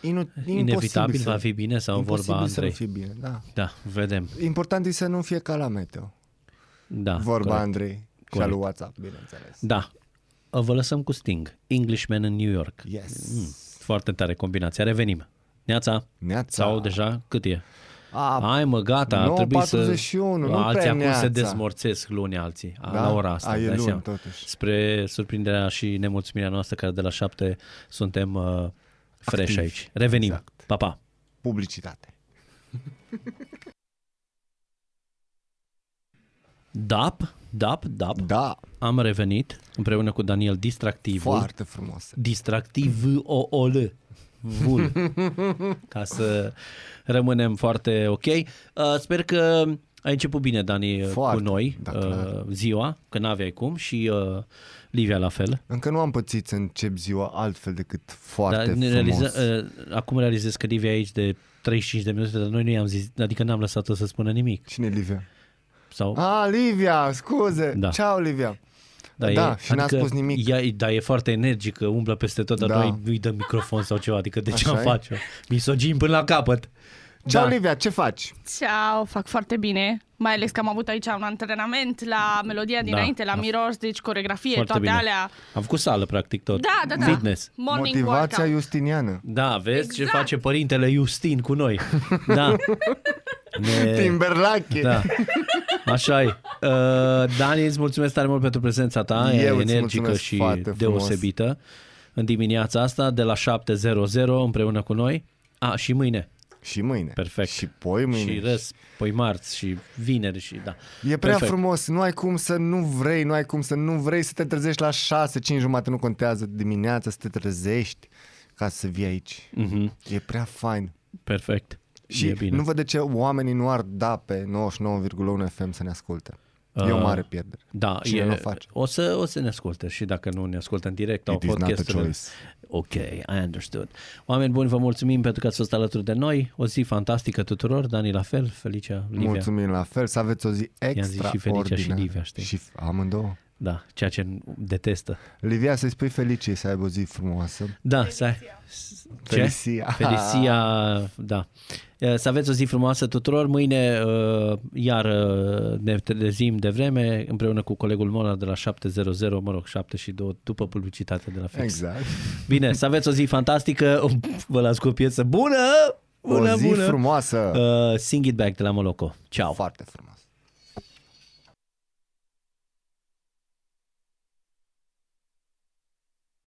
Speaker 3: Inu-
Speaker 2: Inevitabil
Speaker 3: imposibil
Speaker 2: va
Speaker 3: să-
Speaker 2: fi bine sau
Speaker 3: imposibil
Speaker 2: vorba
Speaker 3: să nu
Speaker 2: Andrei?
Speaker 3: fie bine, da.
Speaker 2: Da, vedem.
Speaker 3: Important e să nu fie ca la meteo.
Speaker 2: Da,
Speaker 3: Vorba
Speaker 2: corect.
Speaker 3: Andrei și a
Speaker 2: Corect.
Speaker 3: lui WhatsApp, bineînțeles.
Speaker 2: Da. Vă lăsăm cu Sting. Englishman în New York.
Speaker 3: Yes.
Speaker 2: Mm, foarte tare combinația. Revenim. Neața.
Speaker 3: Neața.
Speaker 2: Sau deja cât e?
Speaker 3: A,
Speaker 2: Hai mă, gata, ar
Speaker 3: 9.41,
Speaker 2: trebui să...
Speaker 3: nu
Speaker 2: alții
Speaker 3: prea
Speaker 2: acum
Speaker 3: neața.
Speaker 2: se dezmorțesc luni alții, da?
Speaker 3: Da?
Speaker 2: la ora asta.
Speaker 3: A, e
Speaker 2: îți dai
Speaker 3: luni,
Speaker 2: seama.
Speaker 3: totuși.
Speaker 2: Spre surprinderea și nemulțumirea noastră, care de la șapte suntem uh, fresh
Speaker 3: Activi.
Speaker 2: aici. Revenim.
Speaker 3: Exact.
Speaker 2: Pa, pa!
Speaker 3: Publicitate.
Speaker 2: Dap, dap, dap.
Speaker 3: Da,
Speaker 2: Am revenit împreună cu Daniel Distractivul.
Speaker 3: foarte frumos.
Speaker 2: distractiv o o l vul ca să rămânem foarte ok. Uh, sper că ai început bine, Dani, uh,
Speaker 3: Foarte,
Speaker 2: cu noi
Speaker 3: da, clar.
Speaker 2: uh, ziua, că n-aveai cum și uh, Livia la fel.
Speaker 3: Încă nu am pățit să încep ziua altfel decât foarte
Speaker 2: Dar
Speaker 3: frumos.
Speaker 2: Da, ne realiză, uh, acum realizez că Livia e aici de 35 de minute, dar noi nu i-am zis, adică n-am lăsat-o să spună nimic.
Speaker 3: Cine e Livia?
Speaker 2: Sau,
Speaker 3: A, Livia, scuze.
Speaker 2: Da.
Speaker 3: Ciao, Livia. da, și n-a spus nimic.
Speaker 2: Ea, da, e foarte energică, umblă peste tot, dar
Speaker 3: Da.
Speaker 2: da. noi nu-i dăm microfon sau ceva, adică de ce
Speaker 3: Așa
Speaker 2: am
Speaker 3: e. Da.
Speaker 2: face-o? Misogin până la capăt. Da.
Speaker 3: Ciao, Livia, ce faci?
Speaker 9: Ceau, fac foarte bine, mai ales că am avut aici un antrenament la melodia dinainte, la
Speaker 2: da.
Speaker 9: miros, deci coregrafie,
Speaker 2: Foarte
Speaker 9: toate
Speaker 2: bine.
Speaker 9: alea.
Speaker 2: Am făcut sală, practic, tot.
Speaker 9: Da, da, da.
Speaker 2: Fitness.
Speaker 9: Morning
Speaker 3: Motivația
Speaker 9: workout.
Speaker 3: justiniană.
Speaker 2: Da, vezi exact. ce
Speaker 9: Exact.
Speaker 2: face părintele Justin cu noi.
Speaker 3: <laughs>
Speaker 2: Da. Ne...
Speaker 3: Timberlake.
Speaker 2: Da. Așa e. Uh, Dani, îți mulțumesc tare mult pentru prezența ta, e
Speaker 3: Eu îți
Speaker 2: energică
Speaker 3: mulțumesc
Speaker 2: și
Speaker 3: foarte frumos.
Speaker 2: deosebită. În dimineața asta, de la 7.00 împreună cu noi. A, și mâine.
Speaker 3: <laughs> Și mâine.
Speaker 2: Perfect.
Speaker 3: Și poi mâine.
Speaker 2: Și răs, poi marți și vineri și da.
Speaker 3: E prea frumos, nu ai cum să nu vrei, nu ai cum să nu vrei să te trezești la 6, 5 jumate, nu contează dimineața să te trezești ca să vii aici.
Speaker 2: Mhm,
Speaker 3: E prea fain.
Speaker 2: perfect.
Speaker 3: Și
Speaker 2: e bine.
Speaker 3: nu văd de ce oamenii nu ar da pe 99,1 FM să ne asculte. E o
Speaker 2: Uh,
Speaker 3: mare pierdere.
Speaker 2: Da,
Speaker 3: Cine
Speaker 2: e,
Speaker 3: nu face?
Speaker 2: O, să, o să ne asculte și dacă nu ne ascultă în direct sau
Speaker 3: It is not a
Speaker 2: podcastul.
Speaker 3: choice.
Speaker 2: Ok, I understood. Oameni buni, vă mulțumim pentru că ați fost alături de noi. O zi fantastică tuturor. Dani la fel, Felicia, Livia.
Speaker 3: Mulțumim la fel, să aveți o zi
Speaker 2: zis și Felicia și
Speaker 3: extraordinară.
Speaker 2: Livia, știi?
Speaker 3: Și f- amândouă.
Speaker 2: Da, ceea ce detestă.
Speaker 3: Livia, să-i spui felicie să aibă o zi frumoasă.
Speaker 2: Da, să ai... Ce?
Speaker 3: Felicia.
Speaker 2: Felicia, da. E, Să aveți o zi frumoasă tuturor. Mâine uh, iar uh, ne trezim de vreme împreună cu colegul Mona de la 7.00, mă rog, 7 și 2, după publicitate de la fix.
Speaker 3: Exact.
Speaker 2: Bine, să aveți o zi fantastică. Vă las cu o piesă bună! Bună,
Speaker 3: o zi
Speaker 2: bună!
Speaker 3: frumoasă.
Speaker 2: Uh, sing it back de la Moloco. Ciao!
Speaker 3: Foarte frumoasă.